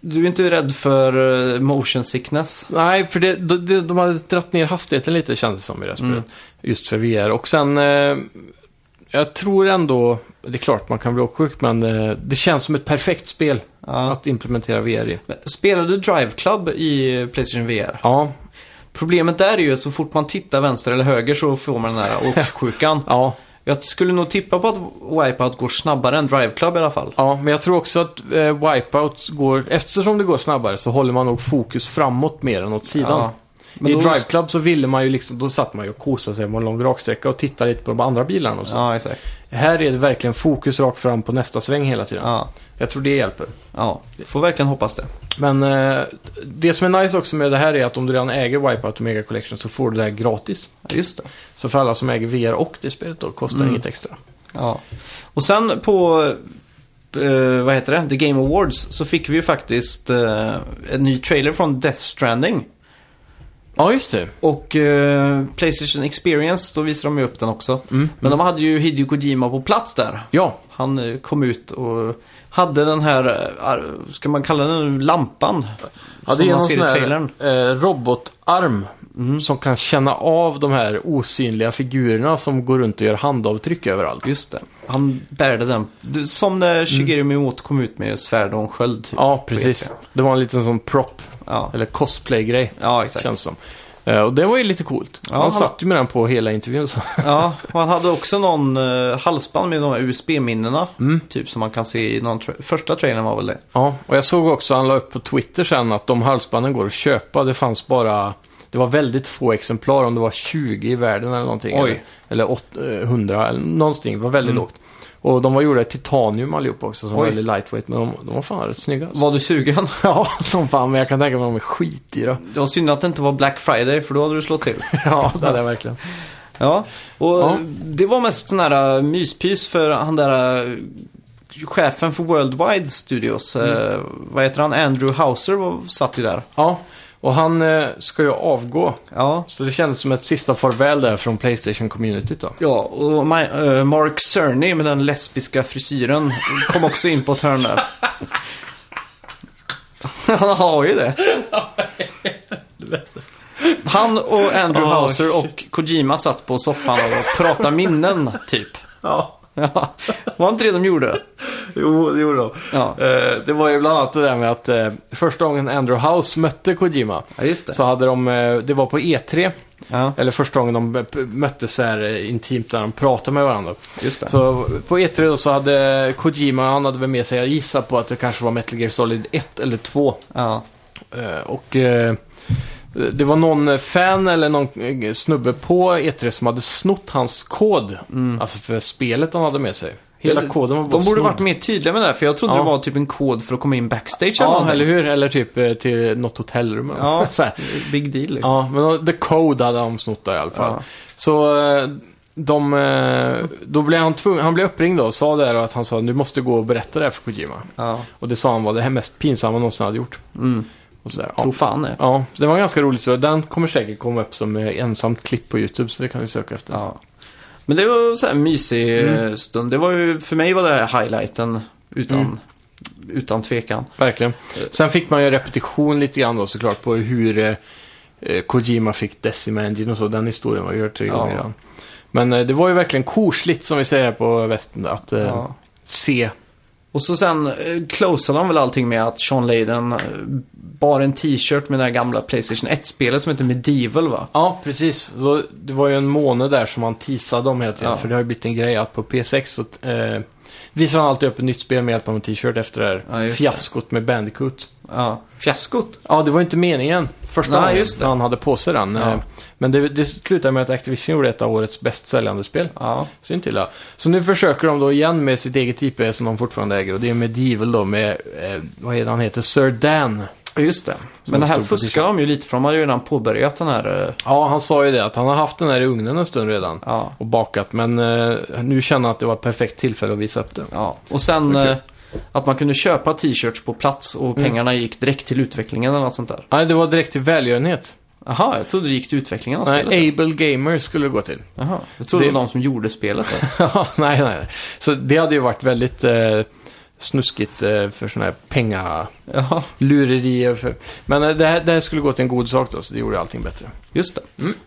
[SPEAKER 2] du är inte rädd för eh, motion sickness?
[SPEAKER 1] Nej, för det, de, de- de hade dratt ner hastigheten lite kändes det som i det här spelet.
[SPEAKER 2] Mm.
[SPEAKER 1] Just för VR. Och sen, eh, jag tror ändå, det är klart man kan bli åksjuk, men eh, det känns som ett perfekt spel
[SPEAKER 2] Ja.
[SPEAKER 1] att implementera VR i.
[SPEAKER 2] Men Spelade du Drive Club i eh, Playstation VR?
[SPEAKER 1] Ja,
[SPEAKER 2] Problemet där är ju att så fort man tittar vänster eller höger så får man den här åksjukan.
[SPEAKER 1] ja,
[SPEAKER 2] Jag skulle nog tippa på att Wipeout går snabbare än Drive Club i alla fall.
[SPEAKER 1] ja, men jag tror också att eh, Wipeout går, eftersom det går snabbare så håller man nog fokus framåt mer än åt sidan.
[SPEAKER 2] Ja. Men
[SPEAKER 1] I
[SPEAKER 2] då-
[SPEAKER 1] Drive Club så ville man ju liksom, då satt man ju och kosade sig på en lång raksträcka och tittade lite på de andra bilarna och så.
[SPEAKER 2] Ja, exakt.
[SPEAKER 1] Här är det verkligen fokus rakt fram på nästa sväng hela tiden.
[SPEAKER 2] Ja,
[SPEAKER 1] Jag tror det hjälper.
[SPEAKER 2] ja. Får verkligen hoppas det.
[SPEAKER 1] Men eh, det som är nice också med det här är att om du redan äger Wipeout Omega Collection så får du det här gratis.
[SPEAKER 2] Ja, just det.
[SPEAKER 1] Så för alla som äger VR och det spelet då kostar det
[SPEAKER 2] Mm.
[SPEAKER 1] inget extra.
[SPEAKER 2] Ja. Och sen på, eh, vad heter det, The Game Awards så fick vi ju faktiskt eh, en ny trailer från Death Stranding.
[SPEAKER 1] Ja, just det.
[SPEAKER 2] Och eh, Playstation Experience, då visar de ju upp den också.
[SPEAKER 1] Mm.
[SPEAKER 2] Men de hade ju Hideo Kojima på plats där.
[SPEAKER 1] Ja,
[SPEAKER 2] Han eh, kom ut och hade den här, eh, ar- ska man kalla den lampan?
[SPEAKER 1] ja det
[SPEAKER 2] som
[SPEAKER 1] är
[SPEAKER 2] man
[SPEAKER 1] någon
[SPEAKER 2] ser
[SPEAKER 1] sån
[SPEAKER 2] i
[SPEAKER 1] här
[SPEAKER 2] trailern.
[SPEAKER 1] eh, robotarm
[SPEAKER 2] Mm.
[SPEAKER 1] som kan känna av de här osynliga figurerna som går runt och gör handavtryck överallt.
[SPEAKER 2] Just det. Han bärde den. Du, Som när Shigeru Miyamoto kom ut med svärd och en sköld. Typ.
[SPEAKER 1] Mm. Ja, precis. Det var en liten sån prop,
[SPEAKER 2] Ja.
[SPEAKER 1] eller cosplay-grej,
[SPEAKER 2] ja, exakt.
[SPEAKER 1] känns som. Eh, och det var ju lite coolt.
[SPEAKER 2] Ja,
[SPEAKER 1] han
[SPEAKER 2] han-
[SPEAKER 1] satt ju med den på hela intervjun. Så.
[SPEAKER 2] Ja, och han hade också någon eh, halsband med de här USB-minnena.
[SPEAKER 1] Mm.
[SPEAKER 2] Typ som man kan se i någon tra- första trailern var väl det.
[SPEAKER 1] Ja, och jag såg också, han la upp på Twitter sen att de halsbanden går att köpa. Det fanns bara, det var väldigt få exemplar, om det var 20 i världen eller någonting.
[SPEAKER 2] Oj.
[SPEAKER 1] Eller, eller åt- eh, 100, eller någonting. Det var väldigt
[SPEAKER 2] Mm.
[SPEAKER 1] lågt. Och de var gjorda i titanium allihopa också, som var
[SPEAKER 2] Oj.
[SPEAKER 1] väldigt lightweight. Men de, de var fan rätt snygga. alltså.
[SPEAKER 2] Var du sugen?
[SPEAKER 1] Ja, som fan. Men jag kan tänka mig att de är skitdyra.
[SPEAKER 2] Det var synd att det inte var Black Friday för då hade du slått till.
[SPEAKER 1] Ja, det hade jag verkligen.
[SPEAKER 2] Ja, och
[SPEAKER 1] Ja.
[SPEAKER 2] det var mest sån här äh, myspys för han där äh, chefen för Worldwide Studios.
[SPEAKER 1] Mm.
[SPEAKER 2] eh, Vad heter han? Andrew Hauser var, satt ju där.
[SPEAKER 1] Ja, och han eh, ska ju avgå.
[SPEAKER 2] Ja.
[SPEAKER 1] Så det kändes som ett sista farväl där från Playstation-communityt då.
[SPEAKER 2] Ja, och Ma- eh, Mark Cerny med den lesbiska frisyren kom också in på ett hörn där. Han har ju det. Han och Andrew
[SPEAKER 1] Åh,
[SPEAKER 2] Hauser och Kojima satt på soffan och pratade minnen, typ.
[SPEAKER 1] Ja,
[SPEAKER 2] Ja, var inte det de gjorde?
[SPEAKER 1] jo, det gjorde de.
[SPEAKER 2] Ja,
[SPEAKER 1] Eh, Det var ju bland annat det där med att eh, första gången Andrew House mötte Kojima
[SPEAKER 2] ja just det.
[SPEAKER 1] så hade de, eh, det var på E3,
[SPEAKER 2] Ja,
[SPEAKER 1] eller första gången de eh, p- möttes så här eh, intimt där de pratade med varandra.
[SPEAKER 2] just det.
[SPEAKER 1] Så på E3 då så hade Kojima, han hade väl med sig, jag gissar på att det kanske var Metal Gear Solid 1 eller 2.
[SPEAKER 2] Ja.
[SPEAKER 1] Eh, Och eh, det var någon fan eller någon eh, snubbe på E3 som hade snott hans kod. Alltså för spelet han hade med sig. Hela
[SPEAKER 2] Mm. Ja,
[SPEAKER 1] koden var bara
[SPEAKER 2] De borde
[SPEAKER 1] snodd.
[SPEAKER 2] varit mer tydliga med det här, för jag trodde
[SPEAKER 1] Ja.
[SPEAKER 2] det var typ en kod för att komma in backstage eller
[SPEAKER 1] Ja,
[SPEAKER 2] någonting.
[SPEAKER 1] eller hur? Eller typ eh, till något hotellrum. eller
[SPEAKER 2] Ja.
[SPEAKER 1] så här.
[SPEAKER 2] Big deal liksom.
[SPEAKER 1] ja, men The Code hade de snott där i alla fall.
[SPEAKER 2] Ja.
[SPEAKER 1] Så eh, de... eh, Då blev han tvungen... Han blev uppringd då och sa där att han sa du måste gå och berätta det här för Kojima.
[SPEAKER 2] Ja,
[SPEAKER 1] Och det sa han var det här mest pinsamma han någonsin hade gjort.
[SPEAKER 2] mm.
[SPEAKER 1] Och så där, ja.
[SPEAKER 2] Tro fan det.
[SPEAKER 1] Ja, så det var en ganska rolig så Den kommer säkert komma upp som eh, ensamt klipp på YouTube, så det kan vi söka efter.
[SPEAKER 2] Ja. Men det var så här en mysig eh, stund. Det var ju, för mig var det highlighten utan, utan tvekan.
[SPEAKER 1] Verkligen. Sen fick man ju repetition lite grann då såklart på hur eh, eh, Kojima fick Decima Engine och så. Den historien var ju hört tre
[SPEAKER 2] Ja.
[SPEAKER 1] gånger redan. Men eh, det var ju verkligen korsligt som vi säger här på västen att eh,
[SPEAKER 2] Ja.
[SPEAKER 1] se.
[SPEAKER 2] Och så sen eh, closade de väl allting med att Sean Layden eh, bar en t-shirt med det här gamla Playstation 1-spelet som heter Medieval va?
[SPEAKER 1] Ja, precis. Så det var ju en måne där som man teasade om hela tiden.
[SPEAKER 2] Ja.
[SPEAKER 1] För det har ju blivit en grej att på P6 så eh, visar han alltid upp ett nytt spel med hjälp av en t-shirt efter det
[SPEAKER 2] Ja,
[SPEAKER 1] här
[SPEAKER 2] just det.
[SPEAKER 1] fiaskot med Bandicoot.
[SPEAKER 2] Ja. Fiaskot.
[SPEAKER 1] Ja, det var ju inte meningen. Första
[SPEAKER 2] Nej,
[SPEAKER 1] gången
[SPEAKER 2] just det.
[SPEAKER 1] han hade på sig den.
[SPEAKER 2] Ja.
[SPEAKER 1] Eh, Men det, det slutade med att Activision gjorde ett av årets bäst säljande spel.
[SPEAKER 2] Ja.
[SPEAKER 1] Så inte illa. Så nu försöker de då igen med sitt eget IP som de fortfarande äger. Och det är Medieval då med, eh, vad heter han heter, Sir Dan.
[SPEAKER 2] Just det. Men
[SPEAKER 1] en
[SPEAKER 2] det här
[SPEAKER 1] stor
[SPEAKER 2] fuskar de ju lite för de hade ju redan påbörjat den här... eh,
[SPEAKER 1] Ja, han sa ju det att han har haft den här i ugnen en stund redan.
[SPEAKER 2] Ja.
[SPEAKER 1] Och bakat, men eh, nu känner han att det var ett perfekt tillfälle att visa upp den.
[SPEAKER 2] Ja, och sen
[SPEAKER 1] Okej.
[SPEAKER 2] eh, att man kunde köpa t-shirts på plats och pengarna gick direkt till utvecklingen eller något sånt där.
[SPEAKER 1] Nej, det var direkt till välgörenhet.
[SPEAKER 2] Jaha, jag trodde det gick till utvecklingen av spelet.
[SPEAKER 1] Nej, Able Gamer skulle det gå till.
[SPEAKER 2] Jaha, jag trodde det
[SPEAKER 1] Det-
[SPEAKER 2] var de som gjorde spelet. där.
[SPEAKER 1] Ja, nej, nej. Så det hade ju varit väldigt eh, snuskigt eh, för sådana här
[SPEAKER 2] Jaha,
[SPEAKER 1] pengalurerier. För... Men eh, det, här, det här skulle gå till en god sak då, så det gjorde allting bättre.
[SPEAKER 2] just det.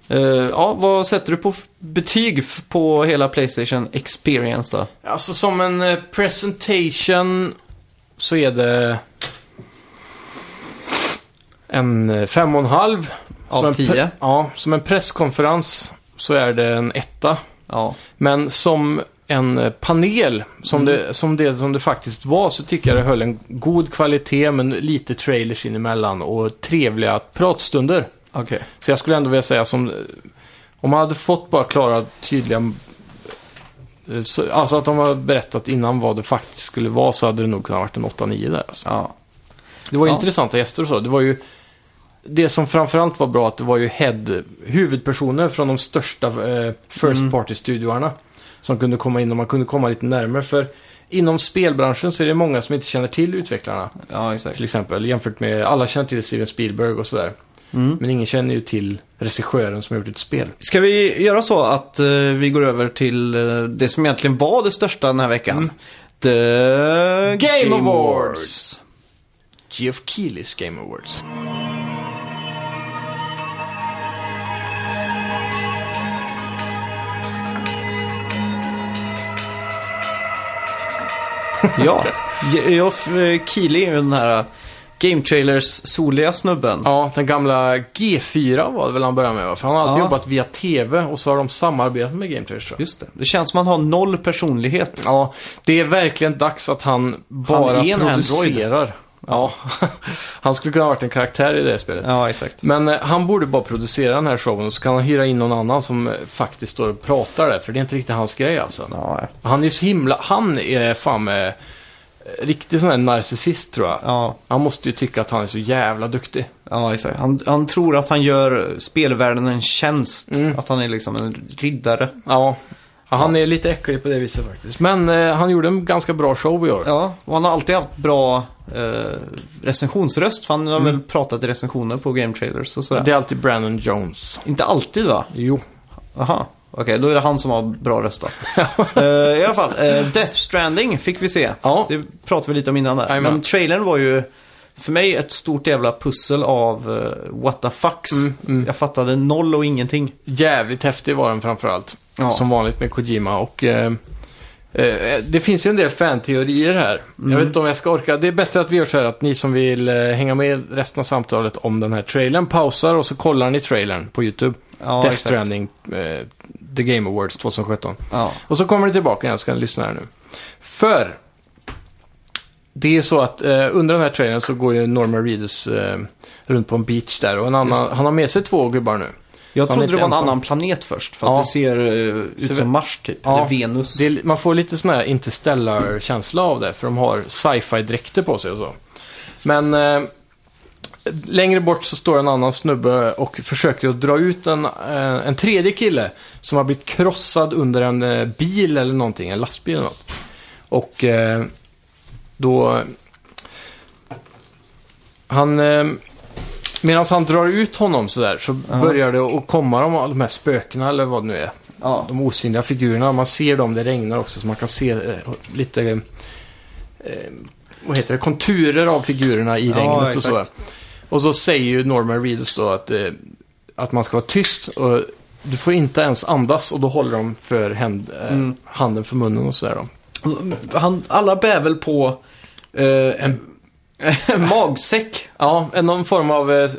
[SPEAKER 2] Eh, ja, vad sätter du på f- betyg f- på hela Playstation Experience då?
[SPEAKER 1] Alltså som en eh, presentation så är det en eh, fem och en halv.
[SPEAKER 2] Av
[SPEAKER 1] Som en
[SPEAKER 2] tio?
[SPEAKER 1] pre- Ja, som en presskonferens så är det en etta.
[SPEAKER 2] Ja,
[SPEAKER 1] Men som en eh, panel, som, det, som, det, som det faktiskt var, så tycker jag det höll en god kvalitet men lite trailers inemellan och trevliga pratstunder.
[SPEAKER 2] okej.
[SPEAKER 1] Så jag skulle ändå vilja säga som... eh, Om man hade fått bara klara, tydliga... eh, så- Alltså att de har berättat innan vad det faktiskt skulle vara så hade det nog kunnat varit en 8-9 där. Alltså.
[SPEAKER 2] Ja.
[SPEAKER 1] Det var ju
[SPEAKER 2] Ja.
[SPEAKER 1] intressanta gäster och så. Det var ju... Det som framförallt var bra att det var ju head, huvudpersoner från de största eh, first party-studioarna. Som kunde komma in och man kunde komma lite närmare. För inom spelbranschen så är det många som inte känner till utvecklarna.
[SPEAKER 2] ja, exakt.
[SPEAKER 1] Till exempel jämfört med, alla känner till Steven Spielberg och sådär.
[SPEAKER 2] Mm.
[SPEAKER 1] Men ingen känner ju till regissören som har gjort ett spel.
[SPEAKER 2] Ska vi göra så att eh, vi går över till eh, det som egentligen var det största den här veckan? The
[SPEAKER 1] Game Awards. Geoff Keighlys Game Awards.
[SPEAKER 2] Ja, Geoff eh, Keighley är ju den här eh, Game Trailers soliga snubben.
[SPEAKER 1] Ja, den gamla G4 var det väl han började med va? För han har alltid
[SPEAKER 2] Ja.
[SPEAKER 1] jobbat via TV och så har de samarbetat med Game Trailers tror jag.
[SPEAKER 2] Just det. Det känns som han har noll personlighet.
[SPEAKER 1] Ja, det är verkligen dags att han bara
[SPEAKER 2] är en
[SPEAKER 1] producerar. Ja, han skulle kunna ha varit en karaktär i det spelet.
[SPEAKER 2] Ja, exakt.
[SPEAKER 1] Men eh, han borde bara producera den här showen och så kan han hyra in någon annan som eh, faktiskt står och pratar där, för det är inte riktigt hans grej alltså.
[SPEAKER 2] Ja,
[SPEAKER 1] Han är ju så himla... Han är fan med eh, riktig sån här narcissist tror jag.
[SPEAKER 2] ja,
[SPEAKER 1] Han måste ju tycka att han är så jävla duktig.
[SPEAKER 2] ja exakt. Han, han tror att han gör spelvärlden en tjänst.
[SPEAKER 1] Mm.
[SPEAKER 2] Att han är liksom en riddare.
[SPEAKER 1] Ja. ja han är lite äcklig på det viset faktiskt. Men eh, han gjorde en ganska bra show i år.
[SPEAKER 2] Ja, och han har alltid haft bra eh, recensionsröst. För han har
[SPEAKER 1] Mm.
[SPEAKER 2] väl pratat i recensioner på game trailers och sådär.
[SPEAKER 1] Det är alltid Brandon Jones.
[SPEAKER 2] Inte alltid va?
[SPEAKER 1] Jo.
[SPEAKER 2] Aha. Okej, då är det han som har bra röst då. Eh, I alla fall, eh, Death Stranding fick vi se.
[SPEAKER 1] Ja.
[SPEAKER 2] Det pratade vi lite om innan där.
[SPEAKER 1] Jajamän.
[SPEAKER 2] Men trailern var ju för mig ett stort jävla pussel av eh, what the fucks.
[SPEAKER 1] Mm.
[SPEAKER 2] Jag fattade noll och ingenting.
[SPEAKER 1] Jävligt häftig var den framförallt.
[SPEAKER 2] Ja.
[SPEAKER 1] Som vanligt med Kojima och... Eh, eh, det finns ju en del fanteorier här.
[SPEAKER 2] Mm.
[SPEAKER 1] Jag vet inte om jag ska orka. Det är bättre att vi gör så här att ni som vill eh, hänga med resten av samtalet om den här trailern pausar och så kollar ni trailern på YouTube.
[SPEAKER 2] Ja,
[SPEAKER 1] Death
[SPEAKER 2] exakt.
[SPEAKER 1] Stranding, eh, The Game Awards 2017.
[SPEAKER 2] Ja.
[SPEAKER 1] Och så kommer det tillbaka igen, ska ni lyssna här nu. För, det är så att eh, under den här trailern så går ju Norman Reedus eh, runt på en beach där och en annan, han har med sig två gubbar nu.
[SPEAKER 2] Jag
[SPEAKER 1] Så han är
[SPEAKER 2] trodde
[SPEAKER 1] inte
[SPEAKER 2] det var en
[SPEAKER 1] ensam.
[SPEAKER 2] annan planet först. För att
[SPEAKER 1] Ja.
[SPEAKER 2] det ser eh,
[SPEAKER 1] Ser vi-
[SPEAKER 2] ut som Mars typ.
[SPEAKER 1] Ja.
[SPEAKER 2] Eller Venus.
[SPEAKER 1] Det är, man får lite sån här interstellar-känsla av det, för de har sci-fi-dräkter på sig och så. Men eh, längre bort så står en annan snubbe och försöker att dra ut en, eh, en tredje kille som har blivit krossad under en eh, bil eller någonting, en lastbil eller något. Och eh, då... Han... Eh, Medan han drar ut honom sådär så börjar det att komma de, de här spökena eller vad det nu är.
[SPEAKER 2] Ja.
[SPEAKER 1] De osynliga figurerna, man ser dem, det regnar också så man kan se eh, lite, eh, vad heter det, konturer av figurerna i
[SPEAKER 2] Ja,
[SPEAKER 1] regnet och så.
[SPEAKER 2] exakt.
[SPEAKER 1] Och så säger ju Norman Reedus då att, eh, att man ska vara tyst och du får inte ens andas och då håller de för händ, eh,
[SPEAKER 2] Mm.
[SPEAKER 1] handen för munnen och sådär då.
[SPEAKER 2] Han, alla bär väl på eh, en magsäck.
[SPEAKER 1] Ja, en- någon form av eh,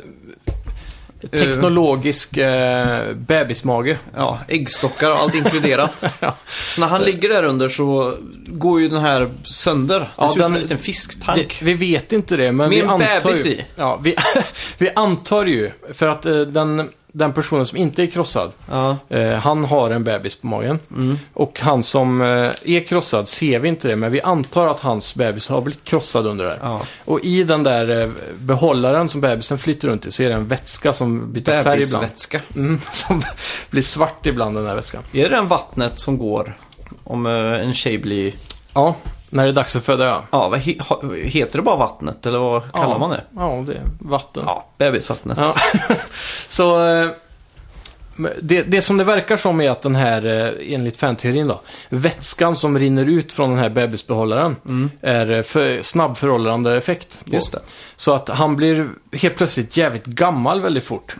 [SPEAKER 2] Eh,
[SPEAKER 1] teknologisk eh, bebismage.
[SPEAKER 2] Ja, äggstockar och allt inkluderat.
[SPEAKER 1] Ja.
[SPEAKER 2] Så när han ligger där under så går ju den här sönder. Det
[SPEAKER 1] Ja,
[SPEAKER 2] ser ut som
[SPEAKER 1] den-
[SPEAKER 2] en liten fisktank.
[SPEAKER 1] Det, vi vet inte det, men
[SPEAKER 2] Med
[SPEAKER 1] vi
[SPEAKER 2] en
[SPEAKER 1] antar
[SPEAKER 2] bebis
[SPEAKER 1] ju...
[SPEAKER 2] i.
[SPEAKER 1] Ja, vi, vi antar ju, för att eh, den, den personen som inte är krossad,
[SPEAKER 2] Ja,
[SPEAKER 1] eh, han har en bebis på magen.
[SPEAKER 2] Mm.
[SPEAKER 1] Och han som eh, är krossad ser vi inte det, men vi antar att hans bebis har blivit krossad under det här.
[SPEAKER 2] ja.
[SPEAKER 1] Och i den där eh, behållaren som bebisen flyter runt i så är det en vätska som byter färg ibland.
[SPEAKER 2] Bebisvätska.
[SPEAKER 1] Mm, som blir svart ibland, den här vätskan.
[SPEAKER 2] Är det den vattnet som går om eh, en tjej blir...
[SPEAKER 1] Ja, när det är dags att föda, ja.
[SPEAKER 2] Ja, vad he... ha- heter det bara vattnet eller vad kallar
[SPEAKER 1] ja.
[SPEAKER 2] man det?
[SPEAKER 1] Ja, det är vatten.
[SPEAKER 2] Ja, bebisvattnet.
[SPEAKER 1] Ja. så eh, men det, det som det verkar som är att den här, eh, enligt fanteorin då, vätskan som rinner ut från den här bebisbehållaren är eh, för, snabb förhållande effekt. på.
[SPEAKER 2] Just det.
[SPEAKER 1] Så att han blir helt plötsligt jävligt gammal väldigt fort.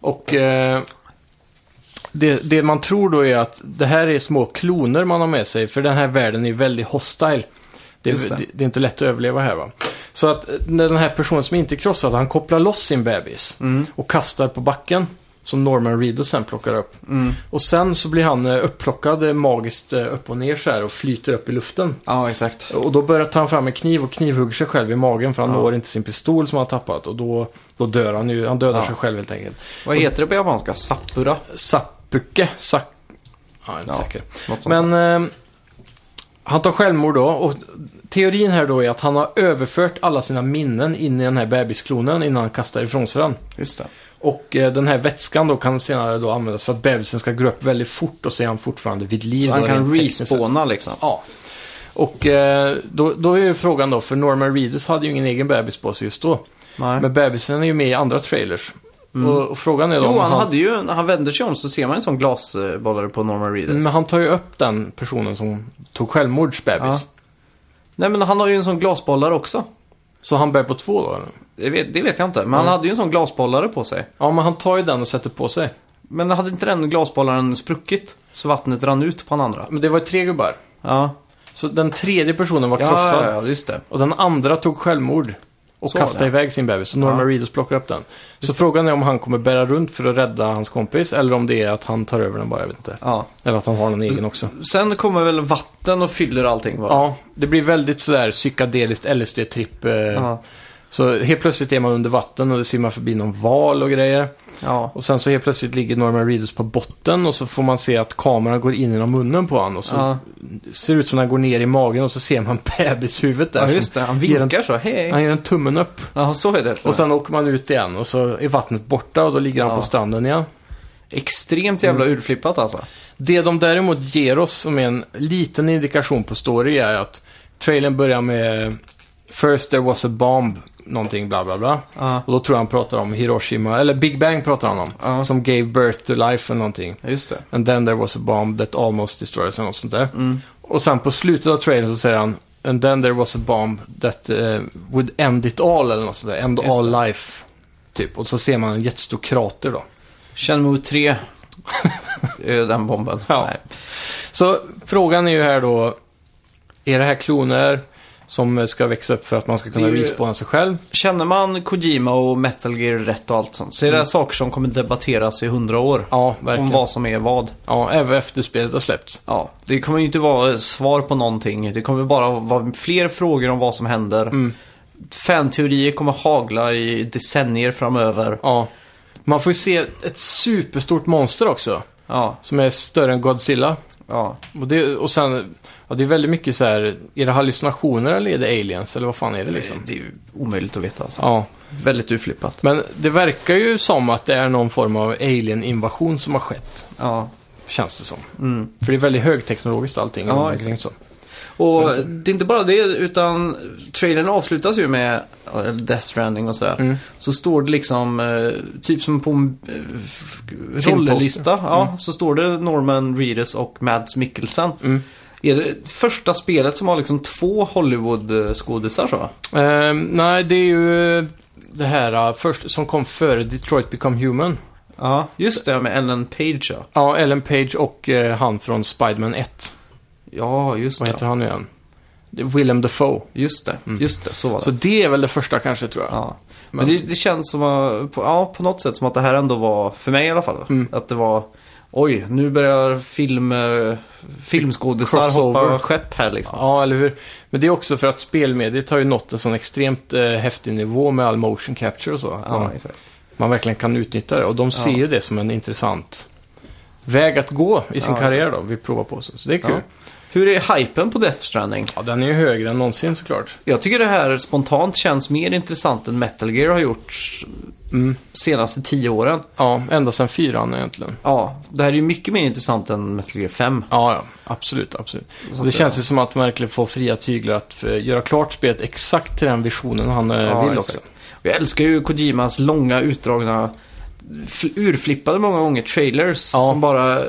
[SPEAKER 1] Och eh, det, det man tror då är att det här är små kloner man har med sig, för den här världen är väldigt hostile. Det,
[SPEAKER 2] Just det.
[SPEAKER 1] det. Det, är inte lätt att överleva här va. Så att eh, när den här personen som inte är krossad, han kopplar loss sin bebis och kastar på backen. Som Norman Reedus sen plockar upp. Och sen så blir han eh, upplockad eh, magiskt eh, upp och ner så här och flyter upp i luften.
[SPEAKER 2] Ja, exakt.
[SPEAKER 1] Och då börjar tar han fram en kniv och knivhugger sig själv i magen för han når inte sin pistol som han har tappat. Och då, då dör han ju. Han dödar
[SPEAKER 2] Ja.
[SPEAKER 1] sig själv helt enkelt.
[SPEAKER 2] Vad heter det på japanska? Sapura?
[SPEAKER 1] Sappuke, sak... Ja, jag är inte
[SPEAKER 2] Ja,
[SPEAKER 1] säker.
[SPEAKER 2] Något sånt.
[SPEAKER 1] Men eh, han tar självmord då och teorin här då är att han har överfört alla sina minnen in i den här bebisklonen innan han kastar ifrån sig den.
[SPEAKER 2] Just det.
[SPEAKER 1] Och eh, den här vätskan då kan senare då användas för att bebisen ska gå upp väldigt fort och så är han fortfarande vid liv.
[SPEAKER 2] Så han
[SPEAKER 1] då,
[SPEAKER 2] kan
[SPEAKER 1] rent tekniskt sett.
[SPEAKER 2] respawna liksom.
[SPEAKER 1] Ja. Och eh, då, då är ju frågan då, för Norman Reedus hade ju ingen egen bebis på sig just då.
[SPEAKER 2] Nej. Mm.
[SPEAKER 1] Men bebisen är ju med i andra trailers. Och, och frågan är då
[SPEAKER 2] Jo,
[SPEAKER 1] om
[SPEAKER 2] han hade ju, när han vänder sig om så ser man en sån glasbollare på Norman Reedus.
[SPEAKER 1] Men han tar ju upp den personen som tog självmordsbebis.
[SPEAKER 2] Ja. Nej, men han har ju en sån glasbollare också.
[SPEAKER 1] Så han bär på två då? Eller?
[SPEAKER 2] Det vet, det vet jag inte, men
[SPEAKER 1] Mm.
[SPEAKER 2] han hade ju en sån glasbollare på sig.
[SPEAKER 1] Ja, men han tar ju den och sätter på sig.
[SPEAKER 2] Men hade inte den glasbollaren spruckit så vattnet rann ut på den andra?
[SPEAKER 1] Men det var ju tre gubbar.
[SPEAKER 2] Ja,
[SPEAKER 1] Så den tredje personen var
[SPEAKER 2] ja,
[SPEAKER 1] krossad.
[SPEAKER 2] ja, ja just det.
[SPEAKER 1] Och den andra tog självmord. och
[SPEAKER 2] Så var
[SPEAKER 1] kasta
[SPEAKER 2] det.
[SPEAKER 1] iväg sin bebis. Så Norman
[SPEAKER 2] Ja.
[SPEAKER 1] Reedus plockar upp den. Så frågan är om han kommer bära runt för att rädda hans kompis eller om det är att han tar över den bara, jag vet inte.
[SPEAKER 2] Ja.
[SPEAKER 1] Eller att han har någon egen också.
[SPEAKER 2] Sen kommer väl vatten och fyller allting va?
[SPEAKER 1] Ja, det blir väldigt sådär psykedeliskt LSD-tripp. eh,
[SPEAKER 2] Ja.
[SPEAKER 1] Så helt plötsligt är man under vatten och det simmar förbi någon val och grejer.
[SPEAKER 2] ja.
[SPEAKER 1] Och sen så helt plötsligt ligger Norman Reedus på botten och så får man se att kameran går in genom munnen på honom och så
[SPEAKER 2] Ja.
[SPEAKER 1] ser det ut som när han går ner i magen och så ser man bebishuvudet där.
[SPEAKER 2] ja, just det. Han
[SPEAKER 1] Ger en-
[SPEAKER 2] vinkar så. Hej!
[SPEAKER 1] Han ger en tummen upp
[SPEAKER 2] Ja, så är det. till
[SPEAKER 1] och
[SPEAKER 2] och med.
[SPEAKER 1] sen åker man ut igen och så är vattnet borta och då ligger han
[SPEAKER 2] Ja.
[SPEAKER 1] på stranden igen.
[SPEAKER 2] Extremt jävla
[SPEAKER 1] Mm.
[SPEAKER 2] urflippat alltså.
[SPEAKER 1] Det de däremot ger oss som är en liten indikation på story är att trailern börjar med First there was a bomb, någonting bla bla bla.
[SPEAKER 2] Ja,
[SPEAKER 1] Och då tror jag han pratar om Hiroshima, eller Big Bang pratar han om.
[SPEAKER 2] Ja.
[SPEAKER 1] Som gave birth to life eller någonting.
[SPEAKER 2] just det.
[SPEAKER 1] And then there was a bomb that almost destroyed us, eller något sånt där.
[SPEAKER 2] Mm.
[SPEAKER 1] Och sen på slutet av trailern så säger han And then there was a bomb that eh, would end it all, eller något sånt där. End
[SPEAKER 2] Just
[SPEAKER 1] all
[SPEAKER 2] det.
[SPEAKER 1] life. Typ. Och så ser man en jättestor krater då.
[SPEAKER 2] Shenmue 3. Eh, Den bomben.
[SPEAKER 1] Ja.
[SPEAKER 2] Nej.
[SPEAKER 1] Så frågan är ju här då, är det här kloner som ska växa upp för att man ska kunna
[SPEAKER 2] Det är ju-
[SPEAKER 1] respawna sig själv?
[SPEAKER 2] Känner man Kojima och Metal Gear rätt och allt sånt så är det här saker som kommer debatteras i hundra år.
[SPEAKER 1] Mm. Ja,
[SPEAKER 2] Om
[SPEAKER 1] verkligen.
[SPEAKER 2] vad som är vad.
[SPEAKER 1] Ja, även efter spelet har släppts.
[SPEAKER 2] Ja, det kommer ju inte vara svar på någonting. Det kommer bara vara fler frågor om vad som händer.
[SPEAKER 1] Mm.
[SPEAKER 2] Fanteorier kommer hagla i decennier framöver.
[SPEAKER 1] Ja. Man får ju se ett superstort monster också,
[SPEAKER 2] Ja,
[SPEAKER 1] som är större än Godzilla.
[SPEAKER 2] ja.
[SPEAKER 1] Och, det, och sen, ja, det är väldigt mycket så här, är det hallucinationer eller är det aliens? Eller vad fan är det liksom?
[SPEAKER 2] Det är ju omöjligt att veta. Alltså.
[SPEAKER 1] Ja,
[SPEAKER 2] Väldigt urflippat.
[SPEAKER 1] men det verkar ju som att det är någon form av alien-invasion som har skett,
[SPEAKER 2] Ja.
[SPEAKER 1] känns det som.
[SPEAKER 2] Mm.
[SPEAKER 1] För det är väldigt högteknologiskt allting.
[SPEAKER 2] Ja,
[SPEAKER 1] Ja,
[SPEAKER 2] exakt.
[SPEAKER 1] så.
[SPEAKER 2] Och det är inte bara det, utan trailern avslutas ju med eh, Death Stranding och sådär.
[SPEAKER 1] Mm.
[SPEAKER 2] Så står det liksom, eh, typ som på en eh, rollerlista, ja, så står det Norman Reedus och Mads Mikkelsen.
[SPEAKER 1] Mm.
[SPEAKER 2] Är det första spelet som har liksom två Hollywood-skådisar så?
[SPEAKER 1] Ehm, nej, det är ju eh, det här eh, först, som kom före Detroit Become Human.
[SPEAKER 2] Ja, just det med Ellen Page ja.
[SPEAKER 1] Ja, Ellen Page och eh, han från Spiderman 1.
[SPEAKER 2] Ja, just
[SPEAKER 1] Vad heter Mm. han
[SPEAKER 2] det.
[SPEAKER 1] nu igen? Det är Willem Dafoe.
[SPEAKER 2] Just det, just det, så var det.
[SPEAKER 1] Så det är väl det första kanske, tror jag.
[SPEAKER 2] Ja. Men det, det känns som att, på- ja, på något sätt som att det här ändå var, för mig i alla fall,
[SPEAKER 1] Mm.
[SPEAKER 2] att det var Oj, nu börjar film, eh, filmskådisar hoppa
[SPEAKER 1] Crossover.
[SPEAKER 2] skepp här liksom.
[SPEAKER 1] Ja, eller hur? Men det är också för att spelmediet har ju nått en sån extremt eh, häftig nivå med all motion capture och så. Att
[SPEAKER 2] Ja,
[SPEAKER 1] man,
[SPEAKER 2] exakt.
[SPEAKER 1] man verkligen kan utnyttja det. Och de ser ju det som en intressant väg att gå i sin
[SPEAKER 2] Ja,
[SPEAKER 1] karriär då. Vi provar på så. Så det är kul.
[SPEAKER 2] Ja. Hur är hypen på Death Stranding?
[SPEAKER 1] ja, den är ju högre än någonsin såklart.
[SPEAKER 2] Jag tycker det här spontant känns mer intressant än Metal Gear har gjort
[SPEAKER 1] Mm.
[SPEAKER 2] senaste tio åren.
[SPEAKER 1] Ja, ända sedan fyran egentligen.
[SPEAKER 2] Ja, det här är ju mycket mer intressant än Metal Gear 5.
[SPEAKER 1] Ja, ja. Absolut, absolut.
[SPEAKER 2] Så
[SPEAKER 1] det
[SPEAKER 2] att,
[SPEAKER 1] känns ju som att man verkligen får fria tyglar att eh, göra klart spelet exakt till den visionen han eh,
[SPEAKER 2] Ja,
[SPEAKER 1] vill
[SPEAKER 2] exakt.
[SPEAKER 1] också.
[SPEAKER 2] Och Jag älskar ju Kojimas långa, utdragna, fl- urflippade många gånger trailers
[SPEAKER 1] Ja.
[SPEAKER 2] som bara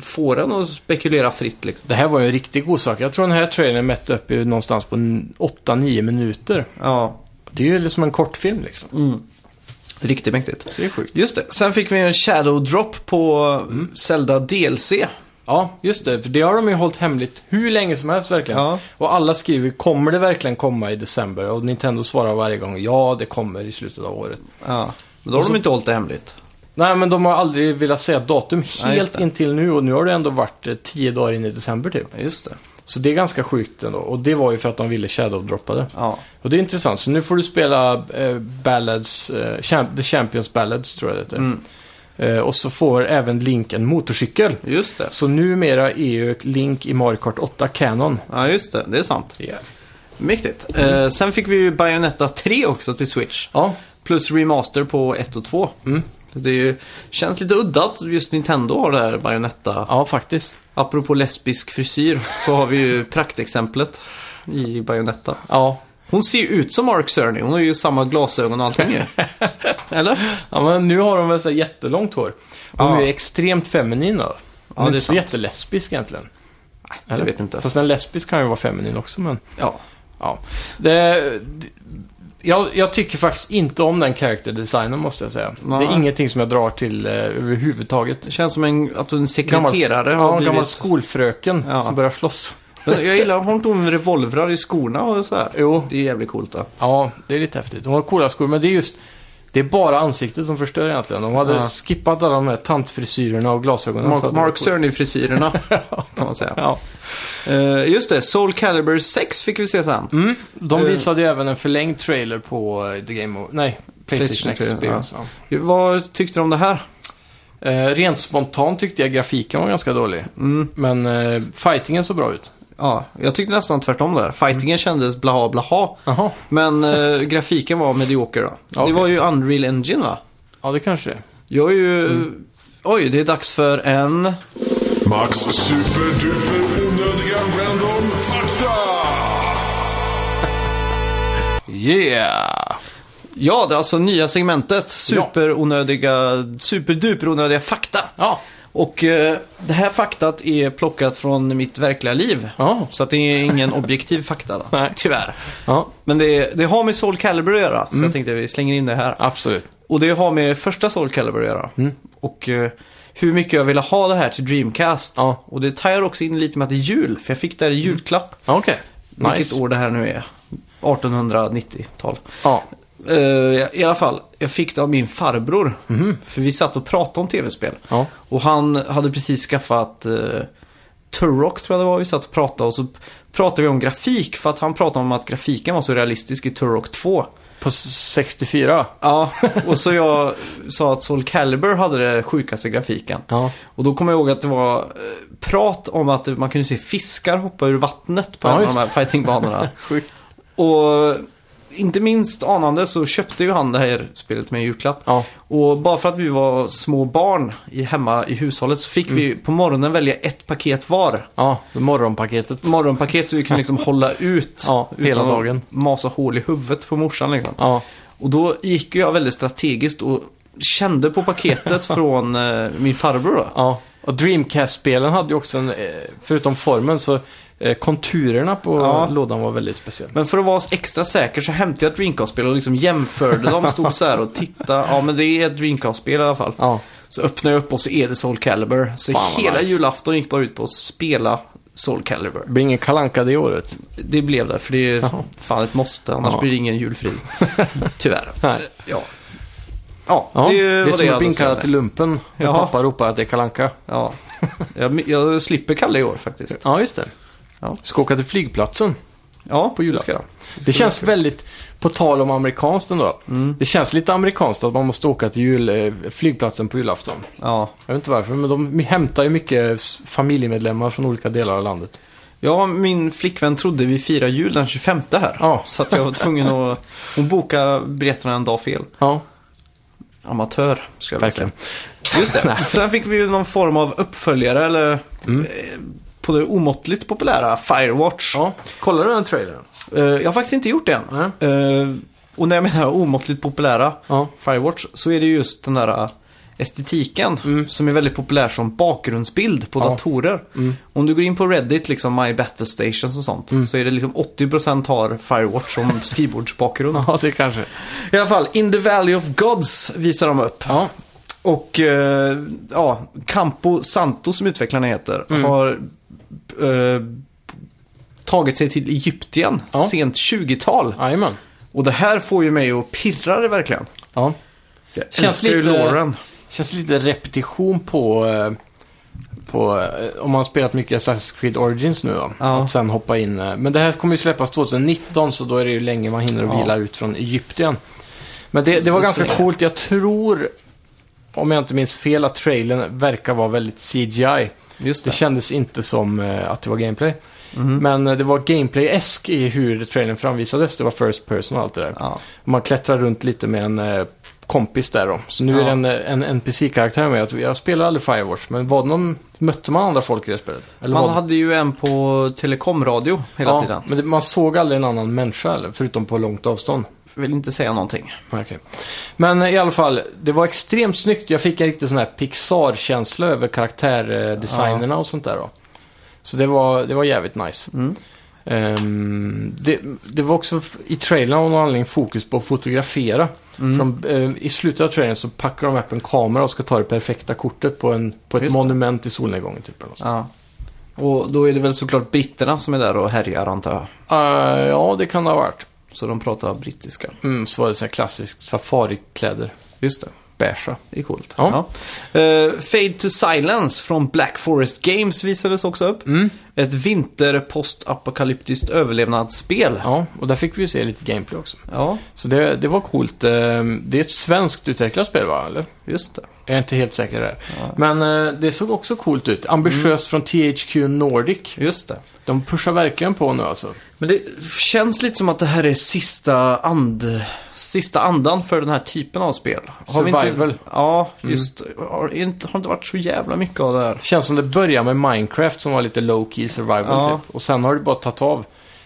[SPEAKER 2] får en att spekulera fritt liksom.
[SPEAKER 1] Det här var ju en riktig god sak. Jag tror den här trailern mätte upp i någonstans på n- 8-9 minuter.
[SPEAKER 2] Ja,
[SPEAKER 1] Det är ju liksom en kortfilm liksom.
[SPEAKER 2] Mm. riktigt mäktigt.
[SPEAKER 1] Det är sjukt.
[SPEAKER 2] Just det, sen fick vi en shadow drop på Zelda DLC.
[SPEAKER 1] Ja, just det. För det har de ju hållit hemligt hur länge som helst verkligen.
[SPEAKER 2] Ja.
[SPEAKER 1] Och alla skriver, kommer det verkligen komma i december? Och Nintendo svarar varje gång, ja det kommer i slutet av året.
[SPEAKER 2] ja. Men då har de inte hållit det hemligt.
[SPEAKER 1] Nej, men de har aldrig velat säga datum
[SPEAKER 2] Nej, just
[SPEAKER 1] helt
[SPEAKER 2] det.
[SPEAKER 1] intill nu och nu har det ändå varit eh, 10 dagar in i december typ.
[SPEAKER 2] Ja, just det.
[SPEAKER 1] Så det är ganska sjukt ändå. Och det var ju för att de ville shadow-droppa det.
[SPEAKER 2] Ja.
[SPEAKER 1] Och det är intressant. Så nu får du spela eh, Ballads, eh, Champ- The Champions Ballads tror jag det heter.
[SPEAKER 2] Mm.
[SPEAKER 1] Eh, och så får även Link en motorcykel.
[SPEAKER 2] Just det.
[SPEAKER 1] Så numera är ju Link i Mario Kart 8 Canon.
[SPEAKER 2] Ja, just det. Det är sant. Mäktigt. Eh, sen fick vi ju Bayonetta 3 också till Switch.
[SPEAKER 1] Ja,
[SPEAKER 2] Plus remaster på 1 och 2.
[SPEAKER 1] Mm.
[SPEAKER 2] Det är ju, känns lite udda att just Nintendo har det här Bayonetta.
[SPEAKER 1] ja faktiskt.
[SPEAKER 2] Apropå lesbisk frisyr så har vi ju praktexemplet i Bayonetta.
[SPEAKER 1] Ja.
[SPEAKER 2] Hon ser ju ut som Mark Cerny. Hon har ju samma glasögon och allting ju. Eller?
[SPEAKER 1] ja, men nu har de väl så här jättelångt hår. Hon
[SPEAKER 2] Ja.
[SPEAKER 1] är ju extremt feminin då. Hon
[SPEAKER 2] Ja,
[SPEAKER 1] är
[SPEAKER 2] det är
[SPEAKER 1] inte så
[SPEAKER 2] sant.
[SPEAKER 1] jättelesbisk egentligen.
[SPEAKER 2] Nej, jag vet inte.
[SPEAKER 1] Fast en lesbisk kan ju vara feminin också, men...
[SPEAKER 2] Ja.
[SPEAKER 1] Ja. Det, det- jag, jag tycker faktiskt inte om den karaktärdesignen måste jag säga.
[SPEAKER 2] Nej.
[SPEAKER 1] Det är ingenting som jag drar till eh, överhuvudtaget.
[SPEAKER 2] Det känns som en, att en
[SPEAKER 1] Gammal-
[SPEAKER 2] sekreterare
[SPEAKER 1] ja,
[SPEAKER 2] har
[SPEAKER 1] en gammal
[SPEAKER 2] blivit...
[SPEAKER 1] skolfröken
[SPEAKER 2] Ja.
[SPEAKER 1] som börjar slåss.
[SPEAKER 2] Men jag gillar att hon inte har revolvrar i skorna och så här.
[SPEAKER 1] Jo,
[SPEAKER 2] Det är jävligt coolt då.
[SPEAKER 1] ja, det är lite häftigt. De har coola skor, men det är just... Det är bara ansiktet som förstör egentligen. De hade
[SPEAKER 2] Ja.
[SPEAKER 1] skippat alla de där tantfrisyrerna och glasögonen. så
[SPEAKER 2] Mark,
[SPEAKER 1] hade det varit
[SPEAKER 2] Mark
[SPEAKER 1] coolt.
[SPEAKER 2] Cerny-frisyrerna, kan man säga.
[SPEAKER 1] Ja.
[SPEAKER 2] Eh, just det, Soul Calibur 6 fick vi se sen.
[SPEAKER 1] Mm. De
[SPEAKER 2] Eh.
[SPEAKER 1] visade ju även en förlängd trailer på eh, The Game of... Nej, Playstation,
[SPEAKER 2] PlayStation,
[SPEAKER 1] Experience. Ja.
[SPEAKER 2] Vad tyckte du om det här?
[SPEAKER 1] Eh, rent spontant tyckte jag grafiken var ganska dålig.
[SPEAKER 2] Mm.
[SPEAKER 1] Men eh, fightingen såg bra ut.
[SPEAKER 2] Ja, jag tyckte nästan tvärtom där. Fightingen kändes blaha blaha.
[SPEAKER 1] Jaha,
[SPEAKER 2] Men eh, grafiken var medioker då.
[SPEAKER 1] Okej.
[SPEAKER 2] Det var ju Unreal Engine va?
[SPEAKER 1] ja det kanske det är.
[SPEAKER 2] Jag är ju... Oj, det är dags för en...
[SPEAKER 3] Max super duper onödiga random fakta!
[SPEAKER 1] Yeah!
[SPEAKER 2] Ja, det är alltså nya segmentet. Superonödiga... Superduperonödiga fakta.
[SPEAKER 1] Ja,
[SPEAKER 2] Och eh, det här faktat är plockat från mitt verkliga liv.
[SPEAKER 1] ja.
[SPEAKER 2] Så att det är ingen objektiv fakta då.
[SPEAKER 1] Nej.
[SPEAKER 2] Tyvärr.
[SPEAKER 1] ja
[SPEAKER 2] Men det, det har med Soul Calibur att göra. Så jag tänkte vi slänger in det här.
[SPEAKER 1] absolut.
[SPEAKER 2] Och det har med första Soul Calibur att göra.
[SPEAKER 1] Mm.
[SPEAKER 2] Och eh, hur mycket jag ville ha det här till Dreamcast.
[SPEAKER 1] Ja.
[SPEAKER 2] Och det tajar också in lite med att det är jul, för jag fick det här i julklapp.
[SPEAKER 1] Ja, Okej,
[SPEAKER 2] Vilket
[SPEAKER 1] nice.
[SPEAKER 2] år det här nu är. 1890-tal.
[SPEAKER 1] Ja.
[SPEAKER 2] Eh, I alla fall, jag fick det av min farbror.
[SPEAKER 1] Mhm.
[SPEAKER 2] För vi satt och pratade om tv-spel.
[SPEAKER 1] Ja.
[SPEAKER 2] Och han hade precis skaffat uh, Turok tror jag det var. Vi satt och pratade och så pratade vi om grafik. För att han pratade om att grafiken var så realistisk i Turok 2.
[SPEAKER 1] På s- 64.
[SPEAKER 2] Ja, och så jag sa att Soul Calibur hade det sjukaste grafiken.
[SPEAKER 1] Ja.
[SPEAKER 2] Och då kommer jag ihåg att det var eh, prat om att man kunde se fiskar hoppa ur vattnet på
[SPEAKER 1] Ja,
[SPEAKER 2] en av
[SPEAKER 1] just
[SPEAKER 2] de här fightingbanorna.
[SPEAKER 1] Sjukt.
[SPEAKER 2] och eh, inte minst anande så köpte ju han det här spelet med en julklapp.
[SPEAKER 1] Ja.
[SPEAKER 2] Och bara för att vi var små barn i, hemma i hushållet så fick
[SPEAKER 1] Mm.
[SPEAKER 2] vi på morgonen välja ett paket var.
[SPEAKER 1] Ja, det morgonpaketet.
[SPEAKER 2] Morgonpaket så vi kunde liksom hålla ut.
[SPEAKER 1] Ja, hela
[SPEAKER 2] utan att
[SPEAKER 1] dagen.
[SPEAKER 2] Masa hål i huvudet på morsan liksom.
[SPEAKER 1] Ja,
[SPEAKER 2] Och då gick jag väldigt strategiskt och kände på paketet från eh, min farbror då.
[SPEAKER 1] ja. Och Dreamcast-spelen hade ju också en, eh, förutom formen, så eh, konturerna på
[SPEAKER 2] Ja.
[SPEAKER 1] lådan var väldigt speciella.
[SPEAKER 2] Men för att vara extra säker så hämtade jag ett Dreamcast-spel och liksom jämförde dem. Stod så här och tittade. Ja men det är ett Dreamcast-spel i alla fall.
[SPEAKER 1] Ja,
[SPEAKER 2] Så öppnade jag upp och så är det Soul Calibur. Så
[SPEAKER 1] Fan, vad
[SPEAKER 2] hela
[SPEAKER 1] nice.
[SPEAKER 2] julafton gick bara ut på att spela Soul Calibur.
[SPEAKER 1] det blir ingen kalanka det året.
[SPEAKER 2] Det blev det, för det är
[SPEAKER 1] Jaha.
[SPEAKER 2] fan ett måste. Annars
[SPEAKER 1] Ja.
[SPEAKER 2] blir det ingen julfrid. Tyvärr.
[SPEAKER 1] Nej.
[SPEAKER 2] Ja. Ja,
[SPEAKER 1] Ja, det
[SPEAKER 2] var
[SPEAKER 1] är som
[SPEAKER 2] jag
[SPEAKER 1] att bli
[SPEAKER 2] hade att säga
[SPEAKER 1] inkallad
[SPEAKER 2] där.
[SPEAKER 1] till lumpen när
[SPEAKER 2] Jaha.
[SPEAKER 1] pappa ropar att det är kalanka.
[SPEAKER 2] Ja. Jag, jag slipper Kalle i år faktiskt.
[SPEAKER 1] Ja, just det.
[SPEAKER 2] Ja.
[SPEAKER 1] Ska åka till flygplatsen
[SPEAKER 2] Ja,
[SPEAKER 1] på
[SPEAKER 2] det ska jag.
[SPEAKER 1] julafton. Det känns väldigt, på tal om amerikanskt ändå. Det känns lite amerikanskt att man måste åka till jul, eh, flygplatsen på julafton.
[SPEAKER 2] Ja.
[SPEAKER 1] Jag vet inte varför, men de hämtar ju mycket s- familjemedlemmar från olika delar av landet.
[SPEAKER 2] ja, min flickvän trodde vi firar jul den 25 här.
[SPEAKER 1] Ja.
[SPEAKER 2] Så att jag var tvungen att... Hon bokade biljetterna en dag fel.
[SPEAKER 1] Ja,
[SPEAKER 2] Amatör, ska jag vilja
[SPEAKER 1] verkligen.
[SPEAKER 2] säga. Just det. Sen fick vi ju någon form av uppföljare, eller... eh, På det omåttligt populära Firewatch.
[SPEAKER 1] Mm. Ja. Kollar du den trailern?
[SPEAKER 2] Eh, Jag har faktiskt inte gjort det än.
[SPEAKER 1] Nej.
[SPEAKER 2] Eh, Och när jag menar omåttligt populära
[SPEAKER 1] Ja.
[SPEAKER 2] Firewatch så är det just den där eh, estetiken som är väldigt populär som bakgrundsbild på
[SPEAKER 1] Mm. Ja. Mm.
[SPEAKER 2] datorer. Om du går in på Reddit, liksom My Battle Stations och sånt, så är det liksom 80% har Firewatch som skrivbordsbakgrund.
[SPEAKER 1] Ja, det kanske.
[SPEAKER 2] I alla fall, In the Valley of Gods visar de upp.
[SPEAKER 1] Ja,
[SPEAKER 2] Och eh, ja, Campo Santo som utvecklarna heter
[SPEAKER 1] Mm.
[SPEAKER 2] har eh, tagit sig till Egypten
[SPEAKER 1] Ja.
[SPEAKER 2] sent 20-tal.
[SPEAKER 1] jajamän.
[SPEAKER 2] Och det här får ju mig att pirra det verkligen.
[SPEAKER 1] Ja.
[SPEAKER 2] Jag
[SPEAKER 1] Känns
[SPEAKER 2] älskar ju
[SPEAKER 1] lite-
[SPEAKER 2] Lauren.
[SPEAKER 1] Känns lite repetition på, eh, på eh, om man har spelat mycket Assassin's Creed Origins nu då.
[SPEAKER 2] Ja.
[SPEAKER 1] Att sen hoppa in. eh, Men det här kommer ju släppas 2019 så då är det ju länge man hinner att
[SPEAKER 2] Ja.
[SPEAKER 1] vila ut från Egypten. Men det, det var
[SPEAKER 2] Just
[SPEAKER 1] ganska
[SPEAKER 2] det.
[SPEAKER 1] coolt. Jag tror, om jag inte minns fel, att trailern verkar vara väldigt CGI.
[SPEAKER 2] Just Mhm.
[SPEAKER 1] Det kändes inte som eh, att det var gameplay. Men eh, det var gameplay-esk i hur trailern framvisades. Det var first person och allt det där.
[SPEAKER 2] Ja.
[SPEAKER 1] Man klättrar runt lite med en eh, kompis där då. Så nu
[SPEAKER 2] Ja.
[SPEAKER 1] är det en, eh, en NPC-karaktär med. Jag tror- Jag spelar aldrig Firewatch, men var det någon, mötte man andra folk i det spelet? Eller var
[SPEAKER 2] Man
[SPEAKER 1] det-
[SPEAKER 2] hade ju en på telekomradio hela
[SPEAKER 1] ja,
[SPEAKER 2] tiden.
[SPEAKER 1] Men det, man såg aldrig en annan människa, eller? förutom på långt avstånd.
[SPEAKER 2] Vill inte säga någonting.
[SPEAKER 1] Nej, okej. Men eh, i alla fall, det var extremt snyggt. Jag fick en riktig sån här Pixar-känsla över karaktärdesignerna och sånt där då. Så det var, det var jävligt nice.
[SPEAKER 2] Mm.
[SPEAKER 1] Ehm, det, det var också f- i trailern av någon anledning fokus på att fotografera.
[SPEAKER 2] Mm.
[SPEAKER 1] För de, eh, I slutet av trailern så packar de upp en kamera och ska ta det perfekta kortet på, en, på ett
[SPEAKER 2] Just det.
[SPEAKER 1] monument i solnedgången. Typ, eller något sånt.
[SPEAKER 2] Ja. Och då är det väl såklart britterna som är där och härjar antar jag.
[SPEAKER 1] Eh, ja, det kan det ha varit.
[SPEAKER 2] Så de pratar brittiska.
[SPEAKER 1] Mm, så var det så här klassiskt safarikläder.
[SPEAKER 2] Just det.
[SPEAKER 1] Beiga.
[SPEAKER 2] Det är coolt.
[SPEAKER 1] Ja.
[SPEAKER 2] Ja. Eh, Fade to Silence från Black Forest Games visades också upp.
[SPEAKER 1] Mm.
[SPEAKER 2] Ett vinterpostapokalyptiskt överlevnadsspel. Ja.
[SPEAKER 1] Ja, och där fick vi ju se lite gameplay också. Så det, det var coolt. Eh, Det är ett svenskt utvecklat spel va, eller?
[SPEAKER 2] just det.
[SPEAKER 1] Jag är inte helt säker där. Men eh, det såg också coolt ut.
[SPEAKER 2] Mm.
[SPEAKER 1] Ambitiöst från THQ Nordic.
[SPEAKER 2] Just det.
[SPEAKER 1] De pushar verkligen på nu alltså.
[SPEAKER 2] Men det känns lite som att det här är sista, and, sista andan för den här typen av spel. Vi
[SPEAKER 1] Survival. Mm.
[SPEAKER 2] inte, ja, just har, inte, har inte varit så jävla mycket av det här.
[SPEAKER 1] Känns som det börjar med Minecraft som var lite low-key survival
[SPEAKER 2] Ja.
[SPEAKER 1] typ. Och sen har det bara tagit av.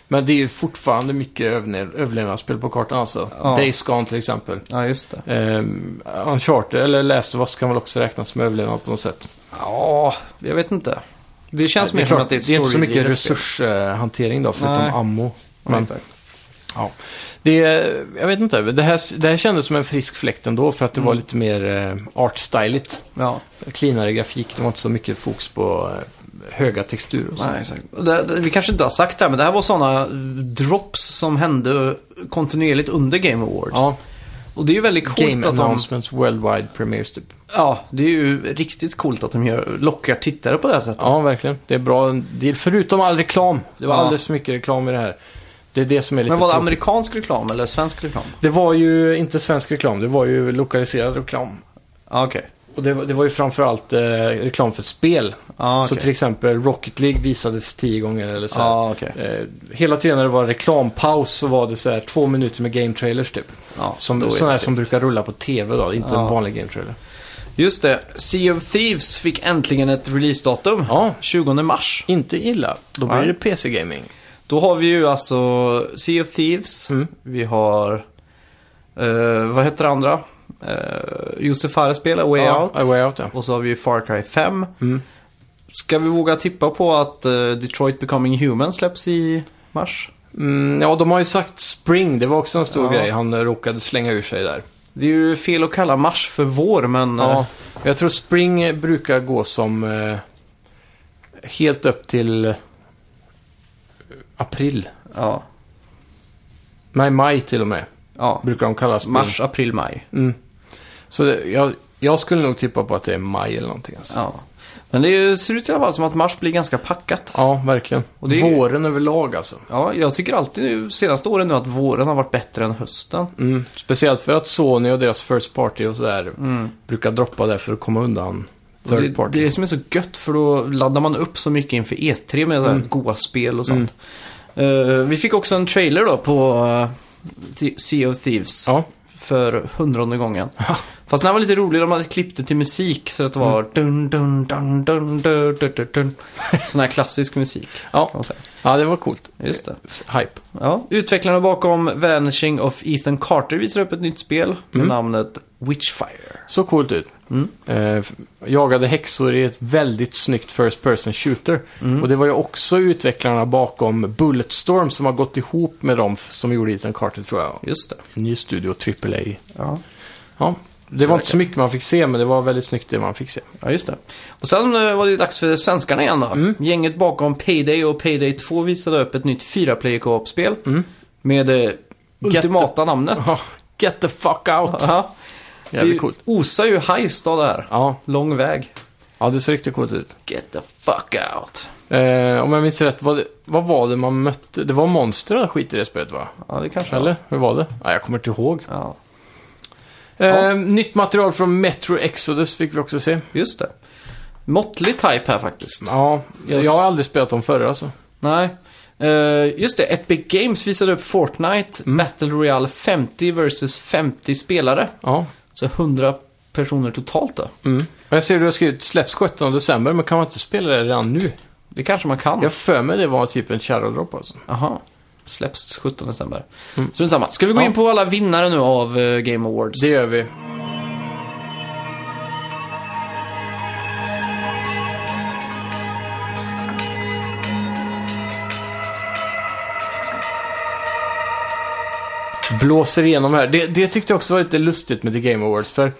[SPEAKER 1] Men det är ju fortfarande mycket övne- överlevnadsspel på kartan alltså.
[SPEAKER 2] Ja.
[SPEAKER 1] Days Gone till exempel.
[SPEAKER 2] Ja, just det.
[SPEAKER 1] Um, Uncharted eller Last of Us kan väl också räknas som överlevnad på något sätt.
[SPEAKER 2] Ja, jag vet inte. Det känns
[SPEAKER 1] Det är,
[SPEAKER 2] mer som
[SPEAKER 1] klart,
[SPEAKER 2] att
[SPEAKER 1] det
[SPEAKER 2] det
[SPEAKER 1] är inte så mycket
[SPEAKER 2] storydrivet spel.
[SPEAKER 1] resurshantering då, förutom
[SPEAKER 2] Nej.
[SPEAKER 1] ammo. Men,
[SPEAKER 2] Exakt.
[SPEAKER 1] ja. det, är- jag vet inte, det här, det här kändes som en frisk fläkt ändå för att det var
[SPEAKER 2] Mm.
[SPEAKER 1] lite mer eh, art-styligt.
[SPEAKER 2] Ja.
[SPEAKER 1] Cleanare grafik, det var inte så mycket fokus på eh, höga texturer och så.
[SPEAKER 2] Nej, exakt. Och Det, det, vi kanske inte har sagt det här, men det här var sådana drops som hände kontinuerligt under Game Awards.
[SPEAKER 1] Ja,
[SPEAKER 2] Och det är ju väldigt coolt
[SPEAKER 1] game
[SPEAKER 2] att de...
[SPEAKER 1] announcements, worldwide premieres typ.
[SPEAKER 2] Ja, det är ju riktigt coolt att de gör, lockar tittare på det här sättet.
[SPEAKER 1] Ja, verkligen. Det är bra. Det är förutom all reklam. Det var
[SPEAKER 2] Ja.
[SPEAKER 1] alldeles för mycket reklam i det här. Det är det som är lite
[SPEAKER 2] men var det
[SPEAKER 1] tråkigt.
[SPEAKER 2] amerikansk reklam eller svensk reklam?
[SPEAKER 1] Det var ju inte svensk reklam, det var ju lokaliserad reklam.
[SPEAKER 2] Ja, okej.
[SPEAKER 1] Och det, var- det var ju framförallt eh, reklam för spel.
[SPEAKER 2] Ja,
[SPEAKER 1] Så
[SPEAKER 2] Ah, okej.
[SPEAKER 1] till exempel Rocket League visades tio gånger eller så här.
[SPEAKER 2] Ja, okej.
[SPEAKER 1] Eh, hela tiden när det var reklampaus så var det så här två minuter med game trailers typ.
[SPEAKER 2] Ja, då
[SPEAKER 1] Som,
[SPEAKER 2] är
[SPEAKER 1] sådana här
[SPEAKER 2] det sick.
[SPEAKER 1] som brukar rulla på TV då, inte
[SPEAKER 2] Ja.
[SPEAKER 1] en vanlig game trailer.
[SPEAKER 2] Just det, Sea of Thieves fick äntligen ett releasedatum.
[SPEAKER 1] Ja.
[SPEAKER 2] 20 mars.
[SPEAKER 1] Inte illa, då blir
[SPEAKER 2] Nej.
[SPEAKER 1] det PC-gaming.
[SPEAKER 2] Då har vi ju alltså Sea of Thieves.
[SPEAKER 1] Mm.
[SPEAKER 2] Vi har... eh, vad heter det andra? Uh, Josef Fares spel, A Way
[SPEAKER 1] ja,
[SPEAKER 2] Out. Mm.
[SPEAKER 1] A Way Out ja.
[SPEAKER 2] Och så har vi ju Far Cry 5. Ska vi våga tippa på att eh, Detroit Becoming Human släpps i mars?
[SPEAKER 1] Mm, ja, de har ju sagt Spring, det var också en stor
[SPEAKER 2] Ja.
[SPEAKER 1] grej han eh, råkade slänga ur sig där.
[SPEAKER 2] Det är ju fel att kalla mars för vår, men... eh,
[SPEAKER 1] Ja,
[SPEAKER 2] Ja,
[SPEAKER 1] jag tror Spring brukar gå som eh, helt upp till eh, april.
[SPEAKER 2] ja,
[SPEAKER 1] Nej, maj till och med.
[SPEAKER 2] ja.
[SPEAKER 1] Brukar de kalla Spring.
[SPEAKER 2] Mars, april, maj.
[SPEAKER 1] Mm. Så det, jag, jag skulle nog tippa på att det är maj eller någonting. Alltså. Ja.
[SPEAKER 2] Ja. Men det är ju- ser ut i alla fall som att mars blir ganska packat.
[SPEAKER 1] verkligen.
[SPEAKER 2] Och det är-
[SPEAKER 1] Våren överlag alltså.
[SPEAKER 2] Ja, jag tycker alltid nu, senaste åren nu att våren har varit bättre än hösten.
[SPEAKER 1] Mm. Speciellt för att Sony och deras First Party och sådär brukar droppa där för att komma undan
[SPEAKER 2] Mm. Och
[SPEAKER 1] Third
[SPEAKER 2] det, det är
[SPEAKER 1] Party.
[SPEAKER 2] det som är så gött för då laddar man upp så mycket inför E3 med mm. goa spel och sånt.
[SPEAKER 1] Mm.
[SPEAKER 2] Eh, vi fick också en trailer då på eh, The- Sea of Thieves.
[SPEAKER 1] Ja,
[SPEAKER 2] för hundrade gången. Fast den här var lite rolig, de hade klippt det till musik så att det var
[SPEAKER 1] Mm.
[SPEAKER 2] dun dun dun dun dun dun dun dun. Sån här klassisk musik kan
[SPEAKER 1] ja.
[SPEAKER 2] man säga.
[SPEAKER 1] ja, det var coolt.
[SPEAKER 2] Just det.
[SPEAKER 1] Hype.
[SPEAKER 2] Ja. Utvecklarna bakom Vanishing of Ethan Carter visar upp ett nytt spel med namnet Witchfire.
[SPEAKER 1] Så coolt ut.
[SPEAKER 2] Mm.
[SPEAKER 1] Eh, jagade häxor i ett väldigt snyggt First Person Shooter.
[SPEAKER 2] Mm.
[SPEAKER 1] Och det var ju också utvecklarna bakom Bulletstorm som har gått ihop med dem f- som gjorde Ethan Carter tror jag.
[SPEAKER 2] Just det.
[SPEAKER 1] En ny studio, AAA.
[SPEAKER 2] Ja.
[SPEAKER 1] Ja, det var inte så mycket man fick se, men det var väldigt snyggt det man fick se.
[SPEAKER 2] ja, just det. Och sen eh, var det ju dags för svenskarna igen då. Gänget bakom Payday och Payday 2 visade upp ett nytt 4-player co-op-spel med eh, ultimata namnet.
[SPEAKER 1] Ja, Get the fuck out!
[SPEAKER 2] Ja.
[SPEAKER 1] Jävligt
[SPEAKER 2] det
[SPEAKER 1] coolt.
[SPEAKER 2] osar ju heist av det här.
[SPEAKER 1] Ja,
[SPEAKER 2] Lång väg.
[SPEAKER 1] ja, det ser riktigt coolt ut.
[SPEAKER 2] Get the fuck out.
[SPEAKER 1] Eh, om jag minns rätt, vad, det, vad var det man mötte? Det var monster och skit i det spelet va?
[SPEAKER 2] Ja, det kanske
[SPEAKER 1] Eller? Hur var det? Nej, jag kommer inte ihåg.
[SPEAKER 2] Ja,
[SPEAKER 1] Eh, Nytt material från Metro Exodus fick vi också se.
[SPEAKER 2] just det. Måttlig type här faktiskt.
[SPEAKER 1] Ja, jag, jag har aldrig spelat dem förr alltså.
[SPEAKER 2] Nej. Eh, just det, Epic Games visade upp Fortnite Battle Royale 50 vs 50 spelare.
[SPEAKER 1] Ja.
[SPEAKER 2] Så 100 personer totalt då.
[SPEAKER 1] Mm. Och Jag ser du har skrivit släpps 17 december, men kan man inte spela det redan nu?
[SPEAKER 2] Det kanske man kan.
[SPEAKER 1] Jag för mig det var typ en shadow drop alltså.
[SPEAKER 2] Aha. Släpps 17 december. Så det är samma. Ska vi gå in
[SPEAKER 1] Ja.
[SPEAKER 2] på alla vinnare nu av eh, Game Awards?
[SPEAKER 1] Det gör vi. Blåser igenom här. Det, det tyckte jag också var lite lustigt med The Game Awards. För